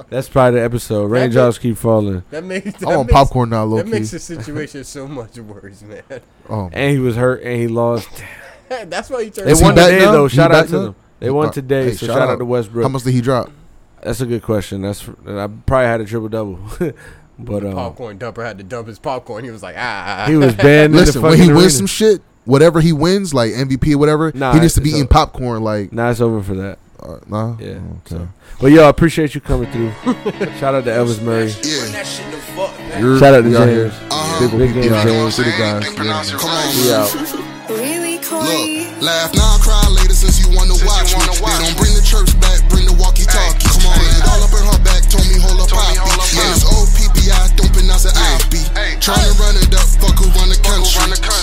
[SPEAKER 2] That's probably the episode. Raindrops keep falling,
[SPEAKER 3] that makes that
[SPEAKER 1] I want
[SPEAKER 3] makes,
[SPEAKER 1] popcorn now, low
[SPEAKER 3] That
[SPEAKER 1] key.
[SPEAKER 3] makes the situation so much worse, man. *laughs*
[SPEAKER 1] Oh,
[SPEAKER 2] and he was hurt, and he lost.
[SPEAKER 3] That's why he turned.
[SPEAKER 2] They
[SPEAKER 1] Is he
[SPEAKER 2] won
[SPEAKER 1] back
[SPEAKER 2] today,
[SPEAKER 1] now?
[SPEAKER 2] though.
[SPEAKER 1] He
[SPEAKER 2] Shout out
[SPEAKER 1] back
[SPEAKER 2] to
[SPEAKER 1] now?
[SPEAKER 2] them. They won
[SPEAKER 1] Fuck.
[SPEAKER 2] today,
[SPEAKER 1] Hey,
[SPEAKER 2] so
[SPEAKER 1] shout
[SPEAKER 2] shout out
[SPEAKER 1] out.
[SPEAKER 2] to
[SPEAKER 1] how
[SPEAKER 2] Westbrook.
[SPEAKER 1] much did he drop?
[SPEAKER 2] That's a good question. That's I probably had a triple double, *laughs* but um,
[SPEAKER 3] popcorn dumper had to dump his popcorn. He was like, ah.
[SPEAKER 2] he was banned.
[SPEAKER 1] Listen,
[SPEAKER 2] in the
[SPEAKER 1] when he
[SPEAKER 2] fucking
[SPEAKER 1] wins
[SPEAKER 2] arena.
[SPEAKER 1] some shit, whatever he wins, like MVP, or whatever,
[SPEAKER 2] Nah,
[SPEAKER 1] he needs to
[SPEAKER 2] it's
[SPEAKER 1] be eating
[SPEAKER 2] a-
[SPEAKER 1] popcorn. Like,
[SPEAKER 2] Nah, it's over for that.
[SPEAKER 1] uh, nah.
[SPEAKER 2] Yeah.
[SPEAKER 1] Okay.
[SPEAKER 2] So. But yo, I appreciate you coming *laughs* through. shout out to Elvis Murray.
[SPEAKER 5] that shit the fuck back.
[SPEAKER 1] You're-
[SPEAKER 2] Shout out to
[SPEAKER 1] we out here.
[SPEAKER 2] James.
[SPEAKER 5] Uh-huh.
[SPEAKER 1] Big
[SPEAKER 2] Big
[SPEAKER 1] people
[SPEAKER 2] game,
[SPEAKER 1] out here.
[SPEAKER 2] James.
[SPEAKER 1] See the guys. Yeah.
[SPEAKER 5] Come on.
[SPEAKER 2] We out.
[SPEAKER 6] Really corny.
[SPEAKER 5] Look, laugh now, cry later since you wanna watch me. They don't bring the church back, bring the walkie talkie. Come on, it all up in her back, told me hold up poppy. Man, it's old PPI, don't pronounce it IB. Tryna run it up, fuck around the country. Uh-huh.